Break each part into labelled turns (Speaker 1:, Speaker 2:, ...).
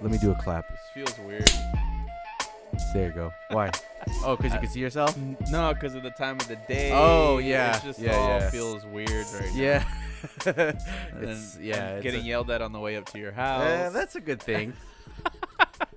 Speaker 1: Let me do a clap.
Speaker 2: This feels weird.
Speaker 1: There you go. Why? Oh, because you can see yourself?
Speaker 2: No, because of the time of the day.
Speaker 1: Oh, yeah,
Speaker 2: It just
Speaker 1: yeah,
Speaker 2: all
Speaker 1: yeah.
Speaker 2: feels weird right now.
Speaker 1: Yeah.
Speaker 2: And
Speaker 1: it's,
Speaker 2: then-
Speaker 1: yeah.
Speaker 2: and
Speaker 1: it's
Speaker 2: getting
Speaker 1: a-
Speaker 2: yelled at on the way up to your house.
Speaker 1: Eh, that's a good thing.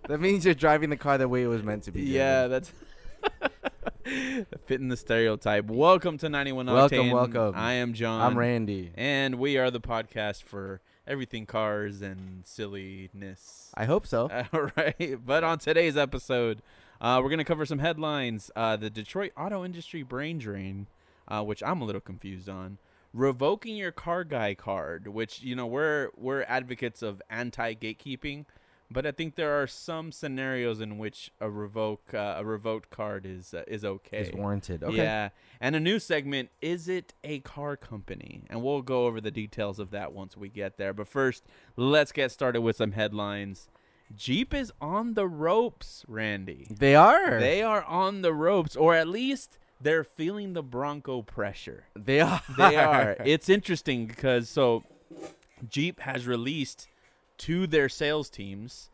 Speaker 1: that means you're driving the car the way it was meant to be.
Speaker 2: yeah,
Speaker 1: driven.
Speaker 2: that's fitting the stereotype. Welcome to 91
Speaker 1: Welcome,
Speaker 2: Octane.
Speaker 1: welcome.
Speaker 2: I am John.
Speaker 1: I'm Randy.
Speaker 2: And we are the podcast for everything cars and silliness.
Speaker 1: I hope so.
Speaker 2: All right. But on today's episode, uh, we're going to cover some headlines. Uh, the Detroit auto industry brain drain, uh, which I'm a little confused on. Revoking your car guy card, which you know we're we're advocates of anti gatekeeping, but I think there are some scenarios in which a revoke uh, a revoked card is uh, is okay.
Speaker 1: It's warranted. Okay.
Speaker 2: Yeah. And a new segment, Is It a Car Company? And we'll go over the details of that once we get there. But first, let's get started with some headlines. Jeep is on the ropes, Randy.
Speaker 1: They are.
Speaker 2: They are on the ropes, or at least they're feeling the Bronco pressure.
Speaker 1: They are.
Speaker 2: They are. It's interesting because so Jeep has released to their sales teams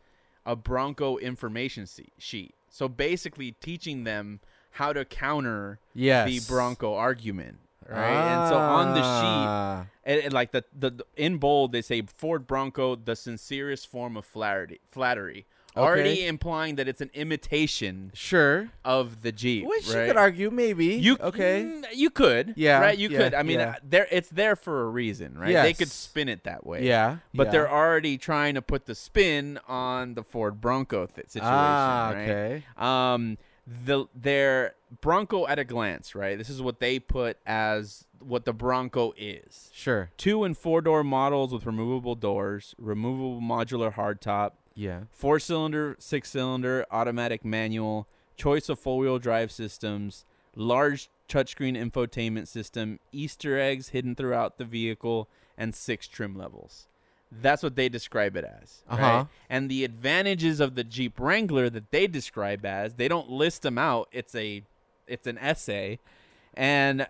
Speaker 2: a Bronco information se- sheet. So basically teaching them how to counter
Speaker 1: yes.
Speaker 2: the Bronco argument, right? And so on the sheet,
Speaker 1: Ah.
Speaker 2: it, it- like the, the the- in bold, they say Ford Bronco, the sincerest form of flattery, flattery, already
Speaker 1: Okay.
Speaker 2: implying that it's an imitation
Speaker 1: Sure.
Speaker 2: of the Jeep.
Speaker 1: Which
Speaker 2: right?
Speaker 1: you could argue, maybe.
Speaker 2: You
Speaker 1: okay?
Speaker 2: mm, You could.
Speaker 1: Yeah,
Speaker 2: Right. You
Speaker 1: yeah,
Speaker 2: could. I mean,
Speaker 1: yeah.
Speaker 2: uh, there it's there for a reason, right? They could
Speaker 1: Yes.
Speaker 2: spin it that way.
Speaker 1: Yeah.
Speaker 2: But
Speaker 1: yeah.
Speaker 2: they're already trying to put the spin on the Ford Bronco th- situation.
Speaker 1: Ah,
Speaker 2: right?
Speaker 1: okay.
Speaker 2: um the their bronco at a glance right this is what they put as what the bronco is
Speaker 1: Sure.
Speaker 2: two and four door models with removable doors removable modular hardtop
Speaker 1: Yeah.
Speaker 2: four cylinder six cylinder automatic manual choice of four wheel drive systems large touchscreen infotainment system easter eggs hidden throughout the vehicle and six trim levels that's what they describe it as right?
Speaker 1: Uh-huh.
Speaker 2: and the advantages of the jeep wrangler that they describe as they don't list them out it's a it's an essay and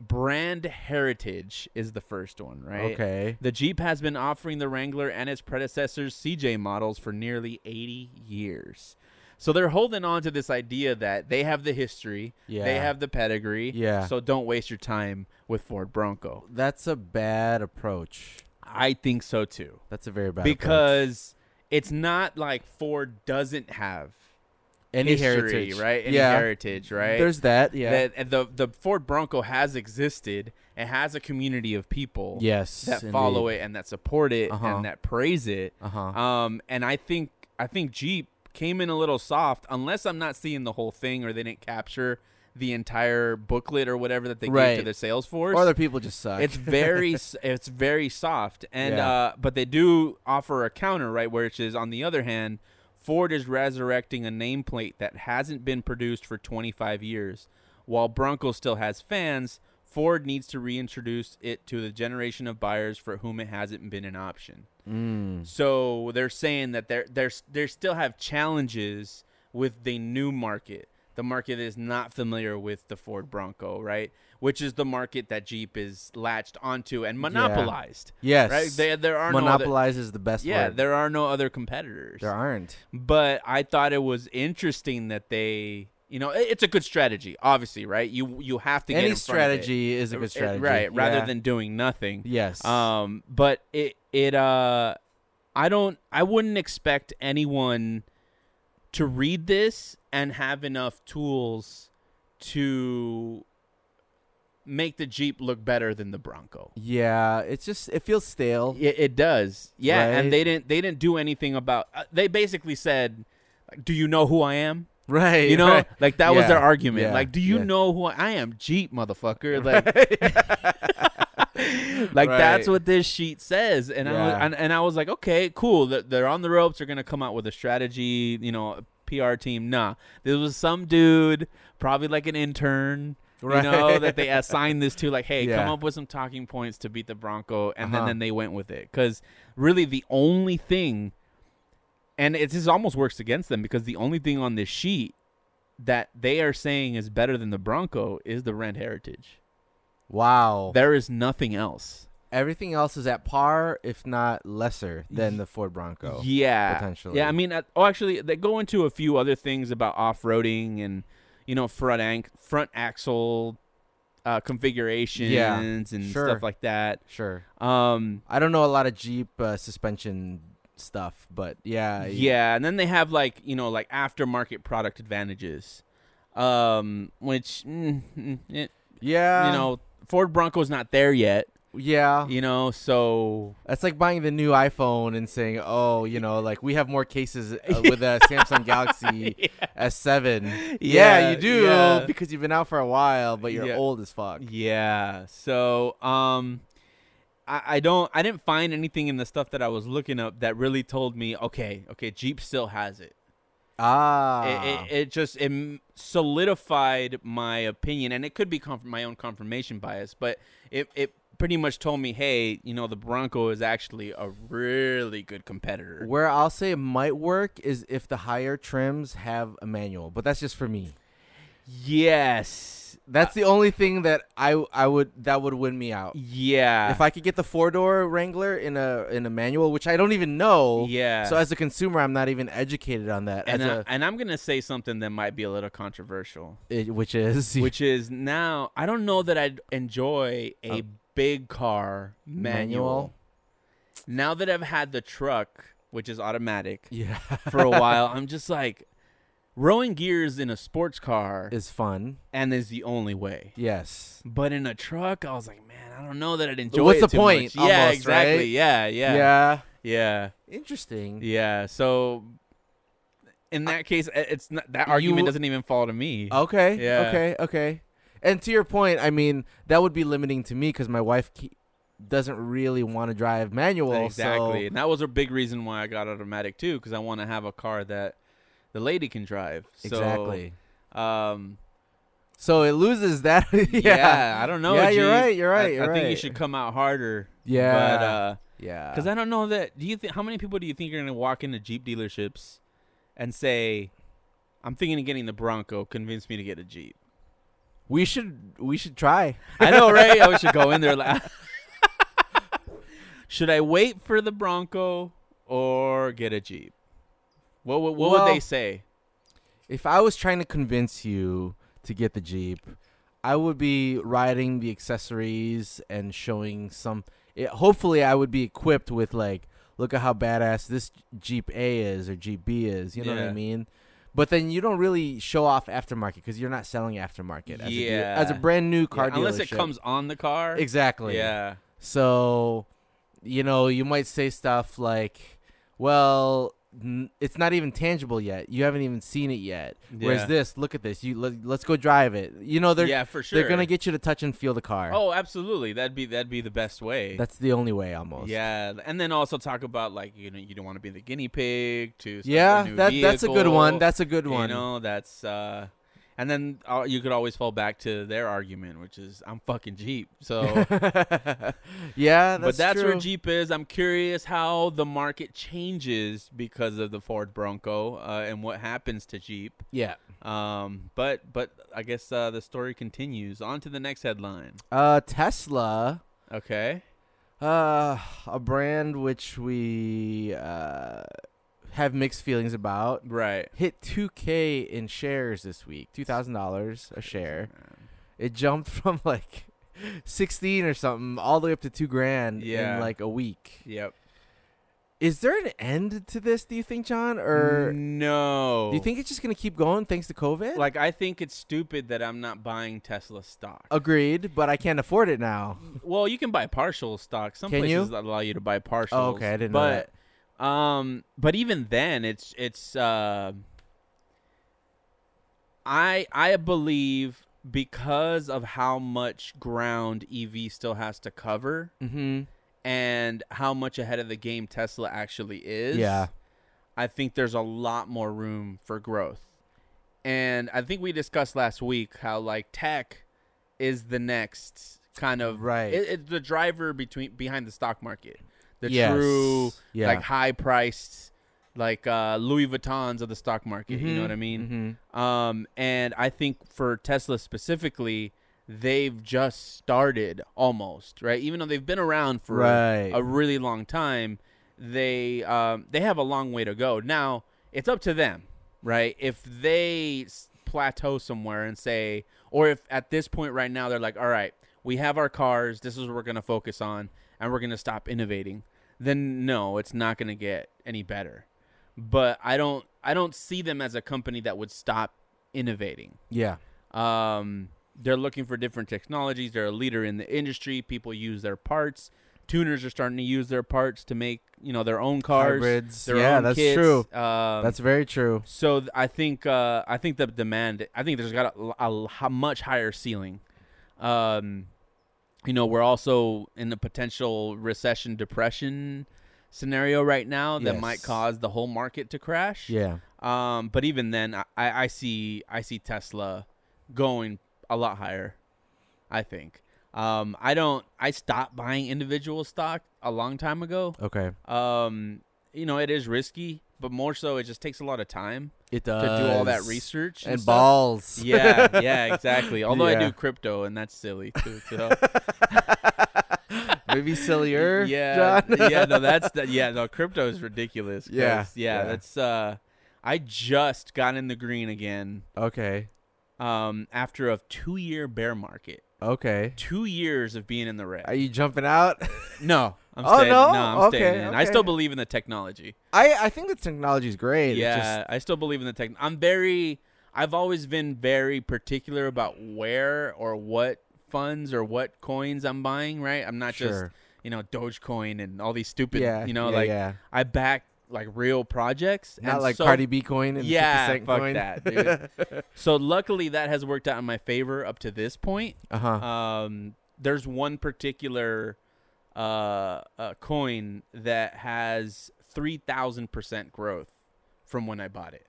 Speaker 2: brand heritage is the first one right
Speaker 1: Okay.
Speaker 2: the Jeep has been offering the Wrangler and its predecessors CJ models for nearly 80 years. So they're holding on to this idea that they have the history, they
Speaker 1: Yeah.
Speaker 2: have the pedigree,
Speaker 1: Yeah.
Speaker 2: so don't waste your time with Ford Bronco.
Speaker 1: That's a bad approach.
Speaker 2: I think so too.
Speaker 1: That's a very bad approach.
Speaker 2: Because it's not like Ford doesn't have
Speaker 1: any
Speaker 2: history,
Speaker 1: heritage,
Speaker 2: right? Any
Speaker 1: yeah,
Speaker 2: heritage, right?
Speaker 1: there's that. Yeah.
Speaker 2: that and the the Ford Bronco has existed and has a community of people
Speaker 1: yes.
Speaker 2: that follow it and that support it
Speaker 1: Uh-huh.
Speaker 2: and that praise it.
Speaker 1: Uh huh.
Speaker 2: Um, and I think I think Jeep came in a little soft, unless I'm not seeing the whole thing or they didn't capture the entire booklet or whatever that they gave to
Speaker 1: Right.
Speaker 2: their sales force.
Speaker 1: Or the people just suck.
Speaker 2: it's very s- it's very soft, and
Speaker 1: Yeah.
Speaker 2: uh, but they do offer a counter right, which is on the other hand, Ford is resurrecting a nameplate that hasn't been produced for 25 years, while Bronco still has fans. Ford needs to reintroduce it to the generation of buyers for whom it hasn't been an option.
Speaker 1: Mm.
Speaker 2: So they're saying that they're they're they still have challenges with the new market. The market is not familiar with the Ford Bronco, right? Which is the market that Jeep is latched onto and monopolized.
Speaker 1: Yes.
Speaker 2: Right? They, there are no other,
Speaker 1: Monopolize is the best
Speaker 2: Yeah,
Speaker 1: word.
Speaker 2: there are no other competitors.
Speaker 1: there aren't.
Speaker 2: But I thought it was interesting that they, you know, it- it's a good strategy, obviously, right? You you have to get
Speaker 1: Any
Speaker 2: in front of it.
Speaker 1: strategy is a good strategy.
Speaker 2: Right, rather
Speaker 1: Yeah.
Speaker 2: than doing nothing.
Speaker 1: yes.
Speaker 2: Um, but it it uh, I don't I wouldn't expect anyone to read this and have enough tools to make the Jeep look better than the Bronco.
Speaker 1: yeah, it's just it feels stale.
Speaker 2: It, it does, yeah.
Speaker 1: Right.
Speaker 2: And they didn't they didn't do anything about. Uh, they basically said, like, "Do you know who I am?"
Speaker 1: Right.
Speaker 2: You know,
Speaker 1: right.
Speaker 2: like that was their
Speaker 1: Yeah,
Speaker 2: argument.
Speaker 1: yeah,
Speaker 2: Like, do you
Speaker 1: yeah.
Speaker 2: know who I, I am, Jeep motherfucker? Like, like
Speaker 1: Right.
Speaker 2: that's what this sheet says. And I was,
Speaker 1: Yeah.
Speaker 2: and, and I was like, okay, cool. They're, they're on the ropes. They're gonna come out with a strategy. You know, PR team. Nah, this was some dude, probably like an intern.
Speaker 1: Right.
Speaker 2: You know that they assigned this to, like, hey, come
Speaker 1: Yeah.
Speaker 2: up with some talking points to beat the Bronco, and then,
Speaker 1: Uh-huh.
Speaker 2: then they went with it because really the only thing and it just almost works against them because the only thing on this sheet that they are saying is better than the Bronco is the Rent Heritage.
Speaker 1: Wow.
Speaker 2: There is nothing else.
Speaker 1: Everything else is at par, if not lesser, than the Ford Bronco.
Speaker 2: yeah,
Speaker 1: potentially.
Speaker 2: Yeah, I mean, uh, oh, actually, they go into a few other things about off-roading and you know front ank- front axle uh, configurations and
Speaker 1: sure.
Speaker 2: stuff like that.
Speaker 1: Sure.
Speaker 2: Um,
Speaker 1: I don't know a lot of Jeep uh, suspension stuff, but yeah. y-
Speaker 2: yeah, and then they have like you know like aftermarket product advantages, um, which mm, mm, it,
Speaker 1: Yeah.
Speaker 2: you know Ford Bronco's not there yet.
Speaker 1: Yeah.
Speaker 2: You know, so
Speaker 1: That's like buying the new iPhone and saying, "Oh, you know, like we have more cases uh, with a Samsung Galaxy S7." Yeah,
Speaker 2: Yeah,
Speaker 1: you do
Speaker 2: yeah.
Speaker 1: because you've been out for a while, but you're
Speaker 2: Yeah.
Speaker 1: old as fuck.
Speaker 2: Yeah. So, um, I, I don't, I didn't find anything in the stuff that I was looking up that really told me, okay, okay, Jeep still has it.
Speaker 1: Ah,
Speaker 2: It, it, it just it m- solidified my opinion, and it could be conf- my own confirmation bias, but it it pretty much told me, hey, you know, the Bronco is actually a really good competitor.
Speaker 1: where I'll say it might work is if the higher trims have a manual, but that's just for me.
Speaker 2: Yes.
Speaker 1: That's the only thing that I I would that would win me out.
Speaker 2: Yeah.
Speaker 1: uh, If I could get the four door Wrangler in a in a manual, which I don't even know.
Speaker 2: yeah.
Speaker 1: So as a consumer, I'm not even educated on that.
Speaker 2: and,
Speaker 1: as
Speaker 2: I, and I'm gonna say something that might be a little controversial.
Speaker 1: a, it- which is
Speaker 2: which is now I don't know that I'd enjoy a
Speaker 1: Uh,
Speaker 2: big car manual.
Speaker 1: manual?
Speaker 2: Now that I've had the truck, which is automatic,
Speaker 1: yeah
Speaker 2: for a while, I'm just like rowing gears in a sports car
Speaker 1: is fun.
Speaker 2: and is the only way.
Speaker 1: Yes.
Speaker 2: But in a truck, I was like, man, I don't know that I'd enjoy.
Speaker 1: what's
Speaker 2: it
Speaker 1: the
Speaker 2: too
Speaker 1: point,
Speaker 2: much." Yeah,
Speaker 1: almost,
Speaker 2: exactly.
Speaker 1: right?
Speaker 2: Yeah, yeah, yeah,
Speaker 1: Yeah.
Speaker 2: yeah,
Speaker 1: Interesting.
Speaker 2: So in that case, i- it's not that argument
Speaker 1: w-
Speaker 2: doesn't even fall to me.
Speaker 1: Okay.
Speaker 2: Yeah.
Speaker 1: Okay. Okay. And to your point, I mean, that would be limiting to me because my wife ke- doesn't really want to drive manual. so-
Speaker 2: exactly, and that was a big reason why I got automatic too, because I want to have a car that the lady can drive. So,
Speaker 1: exactly.
Speaker 2: Um,
Speaker 1: So it loses that. yeah.
Speaker 2: yeah. I don't know.
Speaker 1: Yeah, you're
Speaker 2: G.
Speaker 1: right, you're
Speaker 2: I-
Speaker 1: right,
Speaker 2: I,
Speaker 1: you're
Speaker 2: think you
Speaker 1: right.
Speaker 2: should come out harder. but
Speaker 1: Yeah.
Speaker 2: uh,
Speaker 1: yeah.
Speaker 2: because I don't know that. Do you think how many people do you think are gonna walk into Jeep dealerships and say, "I'm thinking of getting the Bronco. Convince me to get a Jeep."
Speaker 1: we should we should try.
Speaker 2: I know, right? I should go in there. Like, should I wait for the Bronco or get a Jeep? What would, what would they
Speaker 1: Well-
Speaker 2: say?
Speaker 1: If I was trying to convince you to get the Jeep, I would be riding the accessories and showing some. It, hopefully, I would be equipped with like, look at how badass this Jeep A is or Jeep B is. You know what
Speaker 2: Yeah.
Speaker 1: I mean? But then you don't really show off aftermarket because you're not selling aftermarket as, a, deal- as a
Speaker 2: Yeah.
Speaker 1: brand new car
Speaker 2: Yeah, unless it
Speaker 1: dealership.
Speaker 2: comes on the car.
Speaker 1: exactly.
Speaker 2: Yeah.
Speaker 1: So, you know, you might say stuff like, "Well, n- it's not even tangible yet. You haven't even seen it yet."
Speaker 2: Yeah.
Speaker 1: Whereas this, look at this. You let, let's go drive it. You know, they're
Speaker 2: yeah, for sure.
Speaker 1: they're gonna get you to touch and feel the car.
Speaker 2: Oh, absolutely. That'd be that'd be the best way.
Speaker 1: that's the only way, almost.
Speaker 2: yeah, and then also talk about like you know you don't want to be the guinea pig to start
Speaker 1: yeah.
Speaker 2: a new
Speaker 1: That that's a good one.
Speaker 2: vehicle,
Speaker 1: That's a good
Speaker 2: you
Speaker 1: one.
Speaker 2: know that's uh, and then uh, you could always fall back to their argument, which is I'm fucking Jeep. So,
Speaker 1: yeah, that's
Speaker 2: but that's
Speaker 1: true.
Speaker 2: where Jeep is. I'm curious how the market changes because of the Ford Bronco uh, and what happens to Jeep.
Speaker 1: yeah.
Speaker 2: Um, but but I guess uh, the story continues. On to the next headline.
Speaker 1: Uh, Tesla.
Speaker 2: Okay.
Speaker 1: Uh, a brand which we uh, have mixed feelings about.
Speaker 2: Right.
Speaker 1: hit 2k in shares this week $2000 a share it jumped from like 16 or something all the way up to 2 grand
Speaker 2: Yeah.
Speaker 1: in like a week
Speaker 2: Yep.
Speaker 1: is there an end to this do you think john or
Speaker 2: no.
Speaker 1: Er, do you think it's just gonna keep going thanks to covid
Speaker 2: Like I think it's stupid that I'm not buying Tesla stock.
Speaker 1: Oh. agreed but i can't afford it now
Speaker 2: Well, you can buy partial stock. Some
Speaker 1: Can
Speaker 2: places
Speaker 1: you?
Speaker 2: that allow you to buy partials.
Speaker 1: oh, okay i didn't know
Speaker 2: but,
Speaker 1: that
Speaker 2: Um, but even then, it's it's. Uh, I I believe because of how much ground EV still has to cover
Speaker 1: mm-hmm
Speaker 2: and how much ahead of the game Tesla actually is.
Speaker 1: yeah
Speaker 2: I think there's a lot more room for growth. And I think we discussed last week how like tech is the next kind of
Speaker 1: Right.
Speaker 2: It, it's the driver between behind the stock market, the
Speaker 1: Yes.
Speaker 2: true
Speaker 1: Yeah.
Speaker 2: like high priced like uh, Louis Vuittons of the stock market. You know what I mean?
Speaker 1: mm-hmm.
Speaker 2: Um, and I think for Tesla specifically, they've just started almost, right? Even though they've been around for
Speaker 1: Right.
Speaker 2: a really long time, they um, they have a long way to go. Now it's up to them, right? If they s- plateau somewhere and say, or if at this point right now they're like, all right, we have our cars, this is what we're gonna focus on, and we're gonna stop innovating, then no, it's not gonna get any better. But I don't I don't see them as a company that would stop innovating.
Speaker 1: Yeah.
Speaker 2: Um, they're looking for different technologies. They're a leader in the industry. People use their parts. Tuners are starting to use their parts to make you know their own cars.
Speaker 1: Hybrids.
Speaker 2: Their
Speaker 1: Yeah,
Speaker 2: own
Speaker 1: that's
Speaker 2: kits.
Speaker 1: true.
Speaker 2: Um,
Speaker 1: That's very true.
Speaker 2: so. Th- I think uh, I think the demand. I think there's got a, l- a l- h- much higher ceiling. Um, you know, we're also in a potential recession, depression scenario right now that might
Speaker 1: Yes.
Speaker 2: cause the whole market to crash.
Speaker 1: Yeah.
Speaker 2: Um, but even then, I, I I see I see Tesla going a lot higher. I think. Um, I don't. I stopped buying individual stock a long time ago.
Speaker 1: Okay.
Speaker 2: Um, you know, it is risky, but more so, it just takes a lot of time
Speaker 1: It
Speaker 2: to
Speaker 1: does.
Speaker 2: do all that research and,
Speaker 1: and
Speaker 2: stuff.
Speaker 1: balls.
Speaker 2: Yeah, yeah, exactly. Although I
Speaker 1: Yeah.
Speaker 2: do crypto, and that's silly too. So.
Speaker 1: Maybe sillier.
Speaker 2: Yeah,
Speaker 1: John?
Speaker 2: yeah, no, that's the, yeah, no, crypto is ridiculous. 'cause,
Speaker 1: Yeah,
Speaker 2: yeah,
Speaker 1: yeah.
Speaker 2: that's uh, I just got in the green again
Speaker 1: okay.
Speaker 2: um, after a two-year bear market,
Speaker 1: Okay.
Speaker 2: two years of being in the red.
Speaker 1: Are you jumping out?
Speaker 2: no, I'm
Speaker 1: Oh,
Speaker 2: staying.
Speaker 1: no?
Speaker 2: I'm staying
Speaker 1: Okay,
Speaker 2: in. I still
Speaker 1: okay.
Speaker 2: believe in the technology.
Speaker 1: I I think the technology is great. It's
Speaker 2: yeah,
Speaker 1: just-
Speaker 2: I still believe in the tech. I'm very. I've always been very particular about where or what funds or what coins I'm buying. Right, I'm not just
Speaker 1: sure.
Speaker 2: you know Dogecoin and all these stupid.
Speaker 1: yeah.
Speaker 2: you know,
Speaker 1: yeah,
Speaker 2: like
Speaker 1: yeah.
Speaker 2: I back like real projects.
Speaker 1: not
Speaker 2: and
Speaker 1: like
Speaker 2: so
Speaker 1: Cardi B coin and
Speaker 2: Yeah,
Speaker 1: 50 cent
Speaker 2: fuck
Speaker 1: coin.
Speaker 2: that, dude. So luckily that has worked out in my favor up to this point.
Speaker 1: uh huh.
Speaker 2: Um, there's one particular uh, uh, coin that has three thousand percent growth from when I bought it.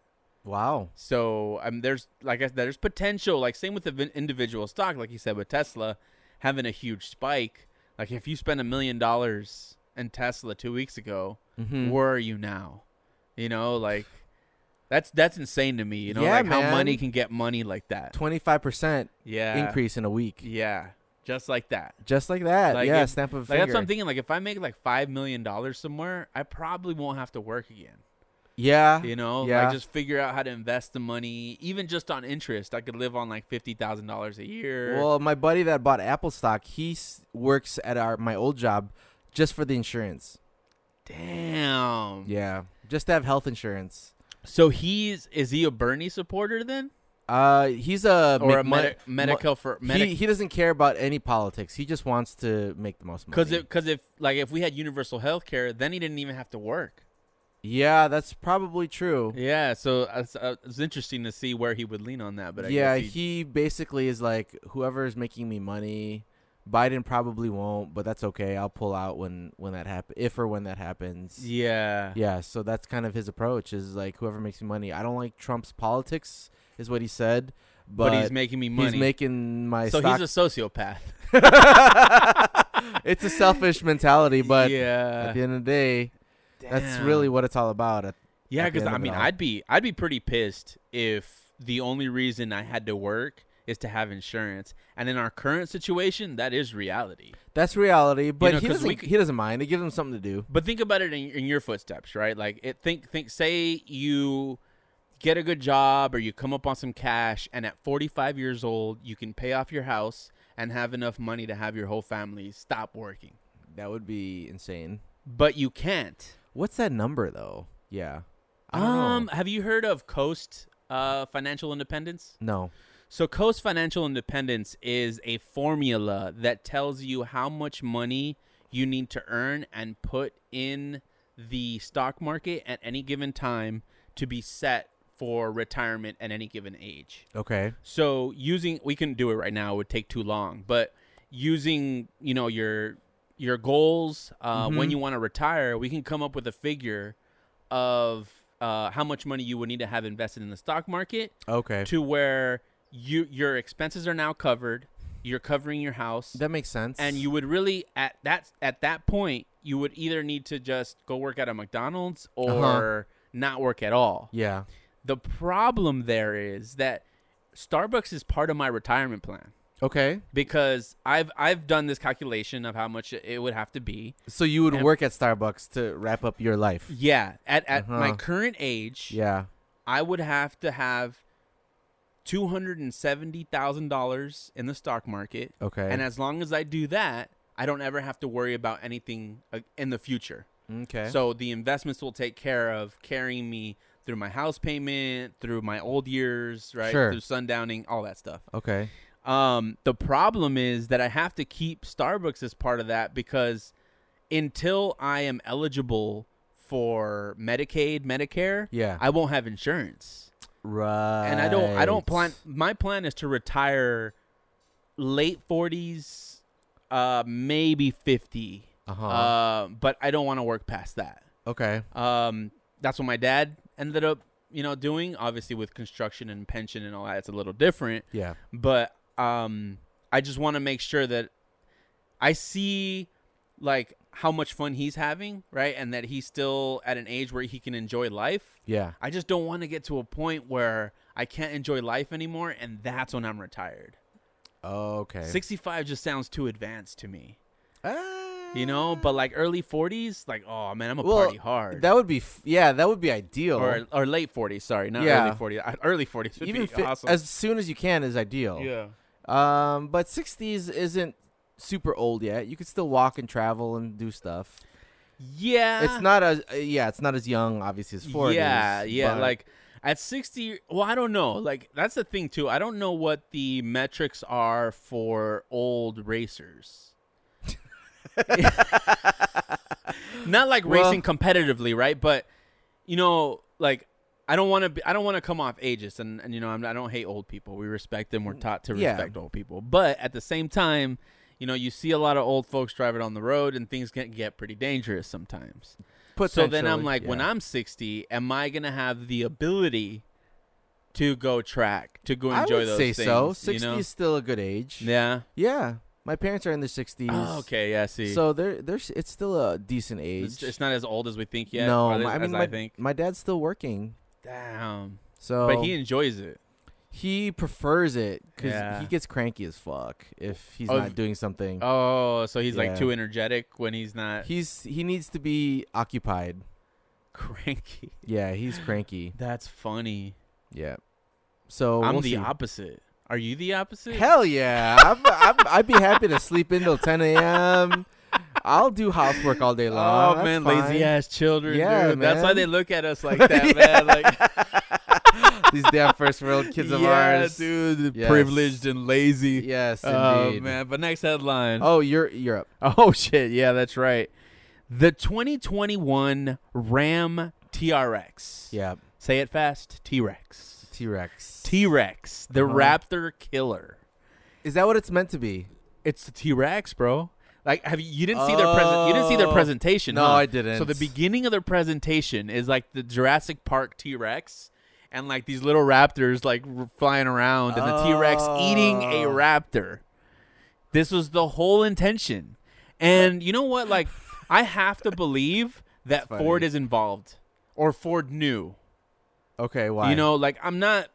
Speaker 1: Wow.
Speaker 2: So um, there's like I said, there's potential. Like same with the vin- individual stock, like you said with Tesla having a huge spike. Like if you spent a million dollars in Tesla two weeks ago,
Speaker 1: Mhm.
Speaker 2: where are you now? You know, like that's that's insane to me. You know,
Speaker 1: Yeah,
Speaker 2: like how money
Speaker 1: man.
Speaker 2: can get money like that.
Speaker 1: 25%
Speaker 2: Yeah,
Speaker 1: increase in a week.
Speaker 2: Yeah, just like that.
Speaker 1: Just like that.
Speaker 2: Like,
Speaker 1: yeah,
Speaker 2: if-
Speaker 1: snap of a
Speaker 2: Like
Speaker 1: finger.
Speaker 2: that's what I'm thinking. Like if I make like five million dollars somewhere, I probably won't have to work again.
Speaker 1: yeah.
Speaker 2: You know,
Speaker 1: Yeah.
Speaker 2: like just figure out how to invest the money, even just on interest. I could live on like fifty thousand dollars a year.
Speaker 1: Well, my buddy that bought Apple stock, he s- works at our my old job just for the insurance.
Speaker 2: damn.
Speaker 1: Yeah, just to have health insurance.
Speaker 2: So he's is he a Bernie supporter then,
Speaker 1: Uh, he's a
Speaker 2: or a
Speaker 1: mi-
Speaker 2: medi- medical for
Speaker 1: mi- he,
Speaker 2: medic?
Speaker 1: he doesn't care about any politics. He just wants to make the most money.
Speaker 2: Because because if like if we had universal health care, then he didn't even have to work.
Speaker 1: yeah, that's probably true.
Speaker 2: Yeah, so uh, it's, uh, it's interesting to see where he would lean on that. But I
Speaker 1: yeah,
Speaker 2: guess he,
Speaker 1: he basically is like whoever is making me money. Biden probably won't, but that's okay. I'll pull out when when that happen if or when that happens.
Speaker 2: yeah,
Speaker 1: Yeah, so that's kind of his approach is like whoever makes me money. I don't like Trump's politics, is what he said. But,
Speaker 2: but, he's making me money.
Speaker 1: He's making my
Speaker 2: so
Speaker 1: stock.
Speaker 2: he's a sociopath.
Speaker 1: it's a selfish mentality, but
Speaker 2: yeah,
Speaker 1: at the end of the day, that's
Speaker 2: Damn.
Speaker 1: really what it's all about. At-
Speaker 2: yeah.
Speaker 1: at the
Speaker 2: Because
Speaker 1: end
Speaker 2: I
Speaker 1: of it
Speaker 2: mean,
Speaker 1: all.
Speaker 2: I'd be I'd be pretty pissed if the only reason I had to work is to have insurance, and in our current situation, that is reality.
Speaker 1: That's reality, but
Speaker 2: know,
Speaker 1: he
Speaker 2: 'cause
Speaker 1: doesn't.
Speaker 2: we could-
Speaker 1: he doesn't mind. It gives him something to do.
Speaker 2: But think about it in, in your footsteps, right? Like, it think think say you get a good job or you come up on some cash, and at 45 years old, you can pay off your house and have enough money to have your whole family stop working.
Speaker 1: That would be insane.
Speaker 2: But you can't.
Speaker 1: What's that number though? Yeah, I don't
Speaker 2: Um,
Speaker 1: know.
Speaker 2: have you heard of Coast uh, Financial Independence?
Speaker 1: No.
Speaker 2: So Coast Financial Independence is a formula that tells you how much money you need to earn and put in the stock market at any given time to be set for retirement at any given age.
Speaker 1: Okay.
Speaker 2: So using we couldn't do it right now; it would take too long. But using you know your your goals uh, when
Speaker 1: Mhm.
Speaker 2: you want to retire, we can come up with a figure of uh, how much money you would need to have invested in the stock market
Speaker 1: Okay.
Speaker 2: to where you your expenses are now covered, you're covering your house,
Speaker 1: That makes sense.
Speaker 2: and you would really at that at that point you would either need to just go work at a McDonald's
Speaker 1: Uh-huh.
Speaker 2: or not work at all.
Speaker 1: Yeah.
Speaker 2: The problem there is that Starbucks is part of my retirement plan.
Speaker 1: Okay.
Speaker 2: because I've I've done this calculation of how much it would have to be.
Speaker 1: So you would
Speaker 2: And-
Speaker 1: work at Starbucks to wrap up your life.
Speaker 2: Yeah, at at my
Speaker 1: Uh-huh.
Speaker 2: current age,
Speaker 1: Yeah.
Speaker 2: I would have to have two hundred and seventy thousand dollars in the stock market,
Speaker 1: Okay.
Speaker 2: and as long as I do that, I don't ever have to worry about anything uh, in the future.
Speaker 1: okay.
Speaker 2: So the investments will take care of carrying me through my house payment, through my old years, right,
Speaker 1: Sure.
Speaker 2: through sundowning, all that stuff.
Speaker 1: okay.
Speaker 2: Um, the problem is that I have to keep Starbucks as part of that because until I am eligible for Medicaid, Medicare,
Speaker 1: Yeah.
Speaker 2: I won't have insurance.
Speaker 1: right.
Speaker 2: And I don't I don't plan my plan is to retire late 40s uh maybe 50.
Speaker 1: Uh-huh.
Speaker 2: Uh, but I don't want to work past that.
Speaker 1: okay.
Speaker 2: Um, that's what my dad ended up, you know, doing. Obviously, with construction and pension and all that, it's a little different.
Speaker 1: Yeah.
Speaker 2: But um, I just want to make sure that I see like how much fun he's having, right, and that he's still at an age where he can enjoy life.
Speaker 1: Yeah.
Speaker 2: I just don't want to get to a point where I can't enjoy life anymore, and that's when I'm retired.
Speaker 1: Okay.
Speaker 2: 65 just sounds too advanced to me,
Speaker 1: Ah.
Speaker 2: you know. But like early 40s, like oh man, I'm a
Speaker 1: Well,
Speaker 2: party hard.
Speaker 1: that would be f- yeah, that would be ideal.
Speaker 2: or or late 40s. Sorry, not
Speaker 1: Yeah.
Speaker 2: early 40s. Uh, Early 40s would
Speaker 1: Even
Speaker 2: be
Speaker 1: fi-
Speaker 2: awesome.
Speaker 1: as soon as you can is ideal.
Speaker 2: yeah,
Speaker 1: Um, but 60s isn't super old yet. You could still walk and travel and do stuff.
Speaker 2: yeah.
Speaker 1: it's not as uh, yeah, it's not as young obviously as 40s.
Speaker 2: Ah. Yeah, yeah.
Speaker 1: but-
Speaker 2: Like at 60. Well, I don't know. Like that's the thing too. I don't know what the metrics are for old racers. not like
Speaker 1: Well-
Speaker 2: racing competitively, right? But you know, like. I don't want to be. I don't want to come off ageist, and, and you know I'm, I don't hate old people. We respect them. We're taught to
Speaker 1: Mm, Yeah.
Speaker 2: respect old people. But at the same time, you know, you see a lot of old folks driving on the road, and things can get pretty dangerous sometimes. So then I'm
Speaker 1: potentially,
Speaker 2: like, when
Speaker 1: yeah.
Speaker 2: I'm 60, am I gonna have the ability to go track to go
Speaker 1: I
Speaker 2: enjoy
Speaker 1: would
Speaker 2: those
Speaker 1: say
Speaker 2: things?
Speaker 1: so. 60
Speaker 2: you know?
Speaker 1: is still a good age.
Speaker 2: Yeah.
Speaker 1: Yeah. My parents are in their 60s.
Speaker 2: Oh, okay. Yeah. I See.
Speaker 1: So they're they're s- it's still a decent age.
Speaker 2: it's, it's not as old as we think yet.
Speaker 1: no,
Speaker 2: or as,
Speaker 1: my- I
Speaker 2: as
Speaker 1: mean my,
Speaker 2: I think.
Speaker 1: my dad's still working.
Speaker 2: Damn.
Speaker 1: So
Speaker 2: But he enjoys it.
Speaker 1: he prefers it because
Speaker 2: Yeah.
Speaker 1: he gets cranky as fuck if he's
Speaker 2: Oh,
Speaker 1: not doing something.
Speaker 2: Oh, so he's like
Speaker 1: Yeah.
Speaker 2: too energetic when he's not
Speaker 1: He's he needs to be occupied.
Speaker 2: cranky.
Speaker 1: Yeah, he's cranky.
Speaker 2: That's funny.
Speaker 1: Yeah. So
Speaker 2: I'm
Speaker 1: we'll
Speaker 2: the
Speaker 1: see.
Speaker 2: opposite. Are you the opposite?
Speaker 1: Hell yeah! I'm, I'm, I'd be happy to sleep in till 10 a.m. I'll do housework all day long.
Speaker 2: Oh
Speaker 1: That's
Speaker 2: man,
Speaker 1: fine.
Speaker 2: lazy ass children,
Speaker 1: Yeah,
Speaker 2: dude. That's why
Speaker 1: man.
Speaker 2: they look at us like that, man. Like
Speaker 1: These damn first world kids of
Speaker 2: yeah,
Speaker 1: ours.
Speaker 2: dude,
Speaker 1: Yes.
Speaker 2: privileged and lazy.
Speaker 1: Yes,
Speaker 2: Oh
Speaker 1: indeed.
Speaker 2: man, but next headline.
Speaker 1: Oh, you're Europe.
Speaker 2: Oh shit, yeah, that's right. The 2021 Ram TRX.
Speaker 1: Yeah,
Speaker 2: Say it fast, T-Rex.
Speaker 1: T Rex.
Speaker 2: T-Rex, the
Speaker 1: Uh-huh.
Speaker 2: Raptor killer.
Speaker 1: Is that what it's meant to be?
Speaker 2: It's the T-Rex, bro. Like have you you didn't see their present you didn't see their
Speaker 1: Oh.
Speaker 2: presentation.
Speaker 1: No,
Speaker 2: huh?
Speaker 1: I didn't.
Speaker 2: So the beginning of their presentation is like the Jurassic Park T-Rex and like these little raptors like r- flying around and the T-Rex eating a
Speaker 1: Oh.
Speaker 2: raptor. This was the whole intention. And you know what like I have to believe that
Speaker 1: funny.
Speaker 2: Ford is involved or Ford knew.
Speaker 1: Okay, why?
Speaker 2: You know, like I'm not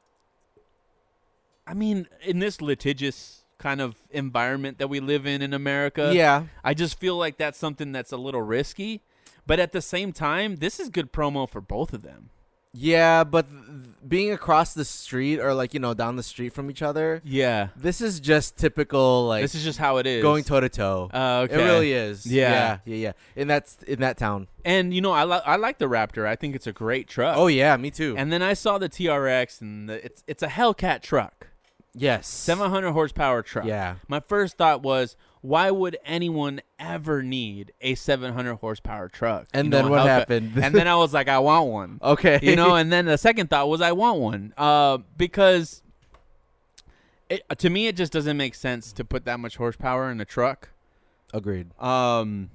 Speaker 2: I mean, in this litigious kind of environment that we live in in America,
Speaker 1: Yeah.
Speaker 2: I just feel like that's something that's a little risky. But at the same time, this is good promo for both of them.
Speaker 1: Yeah, but th- being across the street or like, you know, down the street from each other,
Speaker 2: Yeah.
Speaker 1: this is just typical like
Speaker 2: This is just how it is.
Speaker 1: going toe to toe.
Speaker 2: Uh, okay.
Speaker 1: It really is.
Speaker 2: Yeah.
Speaker 1: Yeah, yeah, yeah. In that in that town.
Speaker 2: And you know, I li- I like the Raptor. I think it's a great truck.
Speaker 1: Oh yeah, me too.
Speaker 2: And then I saw the TRX, and the, it's it's a Hellcat truck,
Speaker 1: yes.
Speaker 2: 700 horsepower truck.
Speaker 1: Yeah.
Speaker 2: My first thought was, why would anyone ever need a 700 horsepower truck?
Speaker 1: And
Speaker 2: You
Speaker 1: then
Speaker 2: know, a
Speaker 1: what
Speaker 2: Hellcat-
Speaker 1: happened?
Speaker 2: and then I was like, I want one.
Speaker 1: okay.
Speaker 2: you know and then the second thought was i want one uh, because it, to me it just doesn't make sense to put that much horsepower in a truck
Speaker 1: Agreed.
Speaker 2: um,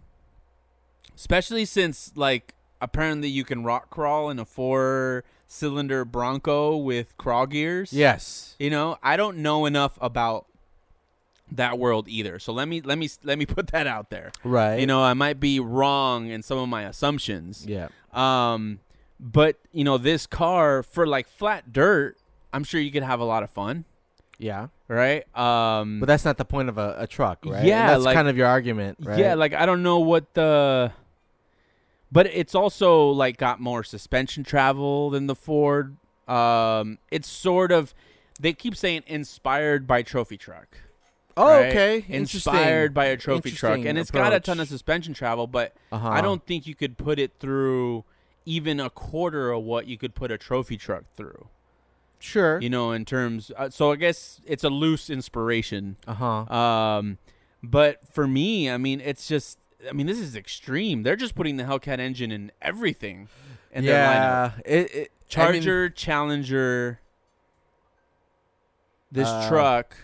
Speaker 2: especially since like apparently you can rock crawl in a four cylinder bronco with crawl gears
Speaker 1: Yes.
Speaker 2: you know i don't know enough about that world either so let me let me let me put that out there
Speaker 1: Right.
Speaker 2: you know i might be wrong in some of my assumptions
Speaker 1: Yeah.
Speaker 2: um, but you know, this car for like flat dirt, I'm sure you could have a lot of fun.
Speaker 1: Yeah.
Speaker 2: right? Um,
Speaker 1: But that's not the point of a, a truck, right? And
Speaker 2: Yeah,
Speaker 1: That's
Speaker 2: like-
Speaker 1: kind of your argument, right?
Speaker 2: Yeah, like I don't know what the but it's also like got more suspension travel than the Ford. Um it's sort of they keep saying inspired by trophy truck.
Speaker 1: oh,
Speaker 2: right?
Speaker 1: okay.
Speaker 2: Inspired by a trophy truck and
Speaker 1: Interesting
Speaker 2: it's got a ton of
Speaker 1: approach.
Speaker 2: suspension travel, but
Speaker 1: uh
Speaker 2: I don't think you could put it through even a quarter of what you could put a trophy truck through.
Speaker 1: Sure.
Speaker 2: You know, in terms uh, so I guess it's a loose inspiration
Speaker 1: Uh huh.
Speaker 2: um, but for me, I mean, it's just, I mean, this is extreme. They're just putting the Hellcat engine in everything, in their lineup.
Speaker 1: Yeah. It, it, I mean,
Speaker 2: Charger, Challenger, this
Speaker 1: Uh,
Speaker 2: truck.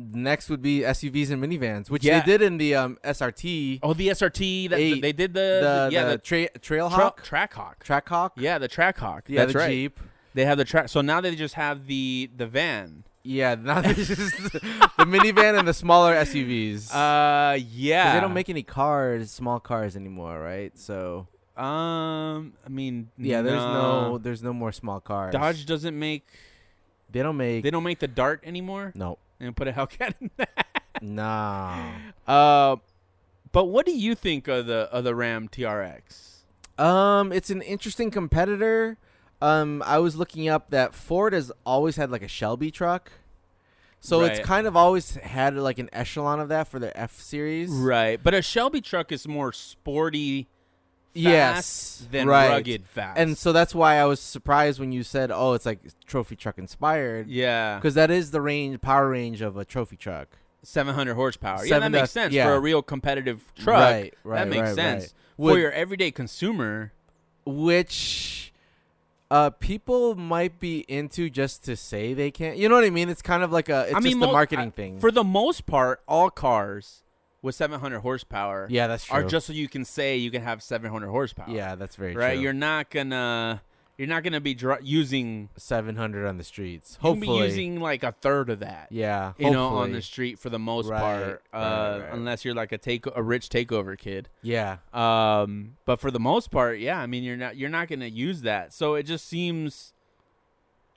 Speaker 1: next would be SUVs and minivans, which
Speaker 2: Yeah.
Speaker 1: they did in the um, SRT,
Speaker 2: Oh, the SRT. That,
Speaker 1: eight,
Speaker 2: they did
Speaker 1: the,
Speaker 2: the, yeah
Speaker 1: the,
Speaker 2: the,
Speaker 1: tra- Trailhawk,
Speaker 2: truck Trackhawk.
Speaker 1: Trackhawk,
Speaker 2: yeah, the Trackhawk.
Speaker 1: yeah,
Speaker 2: That's
Speaker 1: the
Speaker 2: right.
Speaker 1: Jeep,
Speaker 2: They have the track. So now they just have the the van.
Speaker 1: yeah, not this is the minivan and the smaller SUVs.
Speaker 2: Uh,
Speaker 1: 'Cause
Speaker 2: yeah.
Speaker 1: They don't make any cars, small cars anymore, right? So
Speaker 2: Um, I mean,
Speaker 1: yeah, there's
Speaker 2: nah.
Speaker 1: no, there's no more small cars.
Speaker 2: Dodge doesn't make.
Speaker 1: They don't make.
Speaker 2: They don't make the Dart anymore.
Speaker 1: no,
Speaker 2: and put a Hellcat in
Speaker 1: nah.
Speaker 2: that. Uh, but what do you think of the of the Ram TRX?
Speaker 1: Um, it's an interesting competitor. Um, I was looking up that Ford has always had like a Shelby truck, so
Speaker 2: Right.
Speaker 1: it's kind of always had like an echelon of that for the F series.
Speaker 2: Right, but a Shelby truck is more sporty, fast
Speaker 1: Yes.
Speaker 2: than
Speaker 1: right.
Speaker 2: rugged fast.
Speaker 1: And so that's why I was surprised when you said, "Oh, it's like trophy truck inspired,"
Speaker 2: yeah,
Speaker 1: because that is the range, power range of a trophy truck.
Speaker 2: seven hundred horsepower. yeah, that
Speaker 1: Seven
Speaker 2: makes
Speaker 1: def-
Speaker 2: sense
Speaker 1: yeah.
Speaker 2: for a real competitive truck.
Speaker 1: Right, right,
Speaker 2: that makes
Speaker 1: right, right.
Speaker 2: sense for
Speaker 1: Would-
Speaker 2: your everyday consumer.
Speaker 1: which uh people might be into just to say they can't. You know what I mean? It's kind of like a it's
Speaker 2: I mean,
Speaker 1: just
Speaker 2: mo-
Speaker 1: a marketing
Speaker 2: I-
Speaker 1: thing.
Speaker 2: For the most part, all cars with seven hundred horsepower
Speaker 1: yeah, that's true.
Speaker 2: are just so you can say you can have seven hundred horsepower.
Speaker 1: yeah, that's very
Speaker 2: right.
Speaker 1: true.
Speaker 2: You're not gonna you're not gonna be dr- using
Speaker 1: 700 on the streets.
Speaker 2: You can be
Speaker 1: Hopefully.
Speaker 2: using like a third of that.
Speaker 1: yeah,
Speaker 2: You know, on
Speaker 1: hopefully.
Speaker 2: the street for the most
Speaker 1: Right,
Speaker 2: part, uh,
Speaker 1: right, right, right.
Speaker 2: unless you're like a take a rich takeover kid.
Speaker 1: Yeah.
Speaker 2: Um, but for the most part, yeah, I mean, you're not you're not gonna use that. So it just seems.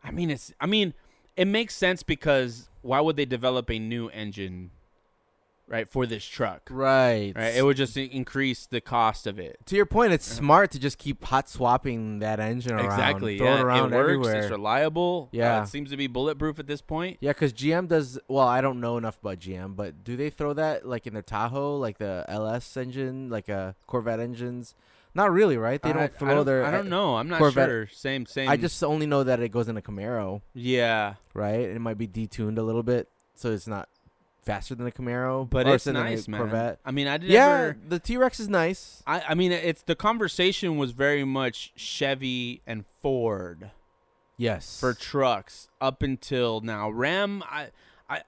Speaker 2: I mean, it's I mean, it makes sense because why would they develop a new engine, right, for this truck?
Speaker 1: Right.
Speaker 2: Right, it would just i- increase the cost of it.
Speaker 1: to your point, it's smart to just keep hot swapping that engine around.
Speaker 2: exactly,
Speaker 1: Throw
Speaker 2: yeah,
Speaker 1: it around
Speaker 2: it works.
Speaker 1: everywhere.
Speaker 2: It's reliable. uh,
Speaker 1: Yeah.
Speaker 2: it seems to be bulletproof at this point.
Speaker 1: yeah, because GM does. Well, I don't know enough about GM, but do they throw that like in their Tahoe, like the LS engine, like uh, Corvette engines? Not really, right? They
Speaker 2: I-
Speaker 1: don't
Speaker 2: I
Speaker 1: throw their. uh,
Speaker 2: I don't know. I'm not
Speaker 1: Corvette.
Speaker 2: sure. Same. Same.
Speaker 1: I just only know that it goes in a Camaro,
Speaker 2: Yeah,
Speaker 1: right? It might be detuned a little bit, so it's not faster than a Camaro,
Speaker 2: but
Speaker 1: or
Speaker 2: it's
Speaker 1: than a
Speaker 2: nice, man.
Speaker 1: Corvette.
Speaker 2: I mean, I did
Speaker 1: Yeah,
Speaker 2: ever-
Speaker 1: the T Rex is nice.
Speaker 2: I, I mean, it's the conversation was very much Chevy and Ford
Speaker 1: Yes.
Speaker 2: for trucks up until now. Ram, I, I,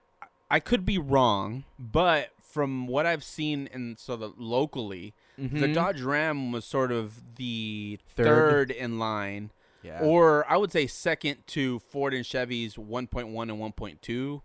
Speaker 2: I could be wrong, but from what I've seen and so the locally, the
Speaker 1: Mhm.
Speaker 2: Dodge Ram was sort of the third,
Speaker 1: Third.
Speaker 2: in line,
Speaker 1: Yeah.
Speaker 2: or I would say second to Ford and Chevy's 1.1 and 1.2,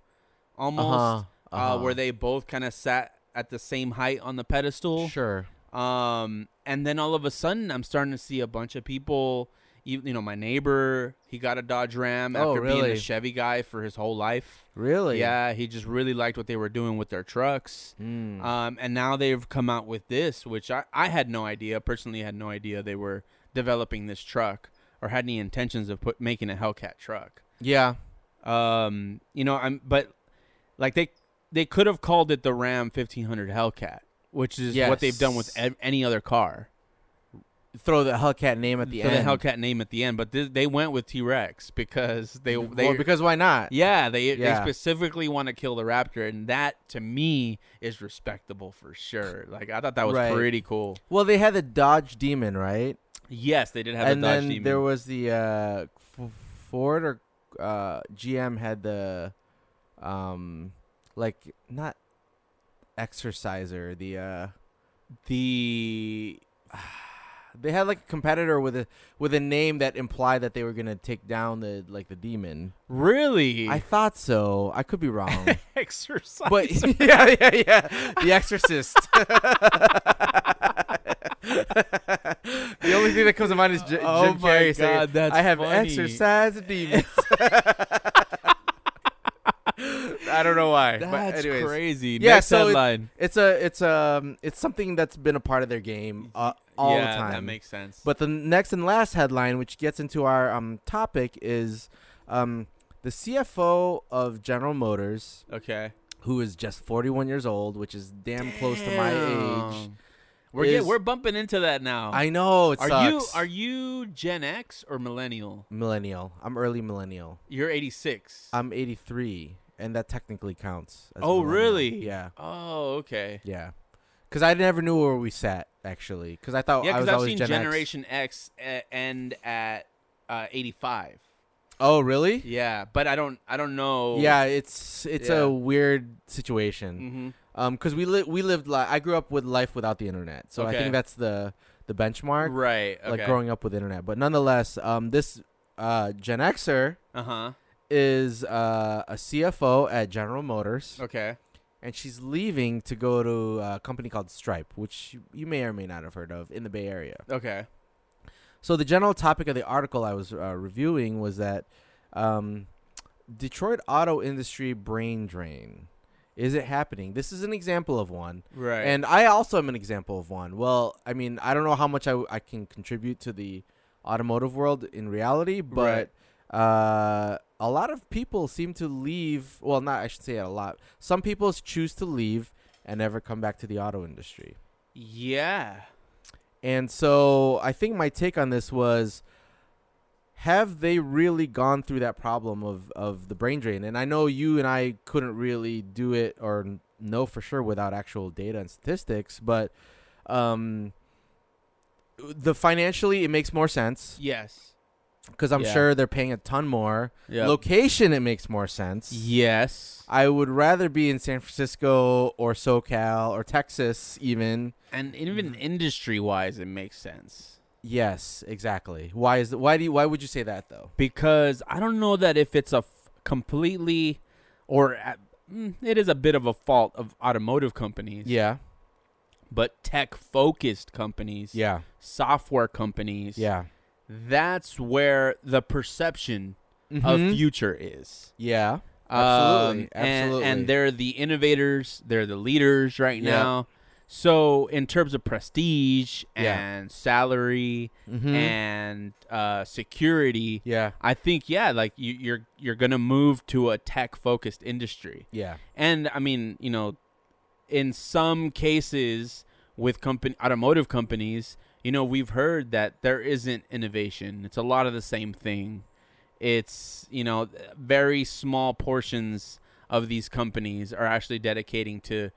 Speaker 2: almost.
Speaker 1: Uh-huh,
Speaker 2: uh,
Speaker 1: uh-huh.
Speaker 2: where they both kind of sat at the same height on the pedestal.
Speaker 1: uh-huh. Sure.
Speaker 2: Um, and then all of a sudden, I'm starting to see a bunch of people. e, You, you know, my neighbor, he got a Dodge Ram
Speaker 1: Oh,
Speaker 2: after being a
Speaker 1: really?
Speaker 2: Chevy guy for his whole life.
Speaker 1: Really?
Speaker 2: Yeah, he just really liked what they were doing with their trucks.
Speaker 1: Mm.
Speaker 2: Um, and now they've come out with this, which I, I had no idea, personally had no idea they were developing this truck or had any intentions of put making a Hellcat truck
Speaker 1: yeah.
Speaker 2: um you know i'm but like they they could have called it the ram 1500 hellcat which is what they've done with
Speaker 1: Yes.
Speaker 2: ev- any other car
Speaker 1: Throw the Hellcat name at the
Speaker 2: So
Speaker 1: end.
Speaker 2: hellcat name at the end but th- they went with t-rex because they they
Speaker 1: well, because why not?
Speaker 2: yeah
Speaker 1: Yeah.
Speaker 2: they they specifically want to kill the raptor and that to me is respectable for sure like i thought that was
Speaker 1: Right.
Speaker 2: pretty cool
Speaker 1: Well, they had the Dodge Demon, right?
Speaker 2: yes they did have
Speaker 1: and
Speaker 2: a dodge
Speaker 1: then
Speaker 2: demon
Speaker 1: there was the uh, F- Ford or uh, GM had the, um, like not exerciser. The uh,
Speaker 2: the
Speaker 1: they had like a competitor with a with a name that implied that they were gonna take down the like the demon.
Speaker 2: really
Speaker 1: I thought so. I could be wrong.
Speaker 2: exercise
Speaker 1: But yeah, yeah, yeah. The Exorcist. the only thing that comes to mind is J-
Speaker 2: Oh
Speaker 1: Jim
Speaker 2: my
Speaker 1: Carrey saying,
Speaker 2: God, that's
Speaker 1: "I have
Speaker 2: funny.
Speaker 1: exercised demons."
Speaker 2: there. but
Speaker 1: That's
Speaker 2: anyways. crazy.
Speaker 1: Yeah,
Speaker 2: Next
Speaker 1: so it-
Speaker 2: headline.
Speaker 1: It's a it's um it's something that's been a part of their game uh, all
Speaker 2: yeah,
Speaker 1: the time.
Speaker 2: that makes sense.
Speaker 1: But the next and last headline, which gets into our um, topic, is um, the CFO of General Motors,
Speaker 2: okay,
Speaker 1: who is just 41 years old, which is damn, close to my age.
Speaker 2: Damn. We're get-
Speaker 1: is-
Speaker 2: we're bumping into that now.
Speaker 1: I know it
Speaker 2: are
Speaker 1: sucks.
Speaker 2: you are you Gen X or millennial?
Speaker 1: millennial? I'm early millennial.
Speaker 2: You're 86.
Speaker 1: I'm 83, and that technically counts. as
Speaker 2: Oh,
Speaker 1: millennial.
Speaker 2: really?
Speaker 1: Yeah,
Speaker 2: oh, okay.
Speaker 1: yeah. Because I never knew where we sat actually. Because I thought
Speaker 2: Yeah,
Speaker 1: Oh, I
Speaker 2: because
Speaker 1: was
Speaker 2: I've
Speaker 1: always
Speaker 2: seen
Speaker 1: Gen X.
Speaker 2: Generation X, uh end at uh, 85.
Speaker 1: Oh, really?
Speaker 2: Yeah, but I don't I don't know.
Speaker 1: Yeah, it's it's
Speaker 2: Oh. Yeah.
Speaker 1: a weird situation.
Speaker 2: hmm
Speaker 1: Um, because we li- we lived li- I grew up with life without the internet, so I
Speaker 2: Okay.
Speaker 1: think that's the the benchmark,
Speaker 2: Right. Okay.
Speaker 1: like growing up with internet. But nonetheless, um, this uh Gen Xer
Speaker 2: Uh huh.
Speaker 1: is uh, a CFO at General Motors,
Speaker 2: Okay.
Speaker 1: and she's leaving to go to a company called Stripe, which you may or may not have heard of in the Bay Area.
Speaker 2: Okay.
Speaker 1: So the general topic of the article I was uh, reviewing was that um, Detroit auto industry brain drain. Is it happening? This is an example of one.
Speaker 2: Right.
Speaker 1: And I also am an example of one. Well, I mean, I don't know how much I, I can contribute to the automotive world in reality, but uh, a lot of people seem to leave. Well, not, I should say a lot. Some people choose to leave and never come back to the auto industry.
Speaker 2: yeah.
Speaker 1: And so I think my take on this was have they really gone through that problem of, of the brain drain? And I know you and I couldn't really do it or n- know for sure without actual data and statistics, but um, the financially it makes more sense
Speaker 2: Yes.
Speaker 1: because I'm
Speaker 2: Yeah.
Speaker 1: sure they're paying a ton more.
Speaker 2: Yeah.
Speaker 1: Location it makes more sense.
Speaker 2: Yes.
Speaker 1: I would rather be in San Francisco or SoCal or Texas even
Speaker 2: And even industry wise, it makes sense
Speaker 1: Yes, exactly. Why is why do you, why would you say that though?
Speaker 2: because I don't know that if it's a f- completely or a- mm, it is a bit of a fault of automotive companies,
Speaker 1: Yeah.
Speaker 2: but tech focused companies,
Speaker 1: Yeah.
Speaker 2: software companies,
Speaker 1: Yeah.
Speaker 2: that's where the perception
Speaker 1: Mm-hmm.
Speaker 2: of future is.
Speaker 1: Yeah. Absolutely,
Speaker 2: Um, and,
Speaker 1: absolutely.
Speaker 2: And they're the innovators, they're the leaders right
Speaker 1: Yeah.
Speaker 2: now. So in terms of prestige
Speaker 1: Yeah.
Speaker 2: and salary
Speaker 1: Mhm.
Speaker 2: and uh, security,
Speaker 1: yeah.
Speaker 2: I think yeah, like you, you're you're gonna move to a tech focused industry.
Speaker 1: Yeah.
Speaker 2: And I mean, you know, in some cases with company automotive companies, you know, we've heard that there isn't innovation. It's a lot of the same thing. It's, you know, very small portions of these companies are actually dedicating to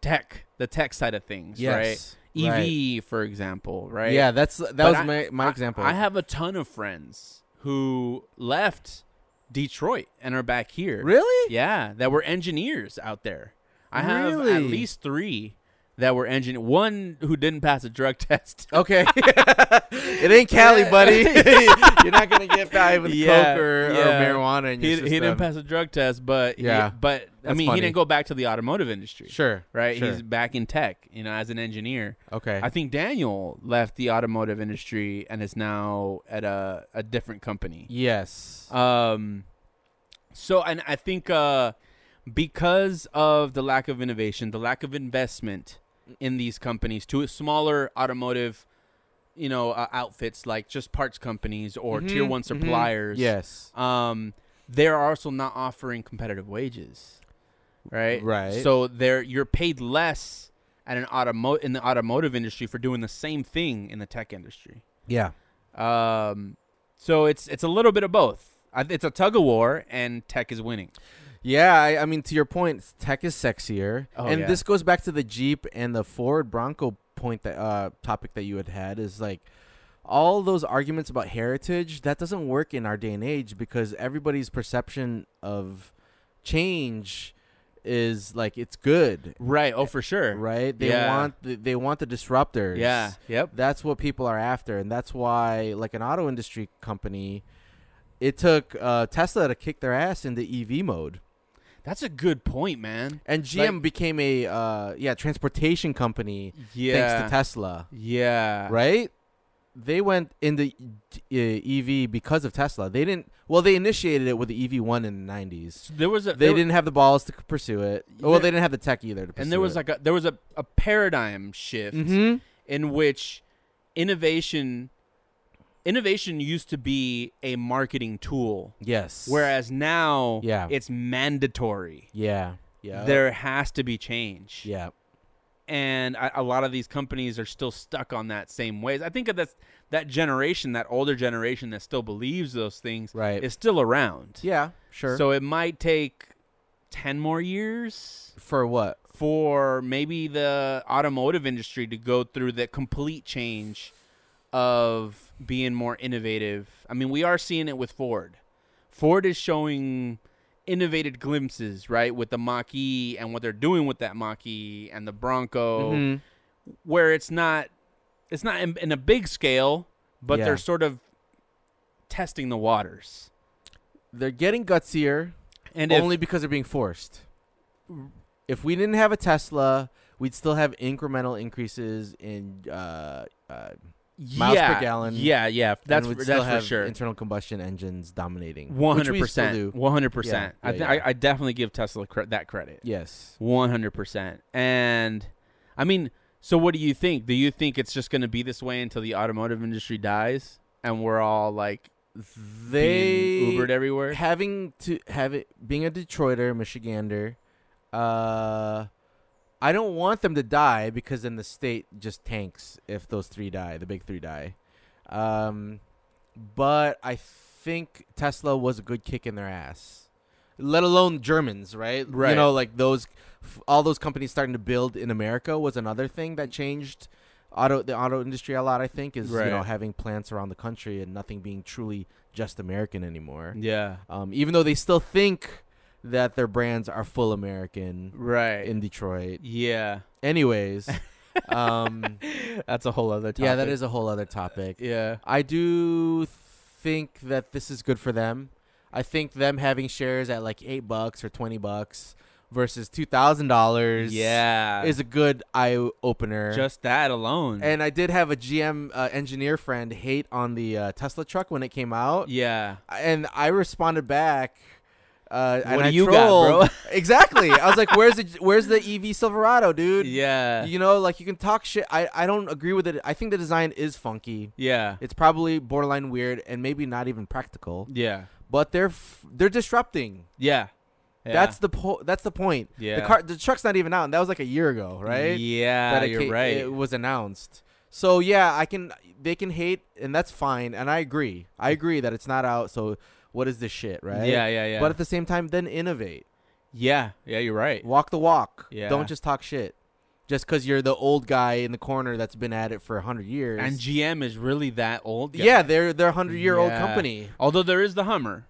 Speaker 2: tech, the tech side of things,
Speaker 1: Yes.
Speaker 2: right? EV,
Speaker 1: Right. E
Speaker 2: for example, right?
Speaker 1: Yeah, that's that
Speaker 2: But
Speaker 1: was
Speaker 2: I-
Speaker 1: my my
Speaker 2: I-
Speaker 1: example.
Speaker 2: I have a ton of friends who left Detroit and are back here.
Speaker 1: Really?
Speaker 2: Yeah, that were engineers out there. I have at
Speaker 1: Really?
Speaker 2: least three that were engineer. One who didn't pass a drug test.
Speaker 1: Okay. it ain't Cali,
Speaker 2: Yeah.
Speaker 1: buddy. You're not going to get by with
Speaker 2: Yeah,
Speaker 1: coke or,
Speaker 2: yeah.
Speaker 1: or marijuana in
Speaker 2: he,
Speaker 1: your
Speaker 2: he
Speaker 1: system.
Speaker 2: didn't pass a drug test, but yeah,
Speaker 1: Yeah,
Speaker 2: but I
Speaker 1: that's
Speaker 2: mean, he
Speaker 1: funny.
Speaker 2: didn't go back to the automotive industry.
Speaker 1: Sure.
Speaker 2: Right,
Speaker 1: Sure.
Speaker 2: he's back in tech, you know, as an engineer.
Speaker 1: okay.
Speaker 2: I think Daniel left the automotive industry and is now at a, a different company.
Speaker 1: yes.
Speaker 2: Um, so, and I think uh, because of the lack of innovation, the lack of investment in these companies to smaller automotive, you know, uh, outfits like just parts companies or tier
Speaker 1: Mhm,
Speaker 2: one
Speaker 1: mhm.
Speaker 2: suppliers.
Speaker 1: Yes.
Speaker 2: Um, they're also not offering competitive wages, right?
Speaker 1: Right.
Speaker 2: So they're you're paid less at an automo in the automotive industry for doing the same thing in the tech industry.
Speaker 1: Yeah.
Speaker 2: Um, so it's it's a little bit of both. I- It's a tug of war, and tech is winning.
Speaker 1: Yeah, I, I mean, to your point, tech is sexier,
Speaker 2: Oh,
Speaker 1: and
Speaker 2: yeah.
Speaker 1: this goes back to the Jeep and the Ford Bronco point that uh, topic that you had had is like all those arguments about heritage that doesn't work in our day and age because everybody's perception of change is like it's good,
Speaker 2: Right. Oh, for sure.
Speaker 1: right? They
Speaker 2: Yeah.
Speaker 1: want the, they want the disruptors.
Speaker 2: Yeah. Yep.
Speaker 1: That's what people are after, and that's why, like an auto industry company, it took uh, Tesla to kick their ass into EV mode.
Speaker 2: That's a good point, man.
Speaker 1: And GM became a uh, yeah transportation company
Speaker 2: Yeah.
Speaker 1: thanks to Tesla,
Speaker 2: yeah.
Speaker 1: right? they went into e- uh, EV because of Tesla. They didn't. Well, they initiated it with the EV one in the '90s.
Speaker 2: There was a
Speaker 1: They
Speaker 2: there-
Speaker 1: didn't have the balls to pursue it. Well,
Speaker 2: There-
Speaker 1: they didn't have the tech either. To pursue
Speaker 2: and there was
Speaker 1: it.
Speaker 2: like a there was a, a paradigm shift
Speaker 1: hmm
Speaker 2: in which innovation innovation used to be a marketing tool,
Speaker 1: Yes.
Speaker 2: whereas now
Speaker 1: Yeah.
Speaker 2: it's mandatory.
Speaker 1: Yeah. Yeah.
Speaker 2: There has to be change.
Speaker 1: Yeah.
Speaker 2: and I, a lot of these companies are still stuck on that same ways. I think that's that generation, that older generation that still believes those things,
Speaker 1: Right.
Speaker 2: is still around.
Speaker 1: Yeah. Sure.
Speaker 2: So it might take ten more years
Speaker 1: for what?
Speaker 2: for maybe the automotive industry to go through the complete change of being more innovative. I mean, we are seeing it with Ford. Ford is showing innovated glimpses, right, with the Mach E and what they're doing with that Mach E and the Bronco
Speaker 1: Mhm.
Speaker 2: where it's not it's not in, in a big scale, but
Speaker 1: Yeah.
Speaker 2: they're sort of testing the waters.
Speaker 1: They're getting gutsier
Speaker 2: And
Speaker 1: only because they're being forced. If we didn't have a Tesla, we'd still have incremental increases in uh, uh,
Speaker 2: if,
Speaker 1: miles per
Speaker 2: yeah,
Speaker 1: gallon,
Speaker 2: Yeah, yeah, that's
Speaker 1: and
Speaker 2: for,
Speaker 1: we'd still
Speaker 2: that's for
Speaker 1: have
Speaker 2: sure.
Speaker 1: Internal combustion engines dominating.
Speaker 2: One
Speaker 1: which
Speaker 2: hundred
Speaker 1: we still do.
Speaker 2: percent, one hundred percent.
Speaker 1: Yeah,
Speaker 2: I
Speaker 1: yeah,
Speaker 2: think
Speaker 1: yeah.
Speaker 2: I, I definitely give Tesla cre- that credit.
Speaker 1: Yes.
Speaker 2: One hundred percent. And I mean, so what do you think? Do you think it's just going to be this way until the automotive industry dies and we're all like
Speaker 1: They
Speaker 2: being Ubered everywhere?
Speaker 1: having to have it being a Detroiter, Michigander, uh, I don't want them to die because then the state just tanks if those three die, the big three die. Um, but I think Tesla was a good kick in their ass, let alone Germans, right? You
Speaker 2: Right.
Speaker 1: know, like those, f- all those companies starting to build in America was another thing that changed auto the auto industry a lot. I think is you know
Speaker 2: Right.
Speaker 1: having plants around the country and nothing being truly just American anymore
Speaker 2: Yeah.
Speaker 1: um, even though they still think that their brands are full American
Speaker 2: Right.
Speaker 1: in Detroit.
Speaker 2: yeah.
Speaker 1: Anyways, um,
Speaker 2: That's a whole other topic.
Speaker 1: yeah, that is a whole other topic.
Speaker 2: Yeah.
Speaker 1: I do think that this is good for them. I think them having shares at like eight bucks or twenty bucks versus two thousand dollars,
Speaker 2: Yeah.
Speaker 1: is a good eye opener.
Speaker 2: just that alone.
Speaker 1: and I did have a GM uh, engineer friend hate on the uh, Tesla truck when it came out.
Speaker 2: yeah.
Speaker 1: and I responded back. Uh, and
Speaker 2: What do
Speaker 1: I
Speaker 2: you got,
Speaker 1: trolled.
Speaker 2: bro?
Speaker 1: exactly. I was like, "Where's the Where's the EV Silverado, dude?
Speaker 2: Yeah.
Speaker 1: You know, like you can talk shit. I I don't agree with it. I think the design is funky.
Speaker 2: yeah.
Speaker 1: It's probably borderline weird and maybe not even practical.
Speaker 2: Yeah.
Speaker 1: But they're f- they're disrupting.
Speaker 2: Yeah. Yeah.
Speaker 1: That's the po- that's the point.
Speaker 2: Yeah.
Speaker 1: The car the truck's not even out, and that was like a year ago, right?
Speaker 2: Yeah,
Speaker 1: that it
Speaker 2: you're
Speaker 1: ca-
Speaker 2: right.
Speaker 1: It was announced. So yeah, I can they can hate and that's fine and I agree. I agree that it's not out. So what is this shit, right?
Speaker 2: Mm. Yeah, yeah, yeah.
Speaker 1: But at the same time, then innovate.
Speaker 2: yeah. Yeah, you're right.
Speaker 1: Walk the walk.
Speaker 2: Yeah.
Speaker 1: Don't just talk shit. Just because you're the old guy in the corner that's been at it for hundred years.
Speaker 2: And GM is really that old.
Speaker 1: yeah. they're they're a hundred year old
Speaker 2: Yeah.
Speaker 1: company.
Speaker 2: Although there is the Hummer.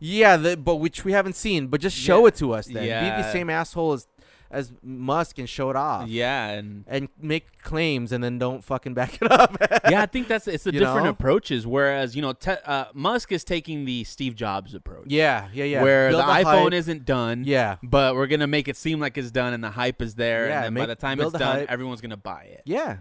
Speaker 1: Yeah, the, but which we haven't seen. But just show
Speaker 2: Yeah.
Speaker 1: it to us then. Be the
Speaker 2: Yeah.
Speaker 1: same asshole as as Musk and show it off.
Speaker 2: Yeah, and
Speaker 1: And make claims and then don't fucking back it up.
Speaker 2: yeah, I think that's it's the
Speaker 1: You
Speaker 2: different
Speaker 1: know?
Speaker 2: approaches. Whereas you know, te- uh, Musk is taking the Steve Jobs approach,
Speaker 1: Yeah, yeah, yeah.
Speaker 2: where
Speaker 1: Build
Speaker 2: the iPhone
Speaker 1: hype.
Speaker 2: isn't done,
Speaker 1: Yeah.
Speaker 2: but we're gonna make it seem like it's done, and the hype is there,
Speaker 1: Yeah,
Speaker 2: and then by
Speaker 1: make-
Speaker 2: the time
Speaker 1: build
Speaker 2: it's
Speaker 1: the
Speaker 2: done,
Speaker 1: hype.
Speaker 2: everyone's gonna buy it.
Speaker 1: Yeah.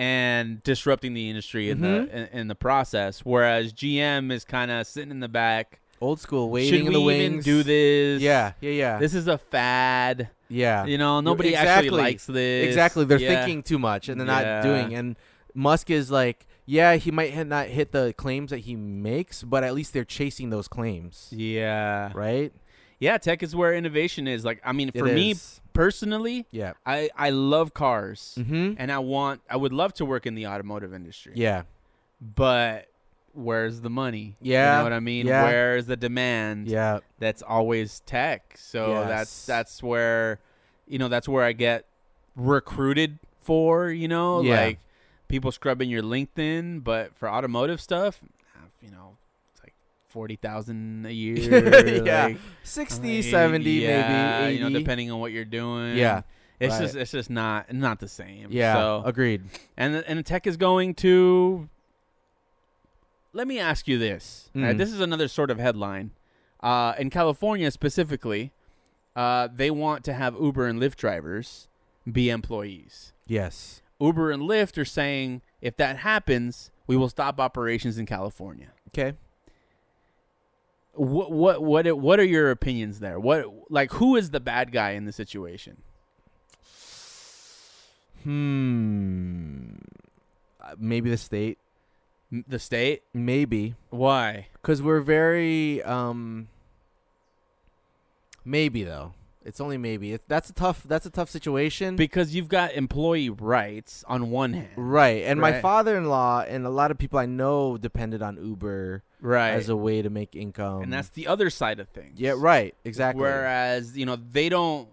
Speaker 2: and disrupting the industry in
Speaker 1: Mm-hmm.
Speaker 2: the in, in the process. Whereas GM is kind of sitting in the back.
Speaker 1: Old school waiting
Speaker 2: Should
Speaker 1: in
Speaker 2: we
Speaker 1: the
Speaker 2: even
Speaker 1: wings.
Speaker 2: do this?
Speaker 1: Yeah, yeah, yeah.
Speaker 2: This is a fad.
Speaker 1: yeah.
Speaker 2: You know, nobody actually
Speaker 1: exactly.
Speaker 2: likes this.
Speaker 1: exactly. They're
Speaker 2: Yeah.
Speaker 1: thinking too much and they're not
Speaker 2: Yeah.
Speaker 1: doing and Musk is like, yeah, he might ha- not hit the claims that he makes, but at least they're chasing those claims.
Speaker 2: Yeah.
Speaker 1: Right?
Speaker 2: Yeah, tech is where innovation is. Like I mean,
Speaker 1: It
Speaker 2: for me
Speaker 1: is.
Speaker 2: personally,
Speaker 1: yeah.
Speaker 2: I I love cars.
Speaker 1: Mhm.
Speaker 2: And I want I would love to work in the automotive industry.
Speaker 1: Yeah.
Speaker 2: But where's the money? You
Speaker 1: Yeah.
Speaker 2: know what I mean?
Speaker 1: Yeah.
Speaker 2: Where's the demand?
Speaker 1: Yeah.
Speaker 2: that's always tech. So that's
Speaker 1: Yes.
Speaker 2: that's where you know that's where I get recruited for. You know,
Speaker 1: Yeah.
Speaker 2: like people scrubbing your LinkedIn, but for automotive stuff, uh, you know, it's like forty thousand a year.
Speaker 1: Yeah.
Speaker 2: like,
Speaker 1: 60,
Speaker 2: like,
Speaker 1: 70
Speaker 2: Uh, yeah,
Speaker 1: maybe 80.
Speaker 2: You know, depending on what you're doing.
Speaker 1: Yeah,
Speaker 2: It's
Speaker 1: right.
Speaker 2: just it's just not not the same.
Speaker 1: yeah.
Speaker 2: So
Speaker 1: Agreed.
Speaker 2: and the, and the tech is going to. Let me ask you this. All right,
Speaker 1: Mhm.
Speaker 2: this is another sort of headline. Uh, in California specifically, uh, they want to have Uber and Lyft drivers be employees.
Speaker 1: Yes.
Speaker 2: Uber and Lyft are saying if that happens, we will stop operations in California.
Speaker 1: Okay.
Speaker 2: What what what what are your opinions there? What like who is the bad guy in the situation?
Speaker 1: Hmm. Uh, Maybe the state.
Speaker 2: M- The state?
Speaker 1: Maybe
Speaker 2: Why?
Speaker 1: because we're very. Um, maybe though. It's only maybe. It, that's a tough. That's a tough situation.
Speaker 2: Because you've got employee rights on one hand,
Speaker 1: right. And my
Speaker 2: Right.
Speaker 1: father-in-law and a lot of people I know depended on Uber
Speaker 2: right?
Speaker 1: as a way to make income.
Speaker 2: and that's the other side of things.
Speaker 1: Um, yeah. Right. Exactly.
Speaker 2: Whereas, you know, they don't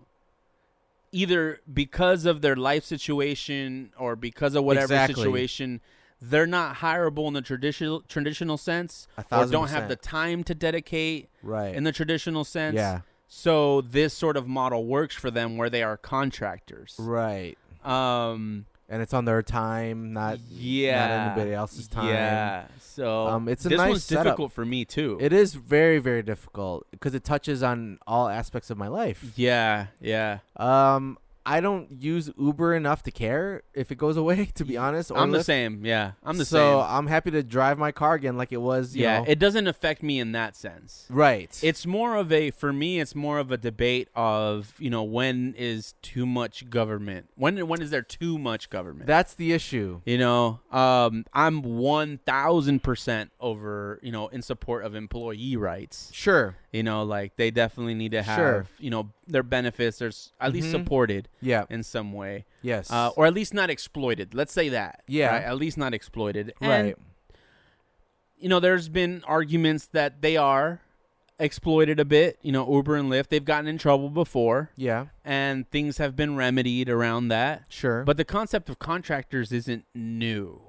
Speaker 2: either because of their life situation or because of whatever
Speaker 1: Exactly.
Speaker 2: situation, they're not hireable in the traditional traditional sense
Speaker 1: A
Speaker 2: or
Speaker 1: thousand
Speaker 2: don't have the
Speaker 1: percent.
Speaker 2: time to dedicate
Speaker 1: right.
Speaker 2: in the traditional sense.
Speaker 1: yeah.
Speaker 2: So this sort of model works for them where they are contractors.
Speaker 1: Right.
Speaker 2: Um
Speaker 1: And it's on their time, not
Speaker 2: yeah.
Speaker 1: not anybody else's time.
Speaker 2: Yeah. So
Speaker 1: Um, it's a
Speaker 2: this
Speaker 1: nice
Speaker 2: one's
Speaker 1: setup.
Speaker 2: difficult for me too.
Speaker 1: It is very, very difficult because it touches on all aspects of my life.
Speaker 2: yeah, yeah.
Speaker 1: Um, I don't use Uber enough to care if it goes away. To be honest, or
Speaker 2: I'm
Speaker 1: Lyft.
Speaker 2: the same. Yeah. I'm the
Speaker 1: so
Speaker 2: same.
Speaker 1: I'm happy to drive my car again, like it was. You
Speaker 2: yeah
Speaker 1: know-
Speaker 2: it doesn't affect me in that sense
Speaker 1: right.
Speaker 2: it's more of a for me it's more of a debate of you know when is too much government when when is there too much government
Speaker 1: that's the issue.
Speaker 2: you know um i'm 1000% over you know in support of employee rights
Speaker 1: Sure.
Speaker 2: you know like they definitely need to have
Speaker 1: Sure.
Speaker 2: you know their benefits are s- at least
Speaker 1: Mhm.
Speaker 2: supported
Speaker 1: Yeah.
Speaker 2: in some way
Speaker 1: Yes.
Speaker 2: uh, or at least not exploited let's say that
Speaker 1: Yeah.
Speaker 2: right? at least not exploited And
Speaker 1: right.
Speaker 2: you know, there's been arguments that they are exploited a bit. You know, Uber and Lyft, they've gotten in trouble before,
Speaker 1: Yeah.
Speaker 2: and things have been remedied around that.
Speaker 1: Sure.
Speaker 2: But the concept of contractors isn't new.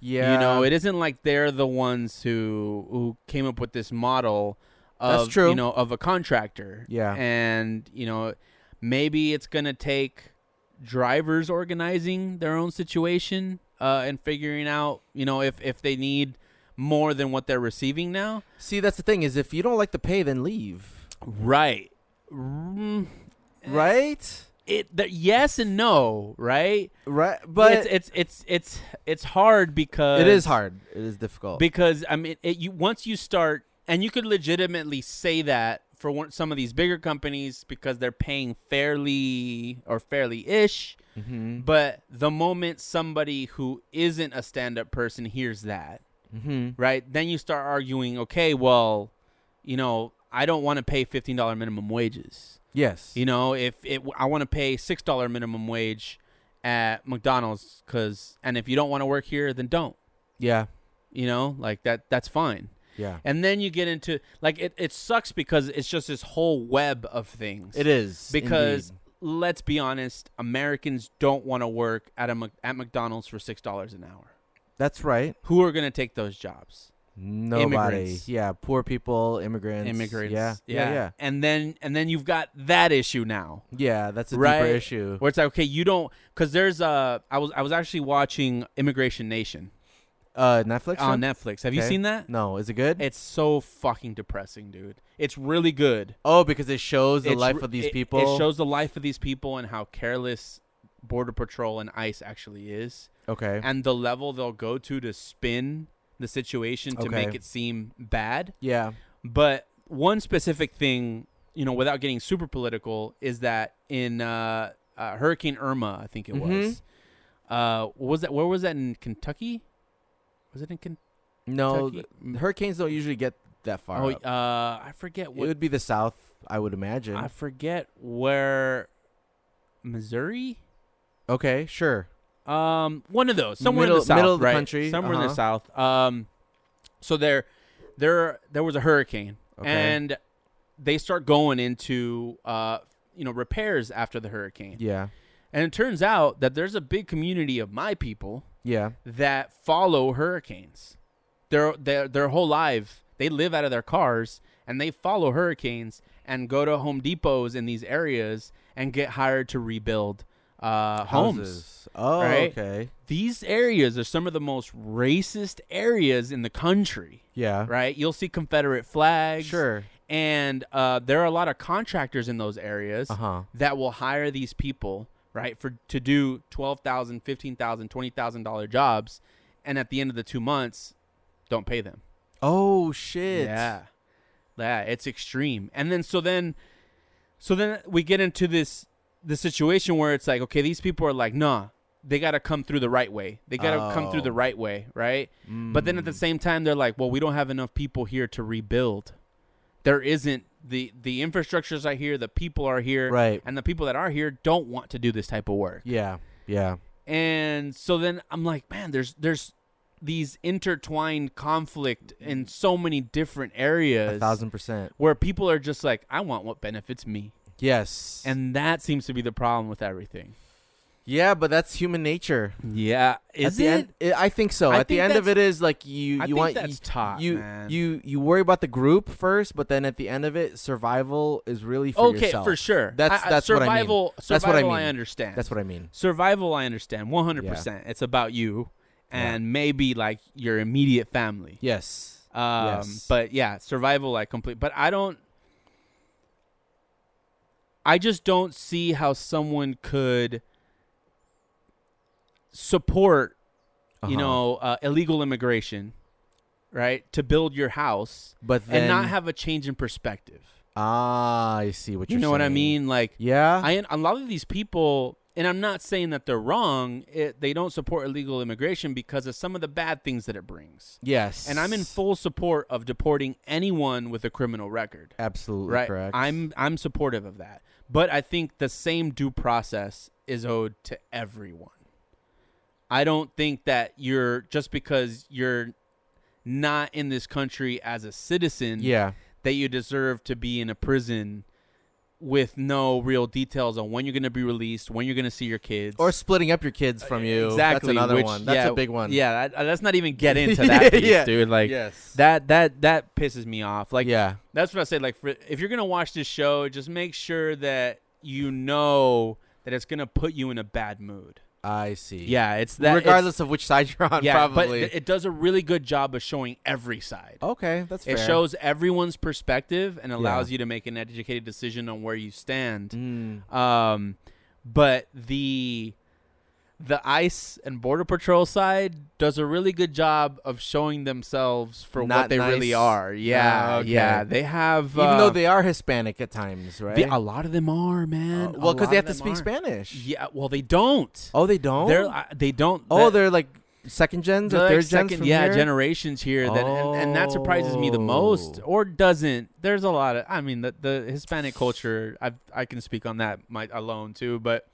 Speaker 1: yeah,
Speaker 2: You know, it isn't like they're the ones who who came up with this model of
Speaker 1: That's true.
Speaker 2: you know of a contractor.
Speaker 1: Yeah.
Speaker 2: and you know, maybe it's gonna take drivers organizing their own situation uh, and figuring out you know if if they need more than what they're receiving now.
Speaker 1: See, that's the thing is if you don't like the pay, then leave.
Speaker 2: Right. Eh.
Speaker 1: Right.
Speaker 2: Mm, It the, yes and no. Right.
Speaker 1: Right. But
Speaker 2: it's it's it's it's it's hard because
Speaker 1: it is hard. It is difficult.
Speaker 2: because I mean, it, you once you start, and you could legitimately say that for one, some of these bigger companies because they're paying fairly or fairly ish.
Speaker 1: mm-hmm.
Speaker 2: But the moment somebody who isn't a stand-up person hears that,
Speaker 1: Mm-hmm.
Speaker 2: right, then you start arguing. Okay, well, you know, I don't want to pay fifteen dollar minimum wages.
Speaker 1: Yes.
Speaker 2: You know, if it, I want to pay six dollar minimum wage at McDonald's, cause and if you don't want to work here, then don't.
Speaker 1: yeah.
Speaker 2: You know, like that. That's fine.
Speaker 1: Yeah.
Speaker 2: And then you get into like it, it sucks because it's just this whole web of things.
Speaker 1: It is
Speaker 2: because
Speaker 1: indeed.
Speaker 2: let's be honest, Americans don't want to work at a Mc- at McDonald's for six dollars an hour.
Speaker 1: that's right.
Speaker 2: Who are going to take those jobs?
Speaker 1: Nobody.
Speaker 2: Immigrants.
Speaker 1: Yeah, poor people, immigrants.
Speaker 2: Immigrants.
Speaker 1: Yeah. Yeah. Yeah.
Speaker 2: And then and then you've got that issue now.
Speaker 1: Yeah, that's a
Speaker 2: Right.
Speaker 1: deeper issue.
Speaker 2: Where it's like, okay, you don't, because there's uh, I was I was actually watching Immigration Nation
Speaker 1: Uh, Netflix. one?
Speaker 2: on Netflix. Have you
Speaker 1: Okay.
Speaker 2: seen that?
Speaker 1: No, is it good?
Speaker 2: It's so fucking depressing, dude. It's really good.
Speaker 1: oh, because it shows the
Speaker 2: It's
Speaker 1: life
Speaker 2: re-
Speaker 1: of these
Speaker 2: it-
Speaker 1: people.
Speaker 2: It shows the life of these people and how careless Border Patrol and ICE actually is,
Speaker 1: Okay.
Speaker 2: and the level they'll go to to spin the situation to make
Speaker 1: Okay.
Speaker 2: it seem bad.
Speaker 1: yeah.
Speaker 2: But one specific thing, you know, without getting super political, is that in uh, uh, Hurricane Irma, I think it
Speaker 1: Mhm.
Speaker 2: was. Uh, what was that? Where was that in Kentucky? Was it in Kentucky?
Speaker 1: No, th- hurricanes don't usually get that far.
Speaker 2: oh,
Speaker 1: up.
Speaker 2: uh, I forget
Speaker 1: it
Speaker 2: what.
Speaker 1: would be the South, I would imagine.
Speaker 2: I forget where. Missouri.
Speaker 1: okay, sure.
Speaker 2: Um, one of those, somewhere in
Speaker 1: Middle-
Speaker 2: the south,
Speaker 1: middle of the
Speaker 2: right?
Speaker 1: country,
Speaker 2: somewhere in the
Speaker 1: uh-huh.
Speaker 2: south. Um, so there, there, there was a hurricane,
Speaker 1: Okay.
Speaker 2: and they start going into uh, you know, repairs after the hurricane,
Speaker 1: Yeah.
Speaker 2: and it turns out that there's a big community of my people
Speaker 1: Yeah.
Speaker 2: that follow hurricanes. Their their their whole life, they live out of their cars and they follow hurricanes and go to Home Depots in these areas and get hired to rebuild uh, homes
Speaker 1: Houses. Oh,
Speaker 2: right?
Speaker 1: okay.
Speaker 2: these areas are some of the most racist areas in the country,
Speaker 1: Yeah.
Speaker 2: right? You'll see Confederate flags.
Speaker 1: Sure.
Speaker 2: And uh, there are a lot of contractors in those areas
Speaker 1: Uh huh.
Speaker 2: that will hire these people, right, for to do $12,000, $15,000, $20,000 jobs and at the end of the two months, don't pay them.
Speaker 1: Oh shit.
Speaker 2: Yeah. Yeah, it's extreme. And then so then so then we get into this the situation where it's like, okay, these people are like, nah, they gotta come through the right way. They gotta come through
Speaker 1: Oh.
Speaker 2: the right way, right? But then at the
Speaker 1: Mm.
Speaker 2: same time they're like, Well, we don't have enough people here to rebuild. There isn't the the infrastructures are here, the people are here,
Speaker 1: Right.
Speaker 2: and the people that are here don't want to do this type of work.
Speaker 1: Yeah. Yeah.
Speaker 2: And so then I'm like, man, there's there's these intertwined conflict in so many different
Speaker 1: A
Speaker 2: areas
Speaker 1: thousand percent.
Speaker 2: where people are just like, I want what benefits me.
Speaker 1: Yes.
Speaker 2: And that seems to be the problem with everything.
Speaker 1: yeah, but that's human nature.
Speaker 2: Yeah.
Speaker 1: At the end- I I think so.
Speaker 2: I
Speaker 1: at the
Speaker 2: think
Speaker 1: end of
Speaker 2: that's-
Speaker 1: it is like you. You
Speaker 2: I think
Speaker 1: want
Speaker 2: that's
Speaker 1: you,
Speaker 2: taught,
Speaker 1: you,
Speaker 2: man.
Speaker 1: you you worry about the group first, but then at the end of it, survival is really for
Speaker 2: okay,
Speaker 1: yourself.
Speaker 2: for sure.
Speaker 1: That's-
Speaker 2: I- I-
Speaker 1: that's what I mean.
Speaker 2: survival,
Speaker 1: what I
Speaker 2: Survival,
Speaker 1: mean.
Speaker 2: understand.
Speaker 1: That's what I mean.
Speaker 2: survival, I understand. 100%. It's about you and maybe like your immediate family.
Speaker 1: Yes.
Speaker 2: Um,
Speaker 1: Yes.
Speaker 2: But yeah, survival like complete. But I don't. I just don't see how someone could support, you
Speaker 1: Uh-huh.
Speaker 2: know, uh, illegal immigration, right, to build your house
Speaker 1: but then
Speaker 2: and not have a change in perspective.
Speaker 1: Ah, I see what
Speaker 2: You
Speaker 1: you're.
Speaker 2: know what I
Speaker 1: saying.
Speaker 2: mean? Like,
Speaker 1: Yeah.
Speaker 2: I a lot of these people, and I'm not saying that they're wrong. It, they don't support illegal immigration because of some of the bad things that it brings.
Speaker 1: yes.
Speaker 2: And I'm in full support of deporting anyone with a criminal record.
Speaker 1: Absolutely
Speaker 2: Right.
Speaker 1: correct.
Speaker 2: I'm I'm supportive of that. But I think the same due process is owed to everyone. I don't think that you're just because you're not in this country as a citizen
Speaker 1: Yeah.
Speaker 2: that you deserve to be in a prison with no real details on when you're going to be released, when you're going to see your kids.
Speaker 1: Or splitting up your kids from you.
Speaker 2: exactly
Speaker 1: That's another
Speaker 2: which-
Speaker 1: one. That's
Speaker 2: yeah,
Speaker 1: a big one.
Speaker 2: Yeah, that, uh, let's not even get into that piece,
Speaker 1: Yeah.
Speaker 2: dude. Like
Speaker 1: yes.
Speaker 2: that that that pisses me off. Like
Speaker 1: yeah.
Speaker 2: that's what I say. Like, for, if you're gonna watch this show, just make sure that you know that it's gonna put you in a bad mood.
Speaker 1: I see.
Speaker 2: Yeah, it's that. it's-
Speaker 1: Regardless of which side you're on,
Speaker 2: yeah,
Speaker 1: probably.
Speaker 2: but it- it does a really good job of showing every side.
Speaker 1: okay, that's fair.
Speaker 2: it shows everyone's perspective and allows you to make an educated decision on where you stand.
Speaker 1: Mm.
Speaker 2: Um, but the the ICE and Border Patrol side does a really good job of showing themselves for
Speaker 1: Not
Speaker 2: what they really
Speaker 1: nice.
Speaker 2: are. Yeah,
Speaker 1: Ah, okay.
Speaker 2: yeah, they have
Speaker 1: Even
Speaker 2: uh,
Speaker 1: though they are Hispanic at times, right?
Speaker 2: They- a lot of them are, man.
Speaker 1: Uh,
Speaker 2: A
Speaker 1: well, because they
Speaker 2: lot
Speaker 1: have
Speaker 2: of
Speaker 1: to
Speaker 2: them
Speaker 1: speak
Speaker 2: are.
Speaker 1: Spanish.
Speaker 2: Yeah, well, they don't.
Speaker 1: Oh, they don't.
Speaker 2: They're uh, they don't.
Speaker 1: oh,
Speaker 2: that-
Speaker 1: they're like second gens
Speaker 2: they're
Speaker 1: or
Speaker 2: like
Speaker 1: third gens
Speaker 2: second,
Speaker 1: from
Speaker 2: yeah,
Speaker 1: here?
Speaker 2: generations here. That and, and that surprises me the most,
Speaker 1: Oh.
Speaker 2: or doesn't. There's a lot of. I mean, the the Hispanic culture. I I can speak on that my, alone too, but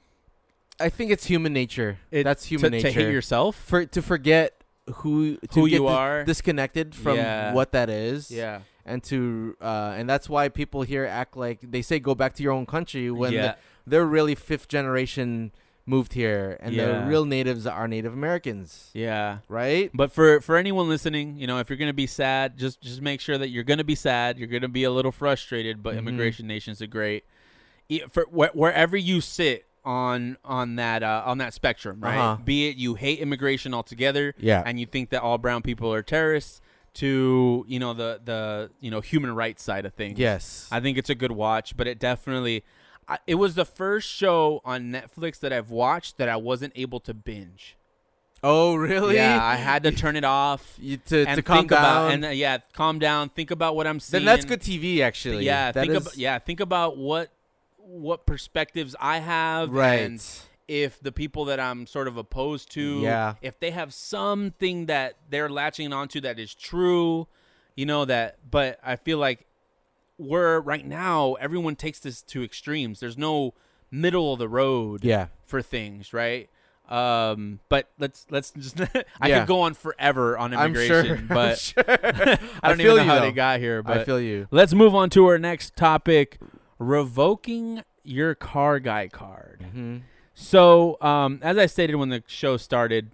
Speaker 1: I think it's human nature.
Speaker 2: it,
Speaker 1: That's human
Speaker 2: to,
Speaker 1: nature.
Speaker 2: to hate yourself.
Speaker 1: For to forget who to
Speaker 2: Who
Speaker 1: get
Speaker 2: you
Speaker 1: di-
Speaker 2: are.
Speaker 1: disconnected from
Speaker 2: Yeah.
Speaker 1: what that is.
Speaker 2: Yeah,
Speaker 1: and to uh, and that's why people here act like they say go back to your own country when
Speaker 2: yeah.
Speaker 1: the- they're really fifth generation moved here and
Speaker 2: Yeah.
Speaker 1: the real natives are Native Americans,
Speaker 2: yeah.
Speaker 1: right?
Speaker 2: But for for anyone listening, you know, if you're gonna be sad, just just make sure that you're gonna be sad. You're gonna be a little frustrated, but
Speaker 1: Mhm.
Speaker 2: Immigration Nation's a great e- for wh- wherever you sit on on that uh, on that spectrum, right?
Speaker 1: Uh-huh.
Speaker 2: Be it you hate immigration altogether,
Speaker 1: Yeah.
Speaker 2: and you think that all brown people are terrorists, to you know the the you know human rights side of things.
Speaker 1: yes.
Speaker 2: I think it's a good watch, but it definitely. I, it was the first show on Netflix that I've watched that I wasn't able to binge.
Speaker 1: oh, really?
Speaker 2: Yeah, I had to turn it off
Speaker 1: you, to
Speaker 2: and
Speaker 1: to calm
Speaker 2: think
Speaker 1: down.
Speaker 2: about and uh, yeah, calm down. Think about what I'm
Speaker 1: then
Speaker 2: seeing.
Speaker 1: that's good TV, actually.
Speaker 2: Yeah,
Speaker 1: That
Speaker 2: think
Speaker 1: is-
Speaker 2: about yeah, think about what what perspectives I have. And
Speaker 1: Right.
Speaker 2: if the people that I'm sort of opposed to,
Speaker 1: Yeah.
Speaker 2: if they have something that they're latching onto that is true, you know that. But I feel like we're right now everyone takes this to extremes. There's no middle of the road
Speaker 1: Yeah.
Speaker 2: for things, right? Um, but let's let's just I
Speaker 1: Yeah.
Speaker 2: could go on forever on
Speaker 1: I'm
Speaker 2: immigration,
Speaker 1: sure. I'm
Speaker 2: but
Speaker 1: sure.
Speaker 2: I
Speaker 1: feel
Speaker 2: don't even know
Speaker 1: you,
Speaker 2: how
Speaker 1: though.
Speaker 2: they got here. But
Speaker 1: I feel you.
Speaker 2: let's move on to our next topic: revoking your car guy card.
Speaker 1: hmm
Speaker 2: So, um, as I stated when the show started,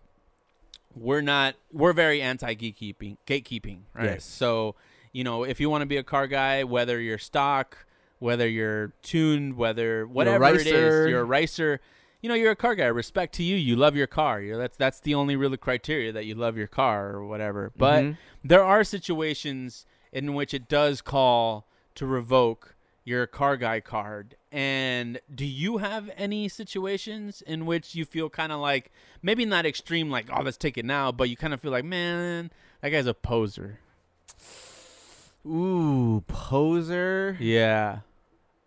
Speaker 2: we're not we're very anti gatekeeping gatekeeping, right?
Speaker 1: Yes.
Speaker 2: So, you know, if you want to be a car guy, whether you're stock, whether you're tuned, whether whatever it
Speaker 1: ricer.
Speaker 2: is, you're a ricer, you know, you're a car guy. Respect to you, you love your car. You're, that's that's the only real criteria that you love your car or whatever. But
Speaker 1: Mhm.
Speaker 2: there are situations in which it does call to revoke your car guy card. And do you have any situations in which you feel kind of like maybe not extreme, like oh let's take it now, but you kind of feel like man that guy's a poser.
Speaker 1: Ooh, poser.
Speaker 2: Yeah.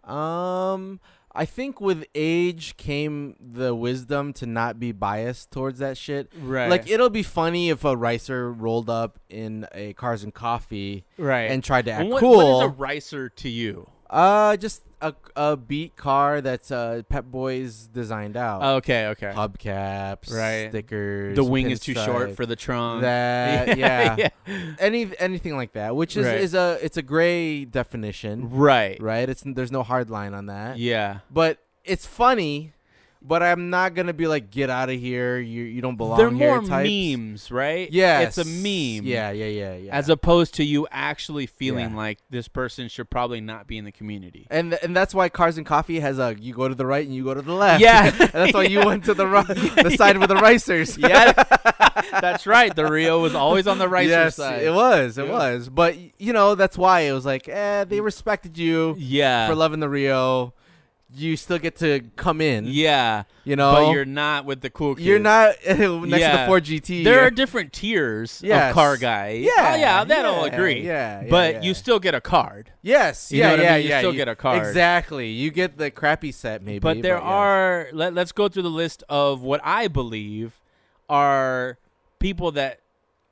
Speaker 1: Um, I think with age came the wisdom to not be biased towards that shit.
Speaker 2: Right.
Speaker 1: Like it'll be funny if a ricer rolled up in a Cars and Coffee
Speaker 2: right.
Speaker 1: and tried to act
Speaker 2: And what,
Speaker 1: cool.
Speaker 2: What is a ricer to you?
Speaker 1: Uh, just a, a beat car that's uh Pep Boys designed out.
Speaker 2: Okay. Oh, Okay.
Speaker 1: Hubcaps,
Speaker 2: Right.
Speaker 1: Stickers.
Speaker 2: the wing is too short
Speaker 1: pinstripe,
Speaker 2: for the trunk.
Speaker 1: that. Yeah,
Speaker 2: yeah.
Speaker 1: any anything like that, which is,
Speaker 2: Right.
Speaker 1: is a it's a gray definition,
Speaker 2: Right.
Speaker 1: right? It's there's no hard line on that.
Speaker 2: Yeah.
Speaker 1: But it's funny, but I'm not gonna be like get out of here. You you don't belong
Speaker 2: They're
Speaker 1: here.
Speaker 2: more
Speaker 1: types.
Speaker 2: memes, right?
Speaker 1: Yeah,
Speaker 2: It's a meme.
Speaker 1: Yeah, yeah, yeah, yeah.
Speaker 2: As opposed to you actually feeling
Speaker 1: Yeah.
Speaker 2: like this person should probably not be in the community.
Speaker 1: and and that's why Cars and Coffee has a you go to the right and you go to the left.
Speaker 2: Yeah.
Speaker 1: and that's why you
Speaker 2: Yeah.
Speaker 1: went to the ri- the side with the ricers.
Speaker 2: yeah. That's right. The Rio was always on the right
Speaker 1: yes,
Speaker 2: side.
Speaker 1: it was, it
Speaker 2: Yeah.
Speaker 1: was. But y- you know, that's why it was like, eh, they respected you
Speaker 2: Yeah.
Speaker 1: for loving the Rio. You still get to come in.
Speaker 2: yeah.
Speaker 1: You know,
Speaker 2: But you're not with the cool kids.
Speaker 1: You're not next to
Speaker 2: Yeah.
Speaker 1: the four GT.
Speaker 2: There are
Speaker 1: you're-
Speaker 2: different tiers
Speaker 1: Yes.
Speaker 2: of car guy.
Speaker 1: yeah,
Speaker 2: Oh, yeah, that I'll
Speaker 1: yeah,
Speaker 2: agree.
Speaker 1: Yeah, yeah,
Speaker 2: but
Speaker 1: yeah.
Speaker 2: you still get a card.
Speaker 1: yes,
Speaker 2: You
Speaker 1: yeah,
Speaker 2: know what I
Speaker 1: yeah,
Speaker 2: mean? You
Speaker 1: yeah.
Speaker 2: still get a card.
Speaker 1: Exactly. You get the crappy set, maybe.
Speaker 2: but there
Speaker 1: yeah.
Speaker 2: are let, let's go through the list of what i believe are people that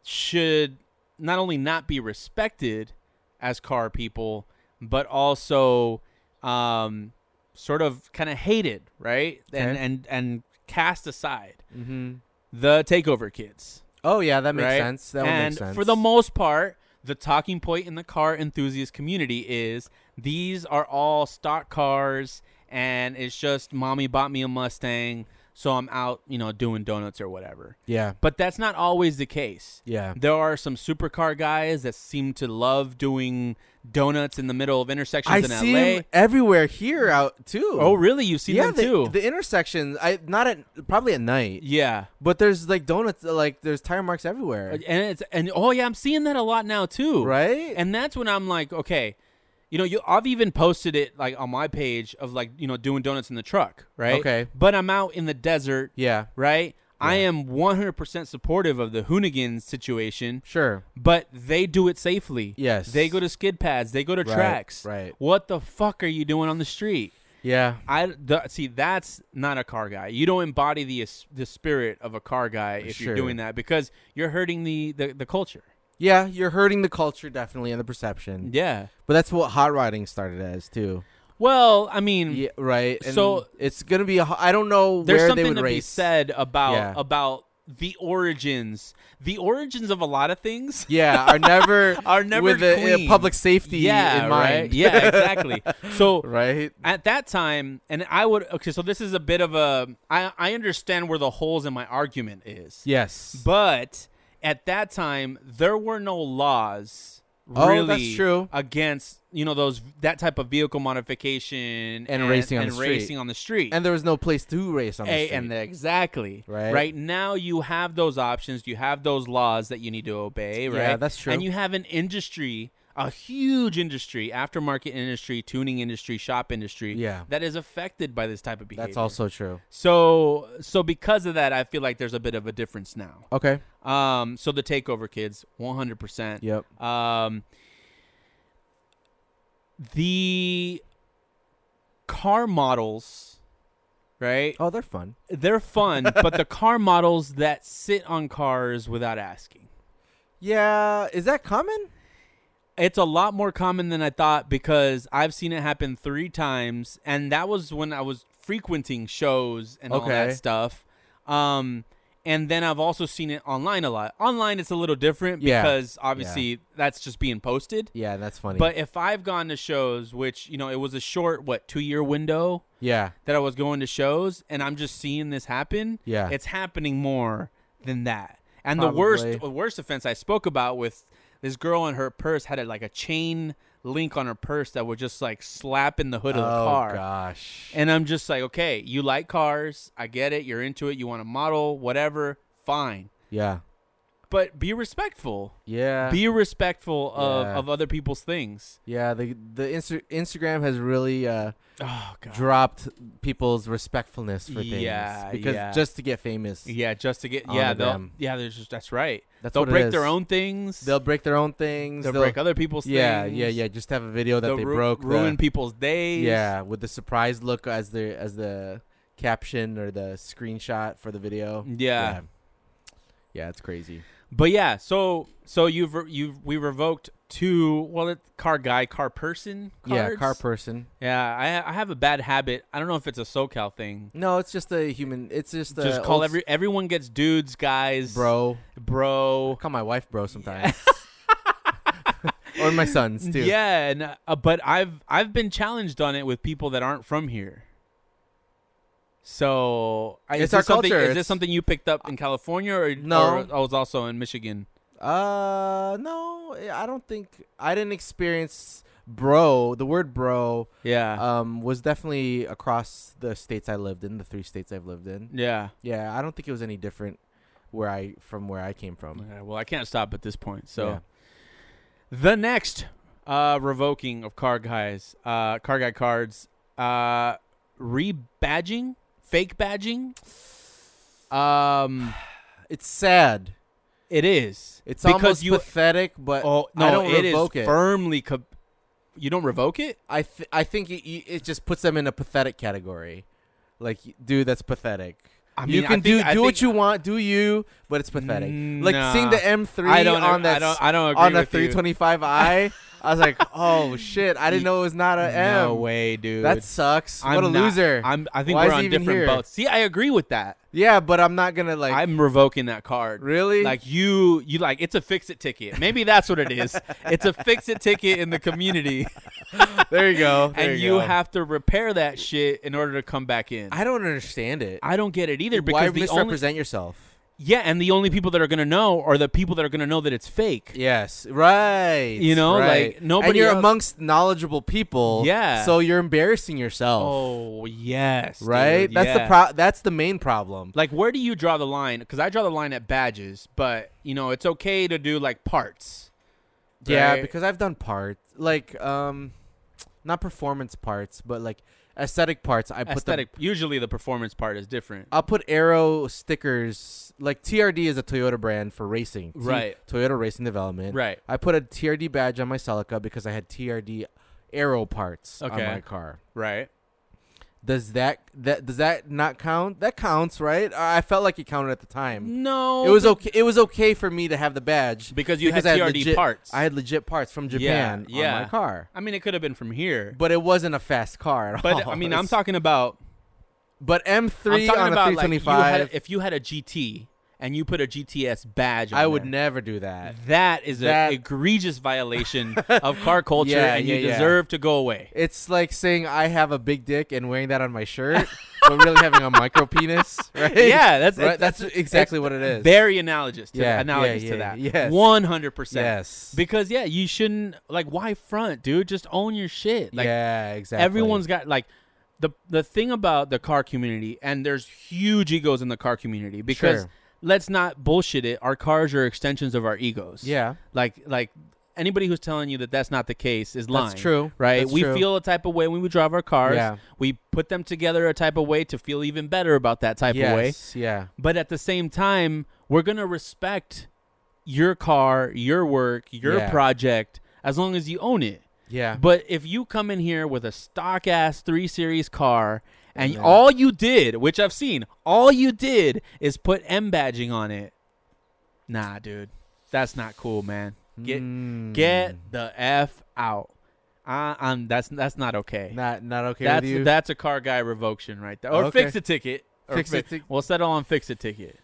Speaker 2: should not only not be respected as car people but also um sort of kind of hated right and
Speaker 1: Okay.
Speaker 2: and and cast aside
Speaker 1: Mhm.
Speaker 2: the takeover kids
Speaker 1: Oh yeah, that makes
Speaker 2: right?
Speaker 1: sense. That
Speaker 2: and
Speaker 1: would make sense.
Speaker 2: for the most part, the talking point in the car enthusiast community is these are all stock cars, and it's just mommy bought me a Mustang, so I'm out, you know, doing donuts or whatever.
Speaker 1: yeah,
Speaker 2: But that's not always the case.
Speaker 1: yeah,
Speaker 2: There are some supercar guys that seem to love doing donuts in the middle of intersections
Speaker 1: I
Speaker 2: in
Speaker 1: see
Speaker 2: LA.
Speaker 1: 'em everywhere here out too.
Speaker 2: Oh, really? You've seen
Speaker 1: yeah,
Speaker 2: them
Speaker 1: the,
Speaker 2: too?
Speaker 1: the intersections. I not at probably at night.
Speaker 2: yeah.
Speaker 1: But there's like donuts, uh, like there's tire marks everywhere,
Speaker 2: And it's and oh yeah, I'm seeing that a lot now too.
Speaker 1: right?
Speaker 2: and that's when I'm like, okay, you know, you I've even posted it like on my page of like you know doing donuts in the truck, right?
Speaker 1: Okay.
Speaker 2: but I'm out in the desert,
Speaker 1: yeah,
Speaker 2: right? I am 100% supportive of the Hoonigan situation,
Speaker 1: sure.
Speaker 2: but they do it safely.
Speaker 1: Yes.
Speaker 2: They go to skid pads, they go to
Speaker 1: Right,
Speaker 2: tracks.
Speaker 1: right.
Speaker 2: What the fuck are you doing on the street?
Speaker 1: Yeah,
Speaker 2: I the, see that's not a car guy. You don't embody the es- the spirit of a car guy if
Speaker 1: Sure.
Speaker 2: you're doing that because you're hurting the the, the culture.
Speaker 1: yeah. You're hurting the culture definitely and the perception.
Speaker 2: Yeah.
Speaker 1: But that's what hot riding started as too.
Speaker 2: Well, I mean,
Speaker 1: Yeah, right. And
Speaker 2: Mm. So-
Speaker 1: it's gonna be. A, ho- I don't know
Speaker 2: there's
Speaker 1: where
Speaker 2: something
Speaker 1: they would
Speaker 2: to
Speaker 1: race.
Speaker 2: be said about
Speaker 1: Yeah.
Speaker 2: about the origins the origins of a lot of things
Speaker 1: Yeah, are never
Speaker 2: Are never
Speaker 1: with the uh,
Speaker 2: clean.
Speaker 1: public safety
Speaker 2: yeah
Speaker 1: in mind.
Speaker 2: right yeah exactly so
Speaker 1: right.
Speaker 2: at that time and i would okay so this is a bit of a i i understand where the holes in my argument is
Speaker 1: Yes.
Speaker 2: but at that time there were no laws
Speaker 1: Oh,
Speaker 2: really
Speaker 1: that's true.
Speaker 2: against you know those that type of vehicle modification and,
Speaker 1: racing on
Speaker 2: and
Speaker 1: the street.
Speaker 2: racing on the street
Speaker 1: and there was no place to race on the
Speaker 2: A-
Speaker 1: street.
Speaker 2: and the- exactly
Speaker 1: Right.
Speaker 2: now you have those options you have those laws that you need to obey right
Speaker 1: Yeah, that's true.
Speaker 2: and you have an industry a huge industry aftermarket industry tuning industry shop industry
Speaker 1: Yeah.
Speaker 2: that is affected by this type of behavior
Speaker 1: That's also true.
Speaker 2: so so because of that i feel like there's a bit of a difference now
Speaker 1: Okay.
Speaker 2: um so the takeover kids 100%
Speaker 1: Yep.
Speaker 2: um, the car models, right?
Speaker 1: Oh, they're fun.
Speaker 2: They're fun, but the car models that sit on cars without asking.
Speaker 1: Yeah. Is that common?
Speaker 2: It's a lot more common than I thought because I've seen it happen three times, and that was when I was frequenting shows and all
Speaker 1: Okay.
Speaker 2: that stuff. Um, and then I've also seen it online a lot. Online, it's a little different
Speaker 1: Yeah.
Speaker 2: because obviously that's just being posted.
Speaker 1: Yeah, that's funny.
Speaker 2: But if I've gone to shows, which you know, it was a short what two year window
Speaker 1: yeah,
Speaker 2: that I was going to shows, and I'm just seeing this happen.
Speaker 1: Yeah.
Speaker 2: it's happening more than that. And the worst,
Speaker 1: Probably.
Speaker 2: worst offense I spoke about with this girl and her purse had a, like a chain link on her purse that would just like slap in the hood of the car.
Speaker 1: Oh, gosh.
Speaker 2: And I'm just like, okay, you like cars, I get it, you're into it, you want to model, whatever, fine.
Speaker 1: yeah.
Speaker 2: but be respectful.
Speaker 1: Yeah.
Speaker 2: Be respectful of,
Speaker 1: Yeah.
Speaker 2: of other people's things.
Speaker 1: yeah, the the Insta- Instagram has really uh,
Speaker 2: Oh god.
Speaker 1: dropped people's respectfulness for things
Speaker 2: Yeah,
Speaker 1: because
Speaker 2: yeah.
Speaker 1: just to get famous.
Speaker 2: yeah, just to get
Speaker 1: Honor
Speaker 2: yeah, they'll,
Speaker 1: them.
Speaker 2: yeah, there's just that's right.
Speaker 1: That's
Speaker 2: they'll
Speaker 1: what it
Speaker 2: break
Speaker 1: is.
Speaker 2: their own things.
Speaker 1: They'll break their own things.
Speaker 2: they'll break other people's
Speaker 1: Yeah,
Speaker 2: things.
Speaker 1: yeah, yeah. Just have a video that
Speaker 2: They'll
Speaker 1: they
Speaker 2: ru-
Speaker 1: broke. the-
Speaker 2: ruin people's days.
Speaker 1: Yeah, with the surprise look as the as the caption or the screenshot for the video.
Speaker 2: Yeah.
Speaker 1: yeah, Yeah, it's crazy.
Speaker 2: But yeah, so so you've re- you've we revoked two well it, car guy car person cards.
Speaker 1: Yeah, car person.
Speaker 2: yeah, I I have a bad habit. I don't know if it's a SoCal thing.
Speaker 1: No, it's just a human. It's just a
Speaker 2: Just call
Speaker 1: old
Speaker 2: every everyone gets dudes, guys,
Speaker 1: bro.
Speaker 2: bro.
Speaker 1: Call my wife bro sometimes. or my sons too.
Speaker 2: Yeah, and, uh, but I've I've been challenged on it with people that aren't from here. So I- is
Speaker 1: It's our
Speaker 2: this something-
Speaker 1: culture,
Speaker 2: Is this
Speaker 1: it's-
Speaker 2: something you picked up in California or
Speaker 1: No.
Speaker 2: Or, I was also in Michigan.
Speaker 1: Uh, no, I don't think I didn't experience bro. The word bro
Speaker 2: Yeah,
Speaker 1: um was definitely across the states I lived in, the three states I've lived in.
Speaker 2: yeah.
Speaker 1: Yeah, I don't think it was any different where I from where I came from.
Speaker 2: Yeah, well, I can't stop at this point. So
Speaker 1: Yeah.
Speaker 2: the next uh, revoking of car guys, uh, car guy cards, uh, rebadging, fake badging. Um,
Speaker 1: It's sad.
Speaker 2: it is.
Speaker 1: It's
Speaker 2: because
Speaker 1: almost
Speaker 2: you.
Speaker 1: pathetic, but
Speaker 2: oh no,
Speaker 1: I don't
Speaker 2: it is
Speaker 1: revoke it.
Speaker 2: firmly. Co- you don't revoke it.
Speaker 1: I th- I think it, you- it just puts them in a pathetic category. Like, dude, that's pathetic.
Speaker 2: I
Speaker 1: you
Speaker 2: mean, I
Speaker 1: can do
Speaker 2: think- I
Speaker 1: do
Speaker 2: think- Mm,
Speaker 1: what you want, do you, but it's pathetic. like seeing
Speaker 2: Nah.
Speaker 1: the M3
Speaker 2: I don't.
Speaker 1: on that
Speaker 2: I don't. I don't agree
Speaker 1: on a
Speaker 2: with you.
Speaker 1: 325i, I was like, oh shit, I didn't know it was not a M.
Speaker 2: No way, dude.
Speaker 1: That sucks.
Speaker 2: I'm
Speaker 1: what a
Speaker 2: not-
Speaker 1: loser.
Speaker 2: I'm. I think
Speaker 1: Why is
Speaker 2: we're
Speaker 1: he
Speaker 2: on
Speaker 1: even
Speaker 2: different
Speaker 1: here?
Speaker 2: boats. See, I agree with that.
Speaker 1: yeah, but I'm not gonna like
Speaker 2: I'm revoking that card.
Speaker 1: really
Speaker 2: Like you, you like it's a fix it ticket. Maybe that's what it is. it's a fix it ticket in the community,
Speaker 1: There you go. There
Speaker 2: and you,
Speaker 1: go.
Speaker 2: have to repair that shit in order to come back in. I,
Speaker 1: I don't understand it.
Speaker 2: don't get it either
Speaker 1: Why
Speaker 2: because the only
Speaker 1: misrepresent yourself?
Speaker 2: yeah, and the only people that are gonna know are the people that are gonna know that it's fake.
Speaker 1: Yes, right.
Speaker 2: You know,
Speaker 1: right.
Speaker 2: like, nobody
Speaker 1: And you're
Speaker 2: else-
Speaker 1: amongst knowledgeable people.
Speaker 2: Yeah.
Speaker 1: So you're embarrassing yourself.
Speaker 2: Oh yes,
Speaker 1: right.
Speaker 2: dude,
Speaker 1: that's
Speaker 2: yeah.
Speaker 1: the pro. That's the main problem.
Speaker 2: Like, where do you draw the line? Because I draw the line at badges, but you know it's okay to do like parts.
Speaker 1: Yeah,
Speaker 2: right?
Speaker 1: because I've done parts like um, not performance parts, but like aesthetic parts. I put them.
Speaker 2: aesthetic. usually, the performance part is different.
Speaker 1: I'll put arrow stickers. Like TRD is a Toyota brand for racing. T-
Speaker 2: Right.
Speaker 1: Toyota Racing Development.
Speaker 2: Right.
Speaker 1: I put a TRD badge on my Celica because I had TRD arrow parts
Speaker 2: Okay.
Speaker 1: on my car.
Speaker 2: Right.
Speaker 1: Does that that does that not count? That counts, right? I I felt like it counted at the time.
Speaker 2: No,
Speaker 1: It was
Speaker 2: but-
Speaker 1: okay. It was okay for me to have the badge
Speaker 2: Because you had
Speaker 1: I
Speaker 2: TRD
Speaker 1: legit-
Speaker 2: parts.
Speaker 1: I had legit parts from Japan on
Speaker 2: yeah.
Speaker 1: my car,
Speaker 2: I mean, it could have been from here.
Speaker 1: but it wasn't a fast car at all.
Speaker 2: But I mean,
Speaker 1: oh,
Speaker 2: I'm
Speaker 1: It's-
Speaker 2: talking about
Speaker 1: But
Speaker 2: I'm
Speaker 1: M3
Speaker 2: talking
Speaker 1: on a
Speaker 2: about like you had,
Speaker 1: 325.
Speaker 2: if you had a GT and you put a GTS badge. on
Speaker 1: I would
Speaker 2: there,
Speaker 1: never do that.
Speaker 2: That is
Speaker 1: That-
Speaker 2: an egregious violation of car culture,
Speaker 1: Yeah,
Speaker 2: and you
Speaker 1: yeah, yeah.
Speaker 2: deserve to go away.
Speaker 1: It's like saying I have a big dick and wearing that on my shirt, but really having a micro penis, right?
Speaker 2: Yeah, that's
Speaker 1: Right, that's exactly what it is.
Speaker 2: Very analogous to
Speaker 1: Yeah, yeah,
Speaker 2: analogous
Speaker 1: yeah,
Speaker 2: to that.
Speaker 1: yes.
Speaker 2: one hundred percent.
Speaker 1: yes.
Speaker 2: Because yeah, you shouldn't like why front, dude. Just own your shit. Like
Speaker 1: yeah, exactly.
Speaker 2: Everyone's got like the the thing about the car community, and there's huge egos in the car community because
Speaker 1: Sure.
Speaker 2: let's not bullshit it. Our cars are extensions of our egos.
Speaker 1: yeah.
Speaker 2: like like anybody who's telling you that that's not the case is lying.
Speaker 1: true.
Speaker 2: Right?
Speaker 1: That's
Speaker 2: we
Speaker 1: true.
Speaker 2: feel a type of way when we drive our cars.
Speaker 1: Yeah.
Speaker 2: We put them together a type of way to feel even better about that type of way.
Speaker 1: Yes. Yeah.
Speaker 2: But at the same time, we're gonna respect your car, your work, your
Speaker 1: Yeah.
Speaker 2: project, as long as you own it.
Speaker 1: Yeah.
Speaker 2: But if you come in here with a stock ass three series car and
Speaker 1: then-
Speaker 2: all you did, which I've seen, all you did is put M badging on it. Nah, dude, that's not cool, man. Get
Speaker 1: Mm.
Speaker 2: get the f out. I, I'm that's that's not okay.
Speaker 1: Not not okay
Speaker 2: Mm. that's
Speaker 1: with you.
Speaker 2: that's a car guy revocation right there, or
Speaker 1: Okay.
Speaker 2: fix a ticket. Or
Speaker 1: Fix
Speaker 2: fi-
Speaker 1: a tic-
Speaker 2: We'll settle on fix a ticket.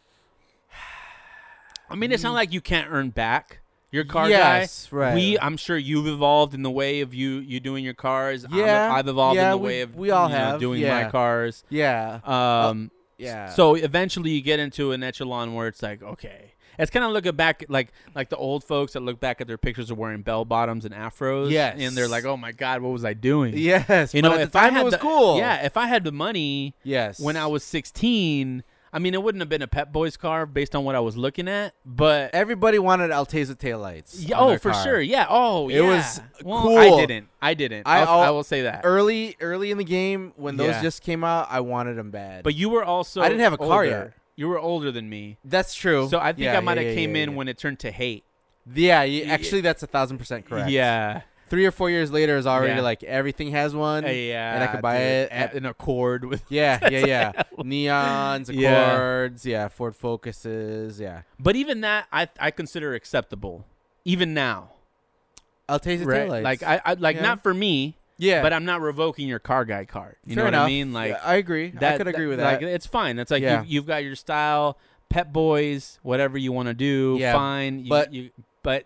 Speaker 2: I mean, it's not like you can't earn back your car
Speaker 1: Mm. yes,
Speaker 2: guy.
Speaker 1: right.
Speaker 2: We, I'm sure you've evolved in the way of you you doing your cars. I'm-
Speaker 1: Yeah,
Speaker 2: I've evolved in
Speaker 1: yeah,
Speaker 2: the
Speaker 1: we-
Speaker 2: way of
Speaker 1: we all
Speaker 2: you know,
Speaker 1: have,
Speaker 2: doing my
Speaker 1: yeah.
Speaker 2: cars.
Speaker 1: yeah.
Speaker 2: Um,
Speaker 1: yeah.
Speaker 2: so eventually you get into an echelon where it's like, okay, it's kind of looking back like like the old folks that look back at their pictures of wearing bell bottoms and afros.
Speaker 1: Yes.
Speaker 2: and they're like, oh my god, what was I doing?
Speaker 1: yes.
Speaker 2: you
Speaker 1: but
Speaker 2: know,
Speaker 1: at
Speaker 2: if
Speaker 1: the
Speaker 2: I
Speaker 1: time
Speaker 2: had
Speaker 1: it was
Speaker 2: the-
Speaker 1: cool.
Speaker 2: Yeah, if I had the money
Speaker 1: Yes.
Speaker 2: when I was 16, I mean, it wouldn't have been a Pep Boys car based on what I was looking at, but
Speaker 1: Everybody wanted Alteza taillights.
Speaker 2: Yeah,
Speaker 1: on
Speaker 2: oh,
Speaker 1: their
Speaker 2: for
Speaker 1: car.
Speaker 2: sure, yeah. Oh,
Speaker 1: It
Speaker 2: yeah.
Speaker 1: was
Speaker 2: well,
Speaker 1: cool.
Speaker 2: I didn't. I didn't.
Speaker 1: I
Speaker 2: I,
Speaker 1: al-
Speaker 2: I will say that.
Speaker 1: Early, early in the game when those
Speaker 2: Yeah.
Speaker 1: just came out, I wanted them bad.
Speaker 2: But you were also
Speaker 1: I didn't have a car
Speaker 2: older.
Speaker 1: yet.
Speaker 2: You were older than me,
Speaker 1: that's true.
Speaker 2: so I think
Speaker 1: Yeah,
Speaker 2: I might
Speaker 1: yeah,
Speaker 2: have
Speaker 1: yeah,
Speaker 2: came
Speaker 1: yeah,
Speaker 2: in
Speaker 1: yeah.
Speaker 2: when it turned to hate.
Speaker 1: Yeah, you, actually, that's a thousand percent correct.
Speaker 2: Yeah,
Speaker 1: three or four years later is already
Speaker 2: Yeah.
Speaker 1: like everything has one.
Speaker 2: yeah.
Speaker 1: and I could buy
Speaker 2: dude.
Speaker 1: it
Speaker 2: at
Speaker 1: at-
Speaker 2: an Accord with.
Speaker 1: Yeah, yeah, yeah. Neons,
Speaker 2: Yeah.
Speaker 1: Accords, yeah. Ford Focuses, yeah.
Speaker 2: But even that, I I consider acceptable, even now.
Speaker 1: Alteza
Speaker 2: right?
Speaker 1: taillights.
Speaker 2: Like I, I like
Speaker 1: Yeah.
Speaker 2: not for me,
Speaker 1: yeah,
Speaker 2: but I'm not revoking your car guy card. You
Speaker 1: fair
Speaker 2: know
Speaker 1: enough.
Speaker 2: what I mean? Like
Speaker 1: Yeah, I agree.
Speaker 2: that,
Speaker 1: I could agree with
Speaker 2: like,
Speaker 1: that.
Speaker 2: It's fine. It's like
Speaker 1: Yeah.
Speaker 2: you've, you've got your style, Pep Boys, whatever you want to do.
Speaker 1: Yeah,
Speaker 2: Fine. You,
Speaker 1: but-
Speaker 2: you, but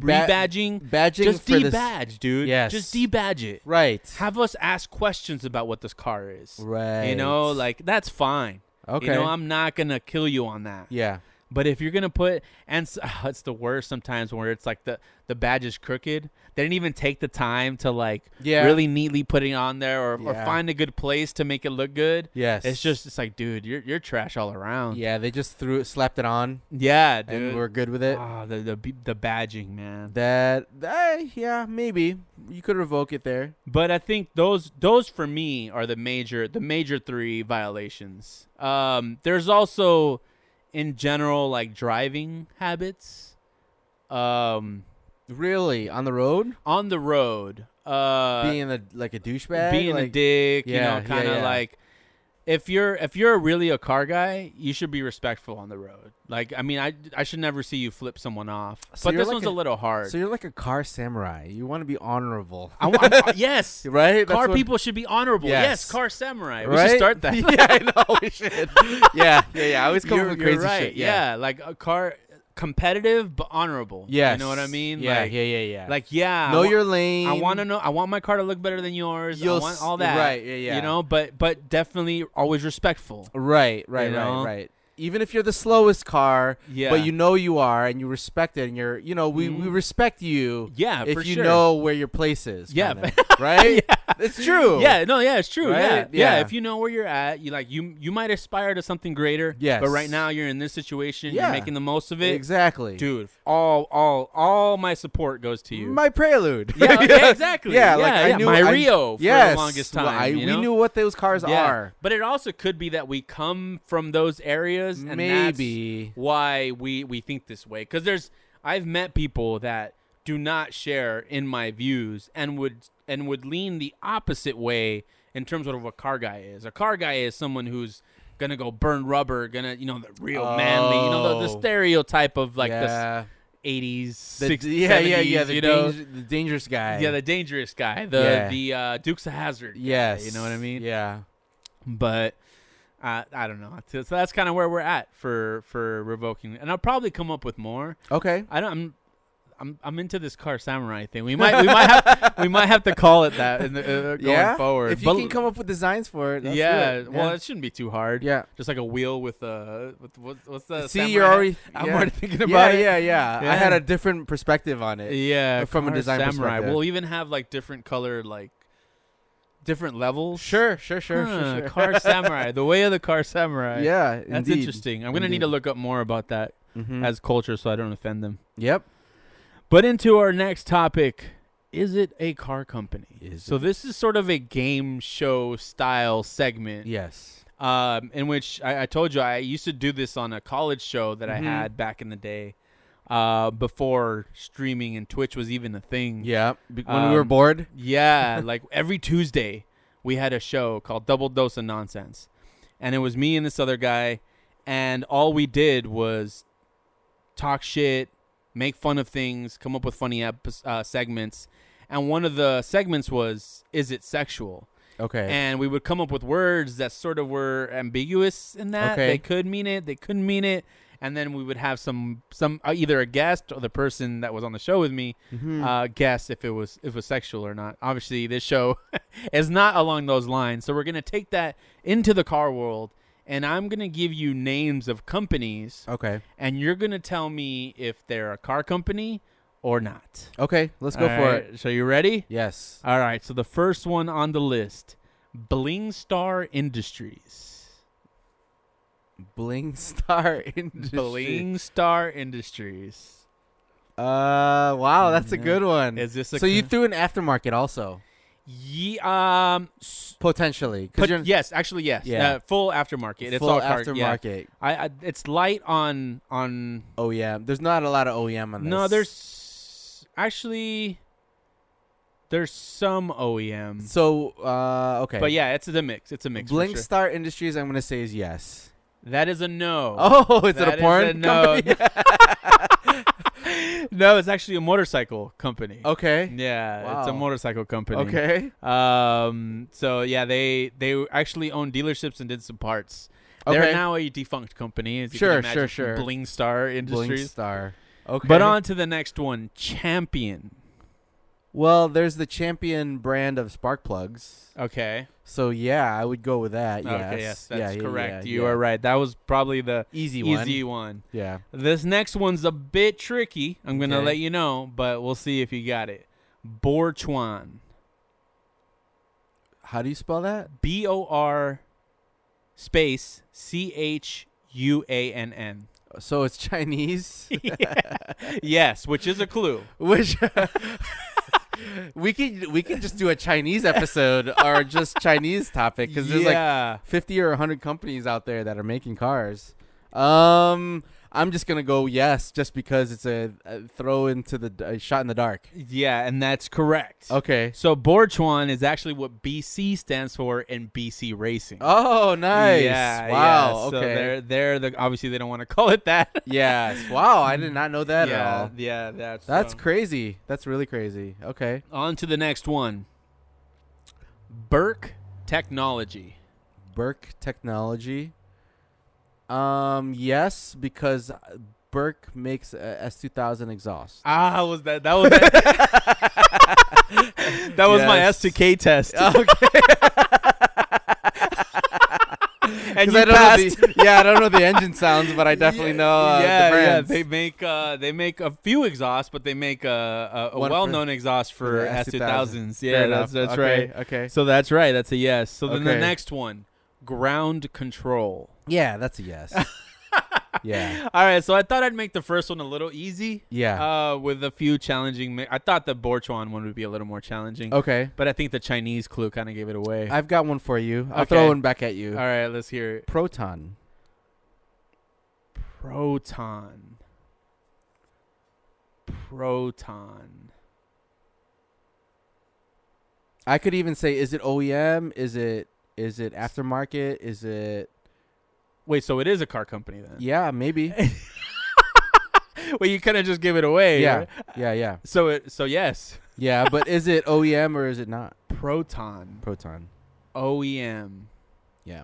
Speaker 2: rebadging,
Speaker 1: Badging
Speaker 2: just
Speaker 1: for
Speaker 2: debadge,
Speaker 1: this,
Speaker 2: dude.
Speaker 1: Yes.
Speaker 2: Just debadge it.
Speaker 1: right?
Speaker 2: Have us ask questions about what this car is.
Speaker 1: right.
Speaker 2: You know, like that's fine.
Speaker 1: okay,
Speaker 2: You know, I'm not gonna kill you on that.
Speaker 1: yeah,
Speaker 2: But if you're gonna put and s it's the worst sometimes where it's like the the badge is crooked. They didn't even take the time to like
Speaker 1: yeah,
Speaker 2: really neatly put it on there or, or
Speaker 1: Yeah.
Speaker 2: find a good place to make it look good.
Speaker 1: yes.
Speaker 2: It's just it's like, dude, you're you're trash all around.
Speaker 1: yeah. They just threw it, slapped it on,
Speaker 2: yeah,
Speaker 1: and
Speaker 2: dude.
Speaker 1: we're good with it.
Speaker 2: Ah, the the b- the badging, man.
Speaker 1: That, that, yeah, maybe you could revoke it there.
Speaker 2: But I think those those for me are the major the major three violations. Um, there's also, in general, like driving habits. Um,
Speaker 1: Really, on the road,
Speaker 2: on the road. Uh,
Speaker 1: being a like a douchebag,
Speaker 2: being
Speaker 1: like,
Speaker 2: a dick,
Speaker 1: yeah,
Speaker 2: you
Speaker 1: yeah,
Speaker 2: know, kind of
Speaker 1: yeah.
Speaker 2: like if you're if you're really a car guy, you should be respectful on the road. Like, I mean, I I should never see you flip someone off.
Speaker 1: So
Speaker 2: but
Speaker 1: you're
Speaker 2: this
Speaker 1: like
Speaker 2: one's
Speaker 1: a-
Speaker 2: a, little hard.
Speaker 1: So you're like a car samurai. You want to be honorable,
Speaker 2: I, I, yes,
Speaker 1: right? That's
Speaker 2: car
Speaker 1: what-
Speaker 2: people should be honorable.
Speaker 1: Yes.
Speaker 2: Yes, car samurai. We
Speaker 1: Right?
Speaker 2: should start that.
Speaker 1: yeah, I know we should. yeah, yeah, yeah. I always come up
Speaker 2: you're,
Speaker 1: with
Speaker 2: you're
Speaker 1: crazy
Speaker 2: right.
Speaker 1: shit. Yeah,
Speaker 2: yeah, like a car competitive but honorable.
Speaker 1: Yes.
Speaker 2: you know what I mean.
Speaker 1: Yeah,
Speaker 2: like,
Speaker 1: yeah, yeah, yeah.
Speaker 2: Like yeah, I
Speaker 1: know
Speaker 2: wa-
Speaker 1: your lane.
Speaker 2: I want to know. I want my car to look better than yours. I
Speaker 1: You'll
Speaker 2: want
Speaker 1: s-
Speaker 2: all that.
Speaker 1: right, yeah, yeah.
Speaker 2: You know, but but definitely always respectful.
Speaker 1: Right, right,
Speaker 2: you
Speaker 1: right,
Speaker 2: know?
Speaker 1: right. Even if you're the slowest car,
Speaker 2: Yeah.
Speaker 1: but you know you are, and you respect it, and you're, you know, we, we
Speaker 2: Mhm.
Speaker 1: respect you.
Speaker 2: Yeah,
Speaker 1: if
Speaker 2: for
Speaker 1: you
Speaker 2: sure.
Speaker 1: know where your place is.
Speaker 2: Yeah.
Speaker 1: kinda, right. It's true.
Speaker 2: Yeah, no, yeah, it's true. Yeah,
Speaker 1: Right?
Speaker 2: yeah,
Speaker 1: Yeah.
Speaker 2: If you know where you're at, you like you you might aspire to something greater.
Speaker 1: Yes.
Speaker 2: But right now you're in this situation.
Speaker 1: Yeah.
Speaker 2: You're making the most of it,
Speaker 1: exactly,
Speaker 2: dude. All all all my support goes to you.
Speaker 1: My prelude.
Speaker 2: yeah, okay, exactly.
Speaker 1: Yeah,
Speaker 2: Yeah,
Speaker 1: like I
Speaker 2: yeah.
Speaker 1: knew
Speaker 2: my
Speaker 1: I-
Speaker 2: Rio for
Speaker 1: yes,
Speaker 2: the longest
Speaker 1: well,
Speaker 2: time.
Speaker 1: I-
Speaker 2: you know?
Speaker 1: We knew what those cars
Speaker 2: Yeah.
Speaker 1: are.
Speaker 2: But it also could be that we come from those areas, and that's
Speaker 1: Maybe.
Speaker 2: why we we think this way. Because there's I've met people that do not share in my views and would and would lean the opposite way in terms of what a car guy is. A car guy is someone who's gonna go burn rubber, gonna you know the real manly, you know the,
Speaker 1: Oh.
Speaker 2: the stereotype of like
Speaker 1: yeah.
Speaker 2: the '80s,
Speaker 1: The-
Speaker 2: 60s,
Speaker 1: yeah, yeah, yeah.
Speaker 2: 70s,
Speaker 1: The,
Speaker 2: you know,
Speaker 1: danger- the dangerous guy.
Speaker 2: yeah, the dangerous guy, the
Speaker 1: Yeah.
Speaker 2: the uh, Dukes of Hazard.
Speaker 1: yes.
Speaker 2: you know what I mean
Speaker 1: Yeah.
Speaker 2: but I I don't know. So so that's kind of where we're at for for revoking, and I'll probably come up with more.
Speaker 1: Okay.
Speaker 2: I don't. I'm, I'm, I'm into this car samurai thing. We might we might have we might have to call it that in the, uh, going
Speaker 1: yeah.
Speaker 2: forward.
Speaker 1: If you
Speaker 2: But-
Speaker 1: can come up with designs for it, let's do
Speaker 2: yeah,
Speaker 1: it.
Speaker 2: well, it shouldn't be too hard.
Speaker 1: yeah.
Speaker 2: just like a wheel with a with, what, what's the
Speaker 1: See, you're
Speaker 2: samurai-
Speaker 1: already.
Speaker 2: I'm
Speaker 1: yeah.
Speaker 2: already thinking
Speaker 1: yeah,
Speaker 2: about it.
Speaker 1: yeah, yeah, I had
Speaker 2: Yeah.
Speaker 1: a different perspective on it.
Speaker 2: yeah,
Speaker 1: From a
Speaker 2: car
Speaker 1: design
Speaker 2: samurai.
Speaker 1: perspective.
Speaker 2: We'll even have like different color like different levels.
Speaker 1: Sure, sure, sure,
Speaker 2: Huh,
Speaker 1: sure, sure.
Speaker 2: Car samurai, the way of the car samurai.
Speaker 1: Yeah,
Speaker 2: That's
Speaker 1: indeed.
Speaker 2: interesting. I'm gonna need to
Speaker 1: Indeed.
Speaker 2: look up more about that
Speaker 1: Mhm.
Speaker 2: as culture, so I don't offend them.
Speaker 1: yep.
Speaker 2: But into our next topic: Is it a car company?
Speaker 1: Is
Speaker 2: so
Speaker 1: it?
Speaker 2: this is sort of a game show style segment,
Speaker 1: Yes.
Speaker 2: um, in which I, I told you I used to do this on a college show that
Speaker 1: Mhm.
Speaker 2: I had back in the day, uh, before streaming and Twitch was even a thing.
Speaker 1: Yeah. Be- when we were
Speaker 2: Um,
Speaker 1: bored.
Speaker 2: Yeah, like every Tuesday, we had a show called Double Dose of Nonsense, and it was me and this other guy, and all we did was talk shit, make fun of things, come up with funny epis uh, segments, and one of the segments was "Is it sexual?"
Speaker 1: Okay.
Speaker 2: and we would come up with words that sort of were ambiguous in that
Speaker 1: Okay.
Speaker 2: they could mean it, they couldn't mean it. And then we would have some, some uh, either a guest or the person that was on the show with me
Speaker 1: Mhm.
Speaker 2: uh, guess if it was if it was sexual or not. Obviously, this show is not along those lines, so we're gonna take that into the car world, and I'm gonna give you names of companies,
Speaker 1: okay.
Speaker 2: and you're gonna tell me if they're a car company or not.
Speaker 1: Okay. Let's go for it.
Speaker 2: So you ready?
Speaker 1: Yes.
Speaker 2: All right. So the first one on the list, Bling Star Industries.
Speaker 1: Bling Star Industry.
Speaker 2: Bling Star Industries.
Speaker 1: Uh, wow, that's a
Speaker 2: Yeah.
Speaker 1: good one.
Speaker 2: Is this a
Speaker 1: so you
Speaker 2: con-
Speaker 1: threw an aftermarket also
Speaker 2: Yeah, um, s-
Speaker 1: potentially
Speaker 2: but
Speaker 1: because you're
Speaker 2: yes, actually yes.
Speaker 1: Yeah.
Speaker 2: Uh, full aftermarket. It's
Speaker 1: full
Speaker 2: all car- yeah.
Speaker 1: aftermarket
Speaker 2: I, I it's light on on
Speaker 1: OEM. There's not a lot of OEM on this.
Speaker 2: No, there's actually there's some OEM.
Speaker 1: so uh okay.
Speaker 2: But yeah, it's the mix. It's a mix. for
Speaker 1: Bling
Speaker 2: sure.
Speaker 1: Star Industries. I'm gonna say is yes.
Speaker 2: That is a no.
Speaker 1: Oh, is
Speaker 2: That
Speaker 1: it a porn?
Speaker 2: a no.
Speaker 1: company?
Speaker 2: no, it's actually a motorcycle company.
Speaker 1: okay.
Speaker 2: Yeah, it's a
Speaker 1: Wow.
Speaker 2: motorcycle company.
Speaker 1: Okay.
Speaker 2: Um. So yeah, they they actually owned dealerships and did some parts. They're
Speaker 1: Okay.
Speaker 2: now a defunct company. As you
Speaker 1: Sure,
Speaker 2: can imagine,
Speaker 1: sure,
Speaker 2: from
Speaker 1: sure.
Speaker 2: Bling Star
Speaker 1: Bling
Speaker 2: Industries.
Speaker 1: Star. Okay.
Speaker 2: But on to the next one, Champion.
Speaker 1: Well, there's the champion brand of spark plugs.
Speaker 2: Okay.
Speaker 1: So yeah, I would go with that. Yes.
Speaker 2: Okay. Yes, that's
Speaker 1: Yeah, yeah,
Speaker 2: correct.
Speaker 1: yeah,
Speaker 2: you
Speaker 1: yeah.
Speaker 2: are right. That was probably the
Speaker 1: Easy one.
Speaker 2: easy one.
Speaker 1: Yeah.
Speaker 2: This next one's a bit tricky. I'm gonna
Speaker 1: Okay.
Speaker 2: let you know, but we'll see if you got it. Borchuan.
Speaker 1: How do you spell that?
Speaker 2: B O R space C H U A N N.
Speaker 1: So it's Chinese,
Speaker 2: Yes, which is a clue.
Speaker 1: which we can we can just do a Chinese episode or just Chinese topic because there's like
Speaker 2: yeah.
Speaker 1: 50 or 100 companies out there that are making cars. Um, I'm just gonna go yes, just because it's a, a throw into the a shot in the dark.
Speaker 2: yeah, and that's correct.
Speaker 1: Okay.
Speaker 2: So Borchuan is actually what BC stands for in BC racing.
Speaker 1: Oh, nice!
Speaker 2: Yeah,
Speaker 1: wow.
Speaker 2: yeah. So
Speaker 1: okay.
Speaker 2: they're they're the, obviously they don't want to call it that.
Speaker 1: yes. Wow. I did not know that at
Speaker 2: yeah,
Speaker 1: all.
Speaker 2: yeah, that's
Speaker 1: That's
Speaker 2: so.
Speaker 1: crazy. That's really crazy. Okay.
Speaker 2: On to the next one. Burke Technology.
Speaker 1: Burke Technology. Um, yes, because uh, Burke makes a S2000 exhaust.
Speaker 2: Ah, was that that was that, that was my
Speaker 1: Yes. Oh,
Speaker 2: S2K test.
Speaker 1: Okay.
Speaker 2: and
Speaker 1: 'Cause
Speaker 2: you
Speaker 1: I don't know
Speaker 2: passed.
Speaker 1: the- yeah, I don't know the engine sounds, but I definitely know uh,
Speaker 2: yeah,
Speaker 1: the
Speaker 2: yeah.
Speaker 1: brands.
Speaker 2: They make uh, they make a few exhausts, but they make a, a, a
Speaker 1: One for-
Speaker 2: well-known exhaust for
Speaker 1: the S2000s.
Speaker 2: S2000s. Yeah,
Speaker 1: Fair enough.
Speaker 2: that's that's
Speaker 1: Okay,
Speaker 2: right.
Speaker 1: Okay.
Speaker 2: So that's right. That's a yes. So then the
Speaker 1: Okay.
Speaker 2: next one, ground control.
Speaker 1: yeah, that's a yes. yeah.
Speaker 2: All right. So I thought I'd make the first one a little easy.
Speaker 1: Yeah.
Speaker 2: Uh, with a few challenging. Mi- I thought the Borchuan one would be a little more challenging.
Speaker 1: okay.
Speaker 2: But I think the Chinese clue kind of gave it away.
Speaker 1: I've got one for you. I'll
Speaker 2: Okay.
Speaker 1: throw one back at you.
Speaker 2: All right, let's hear it.
Speaker 1: Proton.
Speaker 2: Proton. Proton.
Speaker 1: I could even say, is it OEM? Is it is it aftermarket? Is it
Speaker 2: Wait, so it is a car company then?
Speaker 1: yeah, maybe.
Speaker 2: Well, you kind of just give it away.
Speaker 1: Yeah.
Speaker 2: right?
Speaker 1: Yeah, yeah.
Speaker 2: So it. So yes.
Speaker 1: Yeah, but is it OEM or is it not?
Speaker 2: Proton. E
Speaker 1: Proton.
Speaker 2: OEM.
Speaker 1: Yeah.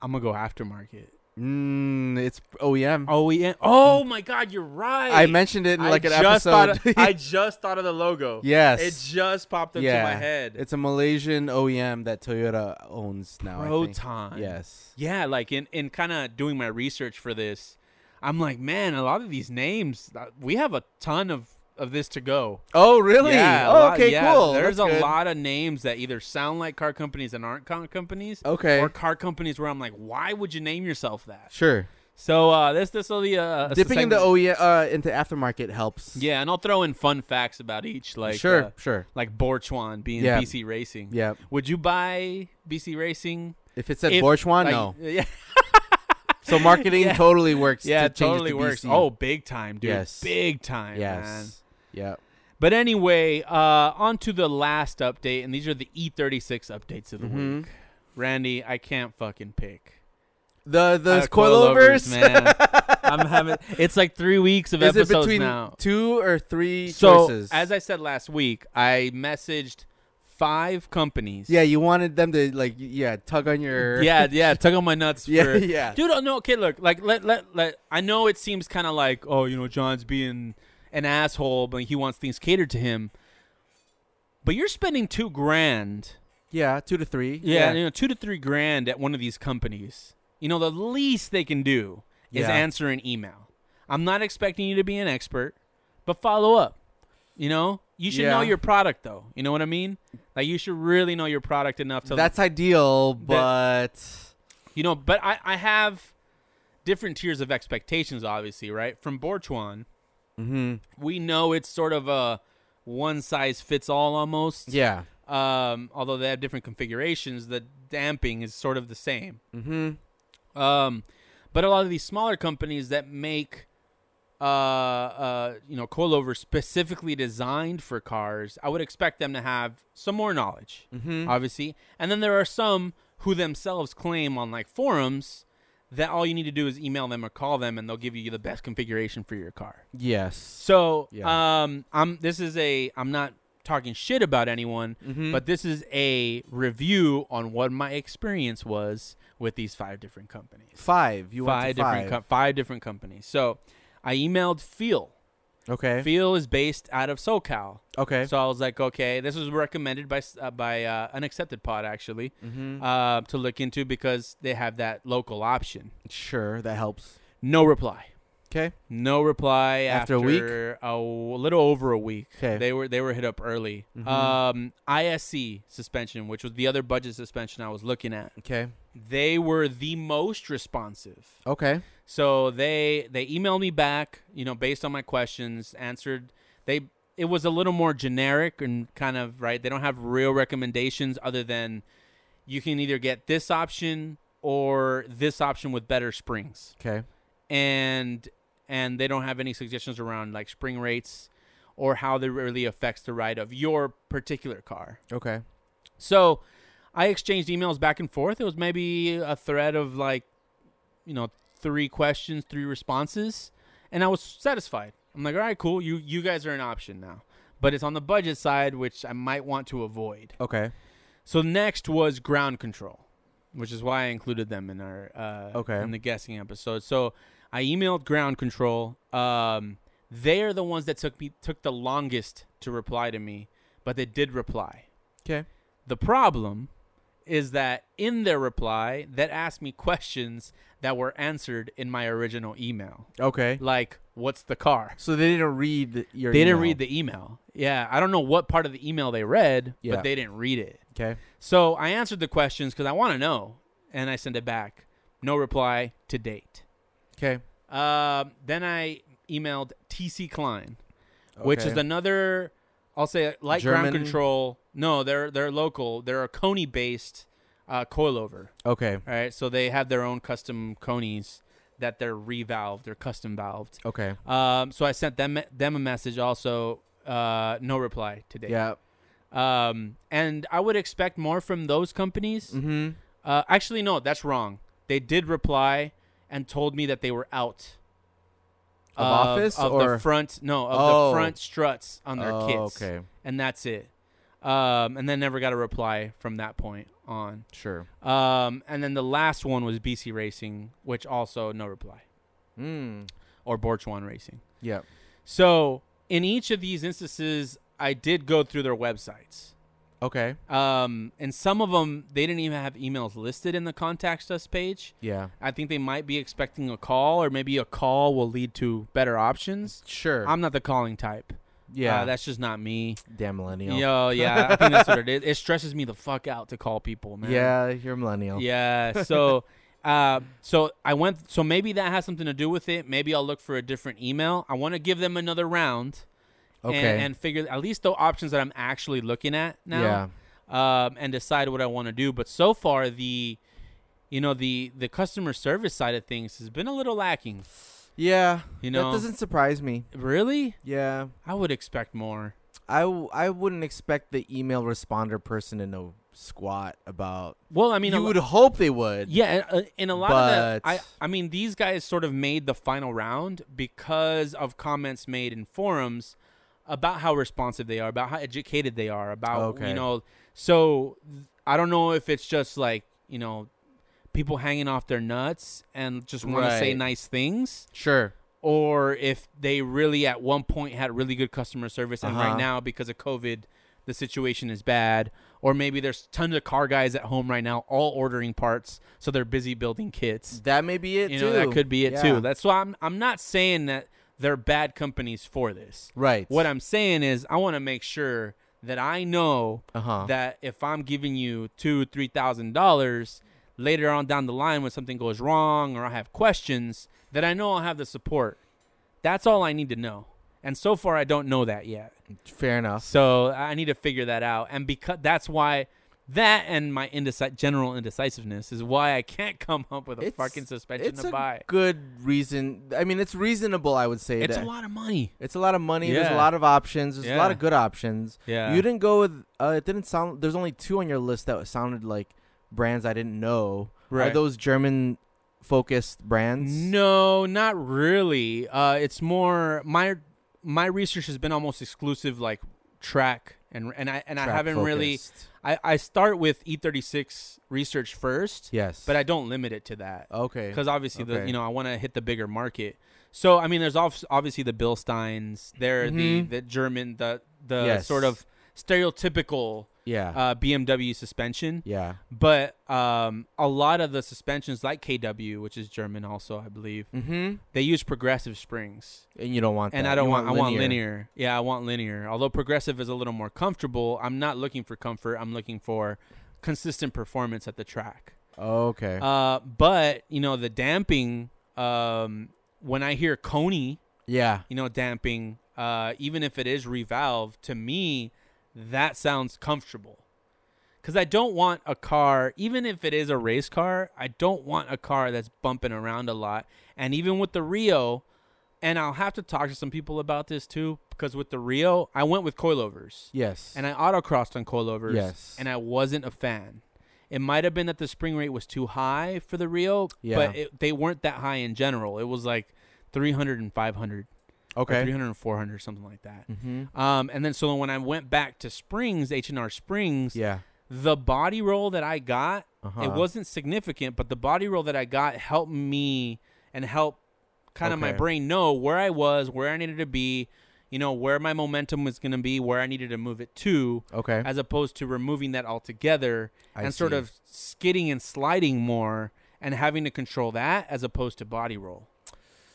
Speaker 2: I'm gonna go aftermarket.
Speaker 1: Mm, it's OEM.
Speaker 2: OEM. Oh my God, you're right.
Speaker 1: E I mentioned it in
Speaker 2: I
Speaker 1: like an
Speaker 2: just thought
Speaker 1: episode.
Speaker 2: of- I just thought of the logo.
Speaker 1: yes.
Speaker 2: It just popped up to my head.
Speaker 1: It's a Malaysian OEM that Toyota owns now. I
Speaker 2: Proton.
Speaker 1: think. Yes.
Speaker 2: Yeah, like in in kind of doing my research for this, I'm like, man, a lot of these names, uh, we have a ton of of this to go.
Speaker 1: Oh, really?
Speaker 2: Yeah, a
Speaker 1: oh,
Speaker 2: lot-
Speaker 1: okay,
Speaker 2: yeah,
Speaker 1: cool.
Speaker 2: There's
Speaker 1: That's
Speaker 2: a
Speaker 1: good.
Speaker 2: lot of names that either sound like car companies and aren't car companies,
Speaker 1: Okay.
Speaker 2: or car companies where I'm like, why would you name yourself that?
Speaker 1: sure.
Speaker 2: So uh, this this will be uh, a
Speaker 1: Dipping into
Speaker 2: segment-
Speaker 1: OEM uh, into aftermarket helps.
Speaker 2: yeah, and I'll throw in fun facts about each, like
Speaker 1: sure.
Speaker 2: uh,
Speaker 1: sure.
Speaker 2: like Borchuan being
Speaker 1: Yeah.
Speaker 2: BC Racing.
Speaker 1: Yeah.
Speaker 2: Would you buy BC Racing?
Speaker 1: If it said
Speaker 2: If,
Speaker 1: Borchuan,
Speaker 2: Like,
Speaker 1: Uh, no.
Speaker 2: Yeah.
Speaker 1: So marketing
Speaker 2: Yeah.
Speaker 1: totally works.
Speaker 2: Yeah,
Speaker 1: to
Speaker 2: it
Speaker 1: change
Speaker 2: totally
Speaker 1: it to
Speaker 2: works.
Speaker 1: BC.
Speaker 2: Oh, big time, dude.
Speaker 1: Yes.
Speaker 2: Big time.
Speaker 1: yes.
Speaker 2: man.
Speaker 1: Yeah.
Speaker 2: But anyway, uh, on to the last update, and these are the E36 updates of the
Speaker 1: Mhm.
Speaker 2: week. Randy, I can't fucking pick.
Speaker 1: The
Speaker 2: Uh,
Speaker 1: the coilovers.
Speaker 2: man. I'm having. It's like three weeks of
Speaker 1: Is it
Speaker 2: episodes
Speaker 1: between
Speaker 2: now.
Speaker 1: two or three
Speaker 2: So
Speaker 1: choices?
Speaker 2: as I said last week, I messaged five companies.
Speaker 1: yeah, you wanted them to like y- yeah tug on your
Speaker 2: yeah, yeah. Tug on my nuts.
Speaker 1: yeah
Speaker 2: for,
Speaker 1: yeah.
Speaker 2: dude. Oh, no, okay. Look, like let let let. I know it seems kind of like oh, you know, John's being an asshole, but he wants things catered to him. But you're spending two grand,
Speaker 1: Yeah, two to three.
Speaker 2: yeah, you know, two to three grand at one of these companies. You know, the least they can do is
Speaker 1: Yeah.
Speaker 2: answer an email. I'm not expecting you to be an expert, but follow up. You know, you should
Speaker 1: Yeah.
Speaker 2: know your product though. You know what I mean? Like you should really know your product enough to
Speaker 1: That's ideal, but
Speaker 2: you know, but I, I have different tiers of expectations, obviously, right? From Borchuan,
Speaker 1: Mhm.
Speaker 2: we know it's sort of a one size fits all almost.
Speaker 1: yeah.
Speaker 2: Um, although they have different configurations, the damping is sort of the same.
Speaker 1: Mhm.
Speaker 2: Um, but a lot of these smaller companies that make, uh, uh, you know, coilovers specifically designed for cars, I would expect them to have some more knowledge,
Speaker 1: Mhm.
Speaker 2: obviously. And then there are some who themselves claim on like forums that all you need to do is email them or call them, and they'll give you the best configuration for your car.
Speaker 1: Yes.
Speaker 2: So,
Speaker 1: Yeah.
Speaker 2: um, I'm this is a I'm not talking shit about anyone,
Speaker 1: Mhm.
Speaker 2: but this is a review on what my experience was with these five different companies
Speaker 1: Five. You
Speaker 2: five
Speaker 1: want to
Speaker 2: different
Speaker 1: five?
Speaker 2: com- five different companies. So I emailed Feel.
Speaker 1: okay.
Speaker 2: Feel is based out of SoCal.
Speaker 1: okay.
Speaker 2: So I was like, okay, this was recommended by s- uh, by uh, Unaccepted Pod actually
Speaker 1: Mhm.
Speaker 2: uh, to look into because they have that local option.
Speaker 1: Sure, that helps.
Speaker 2: No reply.
Speaker 1: Okay.
Speaker 2: No reply
Speaker 1: After
Speaker 2: after,
Speaker 1: a week?
Speaker 2: a w- little over a week.
Speaker 1: 'Kay.
Speaker 2: They were they were hit up early.
Speaker 1: Mhm.
Speaker 2: Um, ISC suspension, which was the other budget suspension I was looking at.
Speaker 1: Okay.
Speaker 2: They were the most responsive.
Speaker 1: Okay.
Speaker 2: So they they emailed me back, you know, based on my questions, answered. They it was a little more generic and kind of right. They don't have real recommendations other than you can either get this option or this option with better springs.
Speaker 1: Okay.
Speaker 2: And and they don't have any suggestions around like spring rates or how that really affects the ride of your particular car.
Speaker 1: Okay.
Speaker 2: So I exchanged emails back and forth. It was maybe a thread of like, you know, three questions, three responses, and I was satisfied. I'm like, all right, cool. You you guys are an option now, but it's on the budget side, which I might want to avoid.
Speaker 1: Okay.
Speaker 2: So next was ground control, which is why I included them in our uh,
Speaker 1: Okay.
Speaker 2: in the guessing episode. So I emailed ground control. Um, they are the ones that took me took the longest to reply to me, but they did reply.
Speaker 1: Okay.
Speaker 2: The problem is that in their reply, that asked me questions that were answered in my original email,
Speaker 1: Okay.
Speaker 2: like "What's the car?"
Speaker 1: So they didn't read the- your.
Speaker 2: They didn't
Speaker 1: email.
Speaker 2: read the email. Yeah, I don't know what part of the email they read,
Speaker 1: Yeah.
Speaker 2: but they didn't read it.
Speaker 1: Okay.
Speaker 2: So I answered the questions because I want to know, and I sent it back. No reply to date.
Speaker 1: Okay.
Speaker 2: Um, then I emailed TC Klein, which is
Speaker 1: Okay.
Speaker 2: another, I'll say, light ground
Speaker 1: German?
Speaker 2: control. No, they're they're local. They're a Coney based uh, coilover.
Speaker 1: Okay.
Speaker 2: All right, so they have their own custom conies that they're revalved or custom valved.
Speaker 1: Okay.
Speaker 2: Um, so I sent them them a message also. Uh, no reply today.
Speaker 1: Yeah.
Speaker 2: Um, and I would expect more from those companies.
Speaker 1: Mm-hmm.
Speaker 2: Uh, actually, no, that's wrong. They did reply and told me that they were out
Speaker 1: Of office
Speaker 2: of
Speaker 1: or-
Speaker 2: the front. No, of
Speaker 1: Oh.
Speaker 2: the front struts on their
Speaker 1: oh,
Speaker 2: kits.
Speaker 1: Okay.
Speaker 2: and that's it. Um, and then never got a reply from that point on.
Speaker 1: Sure.
Speaker 2: Um, and then the last one was BC Racing, which also no reply,
Speaker 1: Mm.
Speaker 2: or Borchuan Racing.
Speaker 1: Yeah.
Speaker 2: So in each of these instances, I did go through their websites.
Speaker 1: Okay.
Speaker 2: Um, and some of them they didn't even have emails listed in the contact us page.
Speaker 1: Yeah.
Speaker 2: I think they might be expecting a call, or maybe a call will lead to better options.
Speaker 1: Sure.
Speaker 2: I'm not the calling type.
Speaker 1: yeah.
Speaker 2: Uh, that's just not me.
Speaker 1: Damn millennial.
Speaker 2: Yo, yeah, I think that's what it is. It stresses me the fuck out to call people, man.
Speaker 1: Yeah, you're a millennial.
Speaker 2: Yeah. So, uh, so I went. So maybe that has something to do with it. Maybe I'll look for a different email. I want to give them another round. and-
Speaker 1: Okay.
Speaker 2: And, figure at least the options that I'm actually looking at now.
Speaker 1: Yeah.
Speaker 2: Um, and decide what I want to do. But so far, the you know the the customer service side of things has been a little lacking.
Speaker 1: Yeah.
Speaker 2: You know,
Speaker 1: that doesn't surprise me.
Speaker 2: really,
Speaker 1: Yeah.
Speaker 2: I would expect more.
Speaker 1: I, w- I wouldn't expect the email responder person to know squat about.
Speaker 2: Well, I
Speaker 1: I mean,
Speaker 2: mean, a
Speaker 1: you
Speaker 2: lo-
Speaker 1: would hope they would.
Speaker 2: Yeah, and, uh, and a lot of
Speaker 1: But-
Speaker 2: the I I mean these guys sort of made the final round because of comments made in forums about how responsive they are, about how educated they are, about
Speaker 1: Okay.
Speaker 2: you know. So th- I don't know if it's just like you know people hanging off their nuts and just want to say
Speaker 1: Right.
Speaker 2: nice things
Speaker 1: Sure.
Speaker 2: or if they really at one point had really good customer service and
Speaker 1: Uh-huh.
Speaker 2: right now because of covid the situation is bad or maybe there's tons of car guys at home right now all ordering parts so they're busy building kits
Speaker 1: That may be Mm. it
Speaker 2: you
Speaker 1: too.
Speaker 2: know that could be it
Speaker 1: Yeah.
Speaker 2: too that's why I'm, I'm not saying that they're bad companies for this.
Speaker 1: Right.
Speaker 2: What I'm saying is, I want to make sure that I know
Speaker 1: Uh huh.
Speaker 2: that if I'm giving you two, three thousand dollars later on down the line when something goes wrong or I have questions, that I know I'll have the support. That's all I need to know. And so far, I don't know that yet.
Speaker 1: Fair enough.
Speaker 2: So I need to figure that out. And because that's why that and my indeci- general indecisiveness is why I can't come up with a
Speaker 1: It's-
Speaker 2: fucking suspension
Speaker 1: It's
Speaker 2: to
Speaker 1: a
Speaker 2: buy.
Speaker 1: good reason. I mean, it's reasonable. I would say
Speaker 2: It's
Speaker 1: that
Speaker 2: a lot of money.
Speaker 1: it's a lot of money. There's a
Speaker 2: Yeah.
Speaker 1: lot of options. There's a lot
Speaker 2: Yeah.
Speaker 1: of good options.
Speaker 2: Yeah.
Speaker 1: You didn't go with. Uh, it didn't sound. There's only two on your list that sounded like brands I didn't know. Are
Speaker 2: Right.
Speaker 1: those German focused brands?
Speaker 2: No, not really. Uh, it's more my my research has been almost exclusive like track and and I and I
Speaker 1: Track
Speaker 2: haven't really.
Speaker 1: focused.
Speaker 2: I, I start with E36 research first,
Speaker 1: Yes.
Speaker 2: but I don't limit it to that
Speaker 1: okay.
Speaker 2: because obviously the
Speaker 1: Okay.
Speaker 2: you know I want to hit the bigger market. So I mean, there's obv- obviously the Bill Steins. They're
Speaker 1: Mhm.
Speaker 2: the the German the the
Speaker 1: Yes.
Speaker 2: sort of stereotypical
Speaker 1: Yeah.
Speaker 2: uh, BMW suspension.
Speaker 1: yeah.
Speaker 2: But um, a lot of the suspensions, like KW, which is German also, I believe,
Speaker 1: Mm-hmm. they
Speaker 2: they use progressive springs,
Speaker 1: and you don't want
Speaker 2: and
Speaker 1: that.
Speaker 2: I don't
Speaker 1: You
Speaker 2: want, I want linear. Yeah, I want linear. Although progressive is a little more comfortable, I'm not looking for comfort. I'm looking for consistent performance at the track.
Speaker 1: Okay.
Speaker 2: Uh, but you know the damping. Um, when I hear Coney,
Speaker 1: yeah.
Speaker 2: you know damping, uh, even if it is revalved, to me that sounds comfortable. Cause I don't want a car, even if it is a race car, I don't want a car that's bumping around a lot. And even with the Rio, and I'll have to talk to some people about this too, because with the Rio, I went with coilovers
Speaker 1: Yes.
Speaker 2: and I autocrossed on coilovers.
Speaker 1: Yes.
Speaker 2: And I wasn't a fan. It might have been that the spring rate was too high for the Rio,
Speaker 1: Yeah.
Speaker 2: but it, they weren't that high in general. It was like 300 and 500, or
Speaker 1: okay.
Speaker 2: 300 and 400, something like that.
Speaker 1: Mm-hmm.
Speaker 2: Um, and then so when I went back to Springs, H&R Springs,
Speaker 1: Yeah.
Speaker 2: the body roll that I got,
Speaker 1: Uh-huh.
Speaker 2: it wasn't significant, but the body roll that I got helped me and helped kind of my
Speaker 1: Okay.
Speaker 2: brain know where I was, where I needed to be, you know, where my momentum was going to be, where I needed to move it to
Speaker 1: okay.
Speaker 2: as opposed to removing that altogether
Speaker 1: I
Speaker 2: and sort
Speaker 1: see.
Speaker 2: of skidding and sliding more and having to control that as opposed to body roll.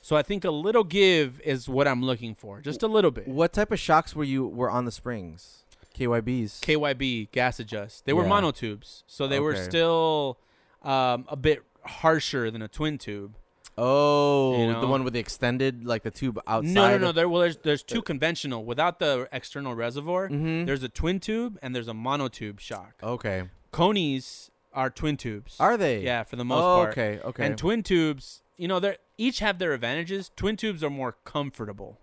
Speaker 2: So I think a little give is what I'm looking for, just a little bit.
Speaker 1: What type of shocks were you were on the springs? KYBs.
Speaker 2: KYB gas adjust. They were
Speaker 1: Yeah.
Speaker 2: monotubes, so they were
Speaker 1: Okay.
Speaker 2: still um, a bit harsher than a twin tube.
Speaker 1: oh,
Speaker 2: You
Speaker 1: the
Speaker 2: know?
Speaker 1: one with the extended, like the tube outside.
Speaker 2: No, no, no. There, well, there's there's two conventional without the external reservoir.
Speaker 1: Mhm.
Speaker 2: There's a twin tube and there's a monotube shock.
Speaker 1: Okay.
Speaker 2: Conies are twin tubes.
Speaker 1: Are they?
Speaker 2: Yeah, for the most
Speaker 1: oh,
Speaker 2: part.
Speaker 1: Okay. Okay.
Speaker 2: And twin tubes, you know, they are each have their advantages. Twin tubes are more comfortable.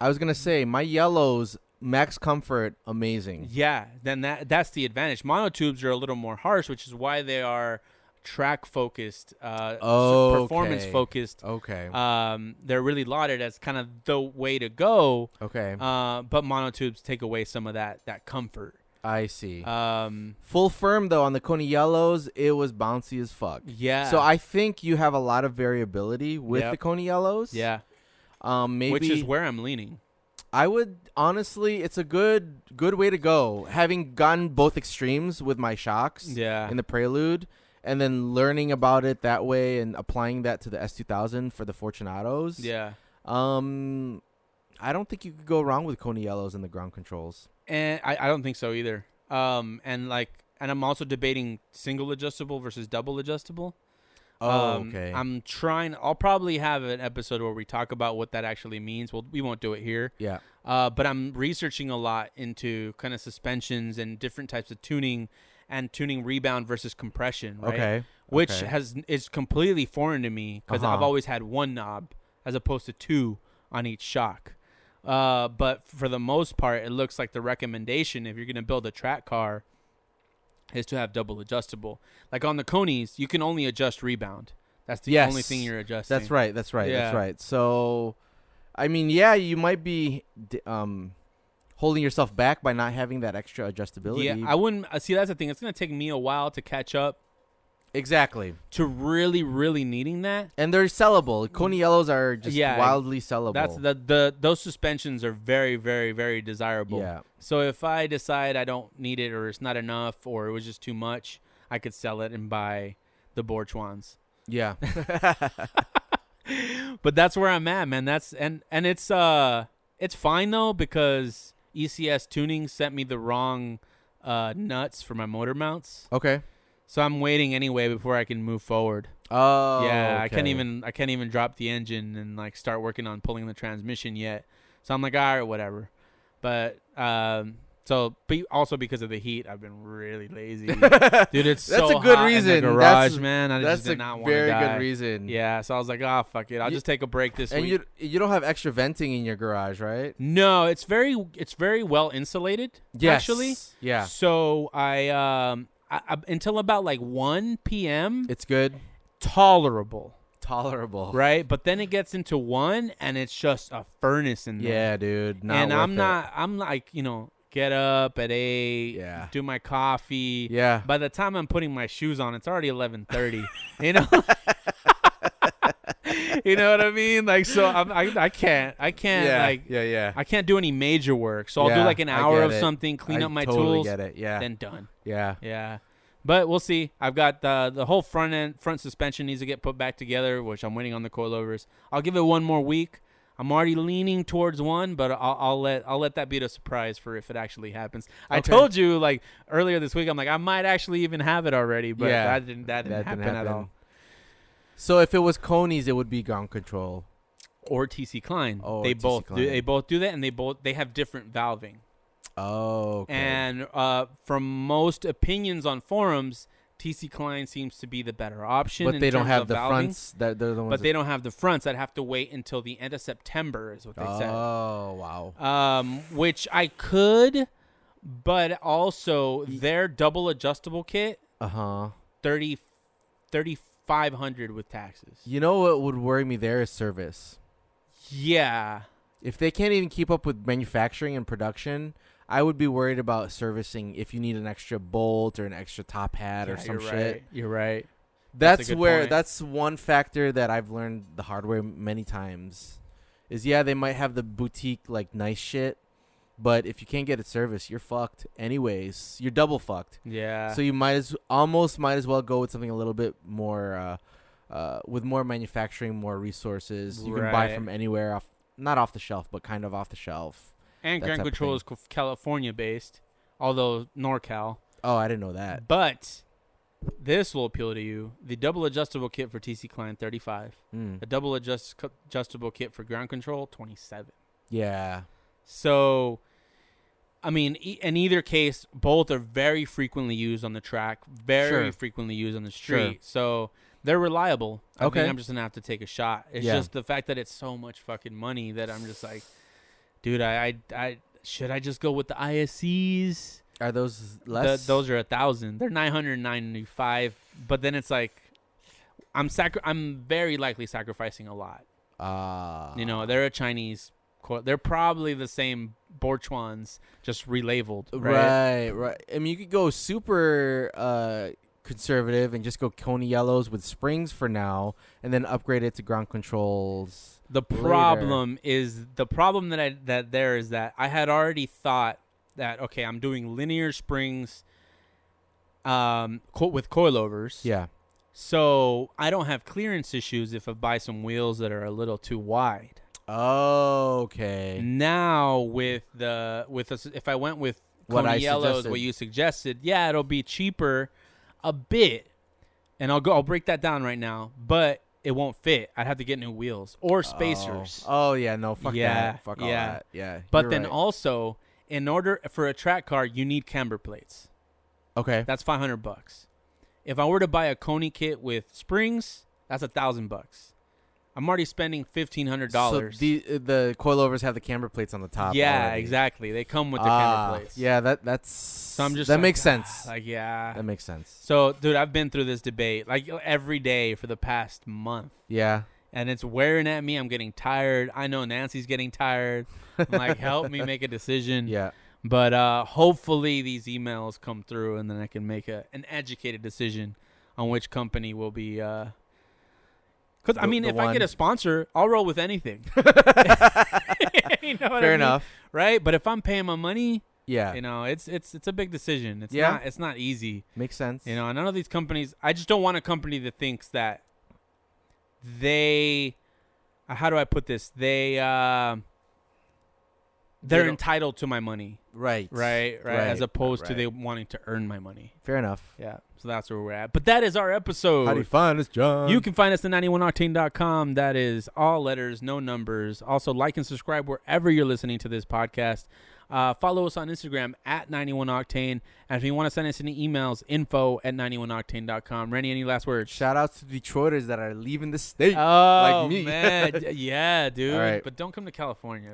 Speaker 1: I was gonna say my yellows max comfort amazing.
Speaker 2: Yeah, then that that's the advantage. Monotubes are a little more harsh, which is why they are track focused, uh,
Speaker 1: Okay.
Speaker 2: performance focused.
Speaker 1: Okay.
Speaker 2: Um, they're really lauded as kind of the way to go.
Speaker 1: okay.
Speaker 2: Uh, but monotubes take away some of that that comfort.
Speaker 1: I see.
Speaker 2: Um,
Speaker 1: Full firm though on the Coney yellows, it was bouncy as fuck.
Speaker 2: yeah.
Speaker 1: So I think you have a lot of variability with
Speaker 2: Yep.
Speaker 1: the Coney yellows.
Speaker 2: yeah,
Speaker 1: Um, maybe
Speaker 2: which is where I'm leaning.
Speaker 1: I would honestly, it's a good good way to go. Having gone both extremes with my shocks
Speaker 2: Yeah.
Speaker 1: in the Prelude, and then learning about it that way and applying that to the S2000 for the Fortunatos.
Speaker 2: Yeah.
Speaker 1: Um, I don't think you could go wrong with Coney Yellows and the ground controls.
Speaker 2: And I, I don't think so either. Um, and like, and I'm also debating single adjustable versus double adjustable.
Speaker 1: Oh,
Speaker 2: um, I'm trying. I'll probably have an episode where we talk about what that actually means. Well, we won't do it here.
Speaker 1: yeah.
Speaker 2: Uh, but I'm researching a lot into kind of suspensions and different types of tuning and tuning rebound versus compression. Right?
Speaker 1: Okay.
Speaker 2: Which
Speaker 1: okay.
Speaker 2: has is completely foreign to me because I've
Speaker 1: Uh-huh.
Speaker 2: always had one knob as opposed to two on each shock. Uh, but for the most part, it looks like the recommendation if you're going to build a track car is to have double adjustable. Like on the Conies, you can only adjust rebound. That's the only
Speaker 1: Yes,
Speaker 2: thing you're adjusting.
Speaker 1: That's right. That's right. That's
Speaker 2: Yeah.
Speaker 1: right. So, I mean, yeah, you might be d- um, holding yourself back by not having that extra adjustability.
Speaker 2: Yeah, I wouldn't uh, see. That's the thing. It's going to take me a while to catch up
Speaker 1: exactly.
Speaker 2: to really, really needing that.
Speaker 1: And they're sellable. Coney yellows are just
Speaker 2: Yeah,
Speaker 1: wildly sellable.
Speaker 2: That's the the those suspensions are very, very, very desirable.
Speaker 1: yeah.
Speaker 2: So if I decide I don't need it or it's not enough or it was just too much, I could sell it and buy the Borchuans.
Speaker 1: Yeah.
Speaker 2: but that's where I'm at, man. That's and and it's uh it's fine though because ECS tuning sent me the wrong uh nuts for my motor mounts.
Speaker 1: Okay.
Speaker 2: So I'm waiting anyway before I can move forward.
Speaker 1: Oh.
Speaker 2: yeah, I can't
Speaker 1: okay.
Speaker 2: even I can't even drop the engine and like start working on pulling the transmission yet. So I'm like, all right, whatever. But um, so but also because of the heat, I've been really lazy, dude. It's
Speaker 1: That's
Speaker 2: so
Speaker 1: a good
Speaker 2: hot in the
Speaker 1: reason.
Speaker 2: garage,
Speaker 1: That's-
Speaker 2: man. I
Speaker 1: That's
Speaker 2: just did
Speaker 1: a
Speaker 2: not want
Speaker 1: very
Speaker 2: to die.
Speaker 1: good reason.
Speaker 2: Yeah, so I was like, ah, fuck it, I'll
Speaker 1: You-
Speaker 2: just take a break this
Speaker 1: And
Speaker 2: week.
Speaker 1: you you don't have extra venting in your garage, right?
Speaker 2: no, it's very it's very well insulated. actually.
Speaker 1: Yeah.
Speaker 2: So I um I, I, until about like 1 p.m.
Speaker 1: It's good.
Speaker 2: tolerable.
Speaker 1: Tolerable.
Speaker 2: right? But then it gets into one, and it's just a furnace in there.
Speaker 1: Yeah, dude. Not
Speaker 2: and I'm
Speaker 1: worth it.
Speaker 2: not. I'm like, you know, get up at eight.
Speaker 1: Yeah.
Speaker 2: Do my coffee.
Speaker 1: Yeah.
Speaker 2: By the time I'm putting my shoes on, it's already eleven thirty. you know. you know what I mean? Like, so I'm, I, I can't, I can't,
Speaker 1: yeah.
Speaker 2: like,
Speaker 1: yeah. Yeah.
Speaker 2: I can't do any major work. So I'll do
Speaker 1: Yeah,
Speaker 2: like an
Speaker 1: I
Speaker 2: hour
Speaker 1: get
Speaker 2: of
Speaker 1: it.
Speaker 2: something, clean
Speaker 1: I
Speaker 2: up my
Speaker 1: totally
Speaker 2: tools,
Speaker 1: Get it. Yeah.
Speaker 2: then done.
Speaker 1: yeah.
Speaker 2: Yeah. But we'll see. I've got the the whole front end front suspension needs to get put back together, which I'm waiting on the coilovers. I'll give it one more week. I'm already leaning towards one, but I'll, I'll let I'll let that be the surprise for if it actually happens. I
Speaker 1: Okay.
Speaker 2: told you like earlier this week, I'm like I might actually even have it already, but
Speaker 1: Yeah.
Speaker 2: that didn't that didn't, happen, at all.
Speaker 1: So if it was Coney's, it would be ground control.
Speaker 2: Or TC Klein,
Speaker 1: Oh,
Speaker 2: they
Speaker 1: TC
Speaker 2: both do
Speaker 1: Klein.
Speaker 2: they both do that, and they both they have different valving.
Speaker 1: Oh, okay.
Speaker 2: And uh, from most opinions on forums, TC Klein seems to be the better option.
Speaker 1: but
Speaker 2: in
Speaker 1: they don't
Speaker 2: terms
Speaker 1: have
Speaker 2: of
Speaker 1: the
Speaker 2: valving.
Speaker 1: fronts. That they're the ones.
Speaker 2: but they don't have the fronts. I'd have to wait until the end of September, is what they
Speaker 1: that, oh, wow.
Speaker 2: said. Um, which I could, but also their double adjustable kit,
Speaker 1: Uh huh.
Speaker 2: Uh-huh. 30, 3500 with taxes.
Speaker 1: You know what would worry me there is service.
Speaker 2: Yeah.
Speaker 1: If they can't even keep up with manufacturing and production, I would be worried about servicing if you need an extra bolt or an extra top hat or
Speaker 2: Yeah,
Speaker 1: some
Speaker 2: you're
Speaker 1: shit.
Speaker 2: Right. You're right.
Speaker 1: That's,
Speaker 2: good
Speaker 1: where
Speaker 2: point.
Speaker 1: that's one factor that I've learned the hard way many times. Is yeah, they might have the boutique like nice shit, but if you can't get it serviced, you're fucked anyways. You're double fucked.
Speaker 2: Yeah.
Speaker 1: So you might as almost might as well go with something a little bit more, uh, uh, with more manufacturing, more resources. You can
Speaker 2: Right.
Speaker 1: buy from anywhere off, not off the shelf, but kind of off the shelf.
Speaker 2: and
Speaker 1: that
Speaker 2: Grand
Speaker 1: type of
Speaker 2: Control
Speaker 1: thing.
Speaker 2: is California based, although NorCal.
Speaker 1: Oh, I didn't know that.
Speaker 2: But this will appeal to you. The double adjustable kit for TC Klein, 35.
Speaker 1: Mm.
Speaker 2: A double adjust, adjustable kit for ground control, 27.
Speaker 1: Yeah,
Speaker 2: So, I mean, e- in either case, both are very frequently used on the track, very
Speaker 1: Sure.
Speaker 2: frequently used on the street.
Speaker 1: Sure.
Speaker 2: So they're reliable. I
Speaker 1: Okay.
Speaker 2: think I'm just gonna have to take a shot. It's
Speaker 1: Yeah.
Speaker 2: just the fact that it's so much fucking money that I'm just like, dude, I, I, I should I just go with the ISCs?
Speaker 1: are those
Speaker 2: Th-
Speaker 1: less?
Speaker 2: those are a thousand. They're nine hundred ninety five. But then it's like, I'm sacri- I'm very likely sacrificing a lot.
Speaker 1: Ah,
Speaker 2: You know, they're a Chinese. co- They're probably the same Borchuans, just relabeled, right?
Speaker 1: right, right, I mean, you could go super uh, conservative and just go Coney yellows with springs for now, and then upgrade it to ground controls.
Speaker 2: The
Speaker 1: Later.
Speaker 2: problem is the problem that I that there is that I had already thought that okay, I'm doing linear springs, um, co- with coilovers.
Speaker 1: Yeah,
Speaker 2: So I don't have clearance issues if I buy some wheels that are a little too wide.
Speaker 1: okay.
Speaker 2: Now with the with us if I went with
Speaker 1: What
Speaker 2: Coney
Speaker 1: I
Speaker 2: Yellows,
Speaker 1: suggested.
Speaker 2: what you suggested, yeah, it'll be cheaper a bit. And I'll go I'll break that down right now, but it won't fit. I'd have to get new wheels or spacers.
Speaker 1: Oh, oh, yeah, no, fuck
Speaker 2: Yeah,
Speaker 1: that. Fuck all
Speaker 2: yeah.
Speaker 1: that. Yeah.
Speaker 2: but
Speaker 1: you're
Speaker 2: then
Speaker 1: right.
Speaker 2: also, in order for a track car, you need camber plates.
Speaker 1: Okay.
Speaker 2: That's 500 bucks. If I were to buy a Coney kit with springs, that's a 1000 bucks. I'm already spending $1500.
Speaker 1: So the uh, the coilovers have the camber plates on the top.
Speaker 2: yeah,
Speaker 1: already.
Speaker 2: exactly. They come with the
Speaker 1: Ah,
Speaker 2: camber plates.
Speaker 1: Yeah, that that's
Speaker 2: I'm just
Speaker 1: that
Speaker 2: like,
Speaker 1: makes
Speaker 2: "Ah,"
Speaker 1: sense.
Speaker 2: Like yeah.
Speaker 1: that makes sense.
Speaker 2: So, dude, I've been through this debate like every day for the past month,
Speaker 1: Yeah.
Speaker 2: and it's wearing at me. I'm getting tired. I know Nancy's getting tired. I'm like, help me make a decision.
Speaker 1: Yeah.
Speaker 2: But uh, hopefully, these emails come through, and then I can make a, an educated decision on which company will be. Because I
Speaker 1: The-
Speaker 2: mean,
Speaker 1: the
Speaker 2: if I get
Speaker 1: one-
Speaker 2: a sponsor, I'll roll with anything. You know what I
Speaker 1: Fair
Speaker 2: mean?
Speaker 1: enough.
Speaker 2: right? But if I'm paying my money,
Speaker 1: Yeah.
Speaker 2: you know, it's it's it's a big decision. It's
Speaker 1: Yeah.
Speaker 2: not it's not easy.
Speaker 1: makes sense.
Speaker 2: You know, and none of these companies. I just don't want a company that thinks that they. uh, how do I put this? They uh, they're
Speaker 1: don't-
Speaker 2: entitled to my money,
Speaker 1: Right.
Speaker 2: right? Right. As
Speaker 1: Right,
Speaker 2: opposed to
Speaker 1: right.
Speaker 2: they wanting to earn my money.
Speaker 1: Fair enough.
Speaker 2: Yeah. So that's where we're at. But that is our episode.
Speaker 1: How do you find this, John?
Speaker 2: You can find us at 91octane.com. That is all letters, no numbers. Also, like and subscribe wherever you're listening to this podcast. Uh, follow us on Instagram at 91octane. And if you want to send us any emails, info at 91octane.com. Randy, any last words?
Speaker 1: Shout outs to Detroiters that are leaving the state.
Speaker 2: Oh,
Speaker 1: Like me.
Speaker 2: man. D- yeah, dude.
Speaker 1: All right.
Speaker 2: But don't come to California.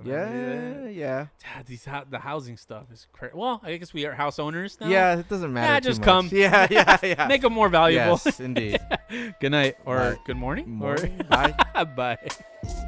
Speaker 1: yeah,
Speaker 2: man.
Speaker 1: yeah.
Speaker 2: God, these, hou- the housing stuff is crazy. Well, I guess we are house owners now.
Speaker 1: Yeah, it doesn't matter. too
Speaker 2: just
Speaker 1: much.
Speaker 2: come.
Speaker 1: Yeah, yeah, yeah.
Speaker 2: Make them more valuable.
Speaker 1: Yes, indeed.
Speaker 2: good night or
Speaker 1: Bye.
Speaker 2: good morning.
Speaker 1: More.
Speaker 2: Or
Speaker 1: Bye.
Speaker 2: Bye.